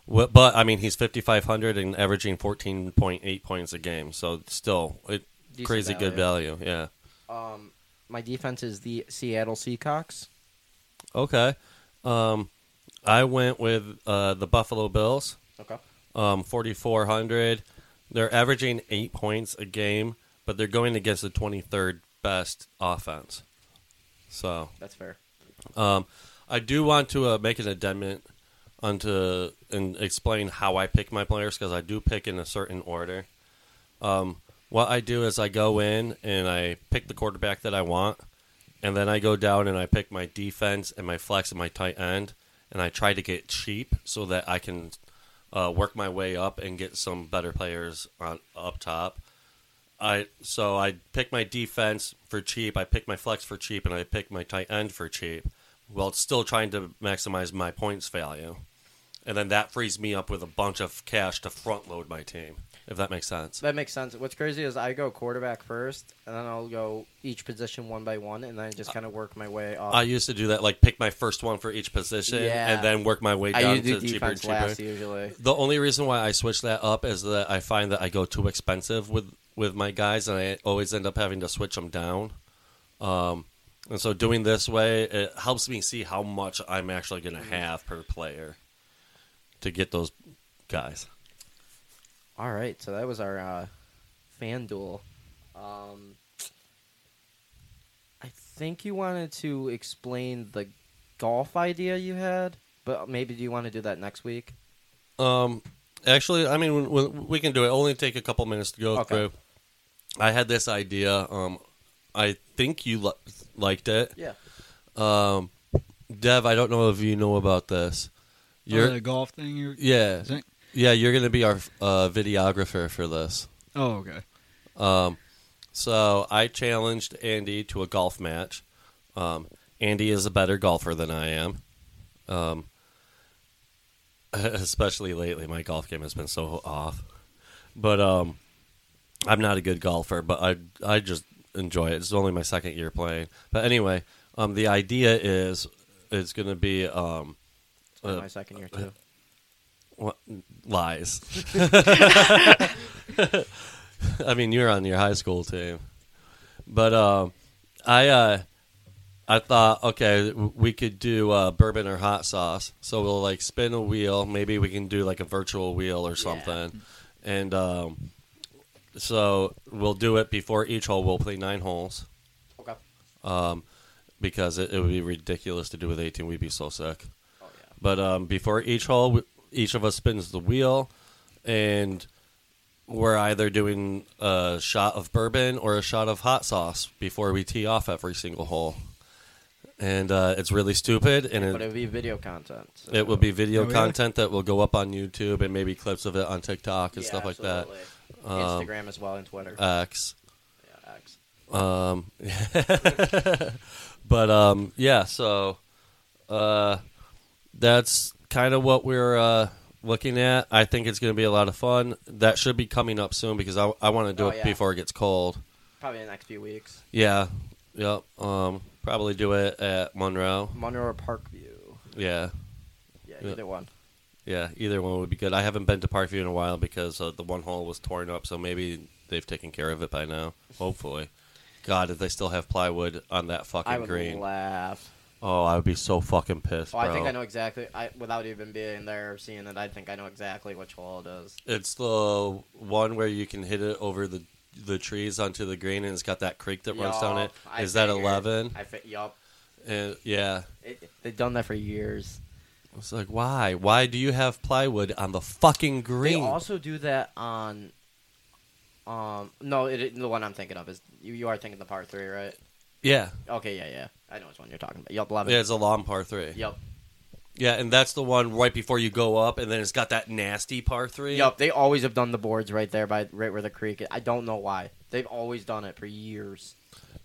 Wha- But I mean, he's fifty five hundred and averaging fourteen point eight points a game. So still, it, Decent crazy good value. Yeah. Um, my defense is the Seattle Seahawks. Okay. Um, I went with uh, the Buffalo Bills, Okay. um, 4,400. They're averaging eight points a game, but they're going against the 23rd best offense. So That's fair. um, I do want to uh, make an amendment onto and explain how I pick my players because I do pick in a certain order. Um, what I do is I go in and I pick the quarterback that I want, and then I go down and I pick my defense and my flex and my tight end, and I try to get cheap so that I can uh, work my way up and get some better players on up top. I so I pick my defense for cheap, I pick my flex for cheap, and I pick my tight end for cheap, while still trying to maximize my points value. And then that frees me up with a bunch of cash to front load my team, if that makes sense. That makes sense. What's crazy is I go quarterback first, and then I'll go each position one by one, and then I just kind of work my way off. I used to do that, like pick my first one for each position, Yeah. and then work my way I down usually to do cheaper and defense cheaper. last usually. The only reason why I switch that up is that I find that I go too expensive with with my guys, and I always end up having to switch them down. Um, and so doing this way, it helps me see how much I'm actually going to Mm. have per player to get those guys. All right, so that was our uh, fan duel. Um, I think you wanted to explain the golf idea you had, but maybe do you want to do that next week? Um, actually, I mean, we, we can do it. Only take a couple minutes to go Okay. through. I had this idea. Um, I think you li- liked it. Yeah. Um, Dev, I don't know if you know about this. You're oh, the golf thing. You're, yeah, Is it? yeah. You're going to be our uh, videographer for this. Oh, okay. Um, so I challenged Andy to a golf match. Um, Andy is a better golfer than I am. Um, (laughs) especially lately, my golf game has been so off. But um, I'm not a good golfer, but I I just enjoy it. It's only my second year playing. But anyway, um, the idea is it's going to be um, It's been Uh, my second year too. What, lies. (laughs) I mean, you're on your high school team, but um, I uh, I thought okay, we could do uh, bourbon or hot sauce. So we'll like spin a wheel. Maybe we can do like a virtual wheel or something, and um, so we'll do it before each hole. We'll play nine holes Okay. because it, it would be ridiculous to do with 18. We'd be so sick. Oh yeah. But um, before each hole, w- each of us spins the wheel, and we're either doing a shot of bourbon or a shot of hot sauce before we tee off every single hole. And uh, it's really stupid, and But it it, would be video content. so- it will be video Oh, yeah? content that will go up on YouTube and maybe clips of it on TikTok and Yeah, stuff like absolutely. Um, Instagram as well and Twitter. that. X. yeah, X. Um, (laughs) but um, yeah, so uh, that's kind of what we're uh, looking at. I think it's going to be a lot of fun. That should be coming up soon because I, I want to do Oh, it yeah. before it gets cold. Probably in the next few weeks. Yeah. Yep. Um, probably do it at Monroe. Monroe Parkview. Yeah. Yeah, Yeah. either one. Yeah. Either one would be good. I haven't been to Parkview in a while because uh, the one hole was torn up, so maybe they've taken care of it by now. Hopefully. God, if they still have plywood on that fucking I would green. laugh. oh, I would be so fucking pissed, Oh, bro. I think I know exactly. I without even being there or seeing it, I think I know exactly which hole it is. It's the one where you can hit it over the the trees onto the green, and it's got that creek that runs down it. Yup, I Is that figured. eleven? I fi- yup. And yeah, It, they've done that for years. it's like why? Why do you have plywood on the fucking green? They also do that on. Um, no, it, the one I'm thinking of is you. You are thinking the part three, right? yeah, Okay, yeah, yeah. I know which one you're talking about. Yup, love it. yeah, it's a long par three. Yup, Yeah, and that's the one right before you go up, and then it's got that nasty par three. yup. They always have done the boards right there by right where the creek. Is. I don't know why. They've always done it for years.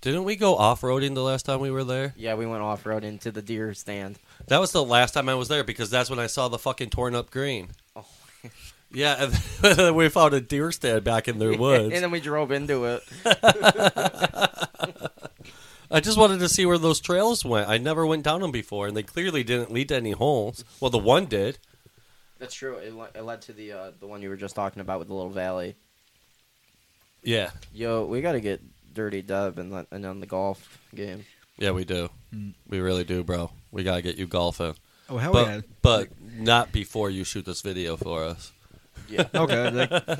Didn't we go off roading the last time we were there? Yeah, we went off road into the deer stand. That was the last time I was there because that's when I saw the fucking torn up green. Oh. Yeah, and (laughs) we found a deer stand back in their woods. and then we drove into it. I just wanted to see where those trails went. I never went down them before, and they clearly didn't lead to any holes. Well, the one did. That's true. It, le- it led to the uh, the one you were just talking about with the little valley. Yeah, Yo, we gotta get Dirty Dub and let- and on the golf game. yeah, we do. We really do, bro. We gotta get you golfing, Oh hell but but not before you shoot this video for us. Yeah. (laughs) yeah! Okay, like,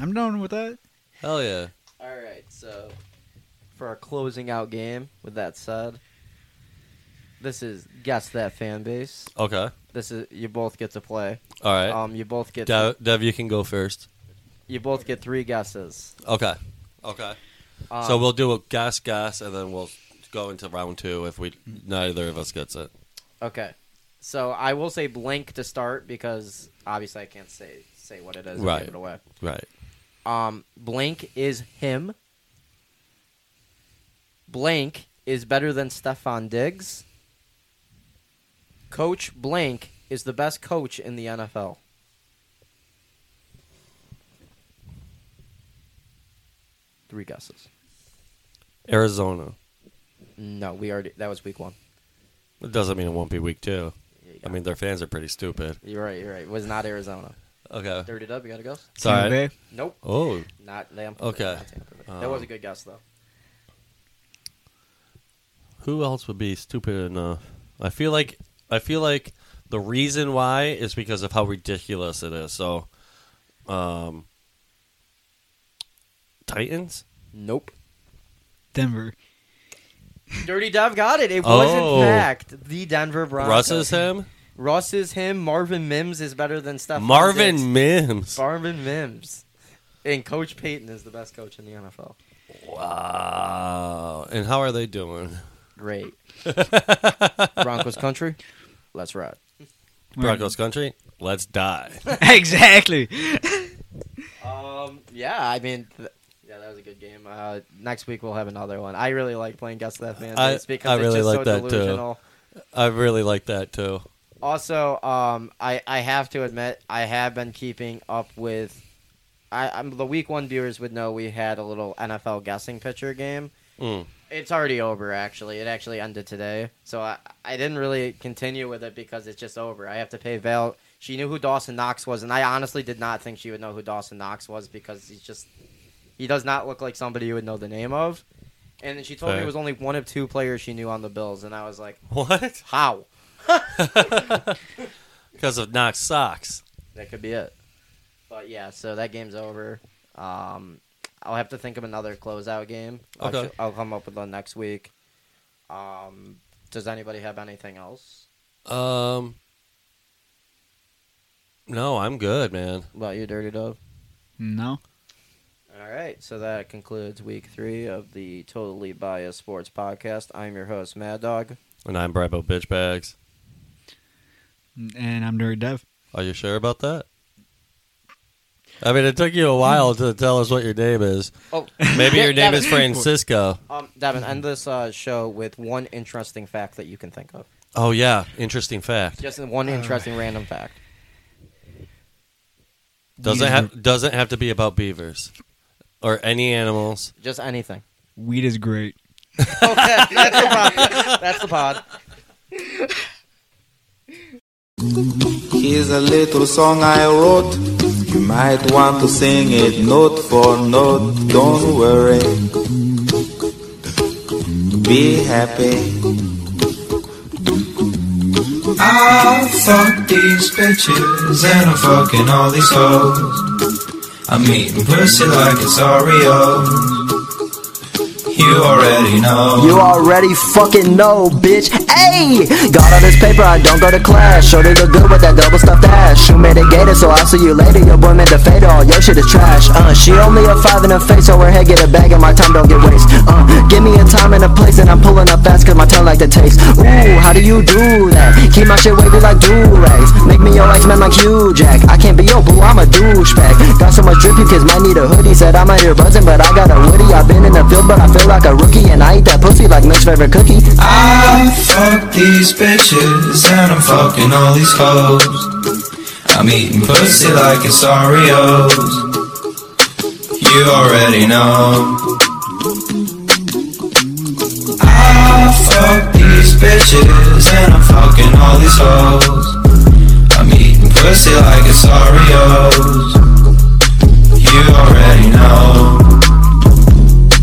I'm done with that. Hell yeah! All right. So for our closing out game, with that said, this is guess that fan base. Okay, This is you both get to play. all right. Um, you both get Dev, Dev, you can go first. you both get three guesses. Okay, okay. Um, so we'll do a gas, gas, and then we'll go into round two if we neither of us gets it. okay. So I will say blank to start because obviously I can't say say what it is. and Right. Give it away. Right. Um, blank is him. Blank is better than Stefan Diggs. Coach blank is the best coach in the NFL. Three guesses. Arizona. No, we already. That was week one. It doesn't mean it won't be week two. Yeah, you I got mean, their fans are pretty stupid. it. you're right. You're right. It was not Arizona. Okay. Dirty Dub, you got to go. Sorry. Tampa Bay. Nope. Oh, Not Tampa. Okay. Not Tampa Bay. that was a good guess though. who else would be stupid enough? I feel like I feel like the reason why is because of how ridiculous it is. So, um, Titans. Nope. Denver. Dirty Dove got it. It was Oh. in fact the Denver Broncos. Russ is him. Russ is him. Marvin Mims is better than Steph. Marvin Mims. Marvin Mims. And Coach Payton is the best coach in the NFL. Wow. And how are they doing? (laughs) Great. Broncos country. Let's ride. Broncos country. Let's die. (laughs) exactly. Um. Yeah. I mean. Th- yeah, that was a good game. Uh, next week we'll have another one. I really like playing Guess That Man. I- It's because I it's really just like so that, too. delusional. I really like that too. (laughs) Also, um, I I have to admit I have been keeping up with. I, I'm the week one viewers would know we had a little NFL guessing pitcher game. Mm. It's already over. Actually, it actually ended today, so I I didn't really continue with it because it's just over. I have to pay Val. She knew who Dawson Knox was, and I honestly did not think she would know who Dawson Knox was because he's just he does not look like somebody you would know the name of. And she told me Fair. it was only one of two players she knew on the Bills, and I was like, What? (laughs) how? Because of Knox socks. That could be it. But yeah, so that game's over. Um, I'll have to think of another closeout game. I'll Okay. sh- I'll come up with one next week. Um, does anybody have anything else? Um. No, I'm good, man. About you, Dirty Dove. No. All right, so that concludes week three of the Totally Biased Sports Podcast. I'm your host, Mad Dog. And I'm Bravo Bitch Bags. And I'm Nerd Dev. Are you sure about that? I mean, it took you a while to tell us what your name is. Oh, Maybe your name is Devin. Francisco. (laughs) Um, Devin, end this uh, show with one interesting fact that you can think of. Uh. Oh yeah, interesting fact. Just one interesting random fact. Doesn't Weed is have doesn't have to be about beavers or any animals. Just anything. (laughs) Weed is great. Okay, that's the pod. That's the pod. Here's a little song I wrote. You might want to sing it note for note. Don't worry. Be happy. I'll fuck these bitches and I'm fucking all these hoes. I'm eating pussy like it's Oreos. You already know. You already fucking know, bitch. Hey, got all this paper, I don't go to class. Shorty look good with that double stuffed ass. Shoe made a gator, so I'll see you later. Your boy made the fade all. Your shit is trash. Uh, she only a five in the face, so her head get a bag and my time don't get waste. Uh, give me a time and a place, and I'm pulling up fast cause my tongue like the taste. Ooh, how do you do that? Keep my shit wavy like do-rags. Make me your ex man like Hugh Jack. I can't be your boo, I'm a douchebag. Got so much drip, you kids might need a hoodie. Said I'm out here buzzing, but I got a woody. I've been in the field, but I feel like a rookie. And I eat that pussy like Mitch's favorite cookie. I fuck these bitches and I'm fucking all these hoes. I'm eating pussy like it's Oreos. You already know. I fuck these bitches and I'm fucking all these hoes. I'm eating pussy like it's Oreos. You already know.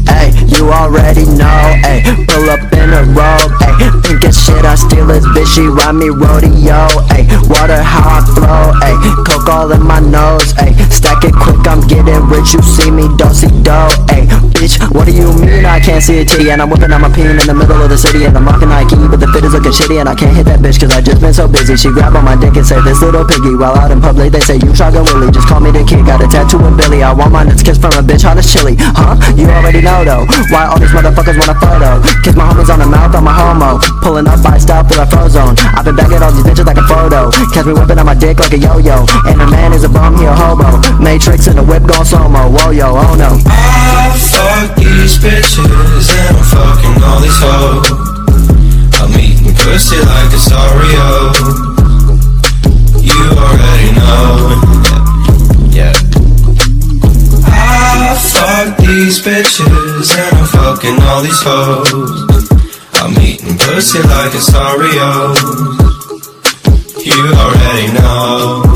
Ay, you already know, ay, pull up in a robe, ay, think it's shit, I steal this bitch, she ride me rodeo, ay, water how I flow, ay, coke all in my nose, ay, stack it quick, I'm getting rich, you see me, don't see dough, ay, bitch, what do you mean I can't see a titty, and I'm whipping out my peen in the middle of the city, and I'm rocking Nike, but the fit is looking shitty, and I can't hit that bitch, cause I just been so busy, she grab on my dick and say, this little piggy, while out in public, they say, you shotgun Willie, just call me the kid, got a tattoo of Billy, I want my nuts kissed from a bitch, hot as chili, huh, you already know though, why all these motherfuckers want a photo, kiss my homies on the mouth, I'm a homo, pulling up by style, feel like frozone, I've been back at all these bitches like a photo, catch me whipping on my dick like a yo-yo, and a man is a bum, he a hobo, matrix and the whip going slow-mo, whoa yo, oh no. I fuck these bitches and I'm fucking all these hoes. I'm eating pussy like it's Oreo. You already know. Yeah. I fuck these bitches and I'm fucking all these hoes. I'm eating pussy like it's Oreo. You already know.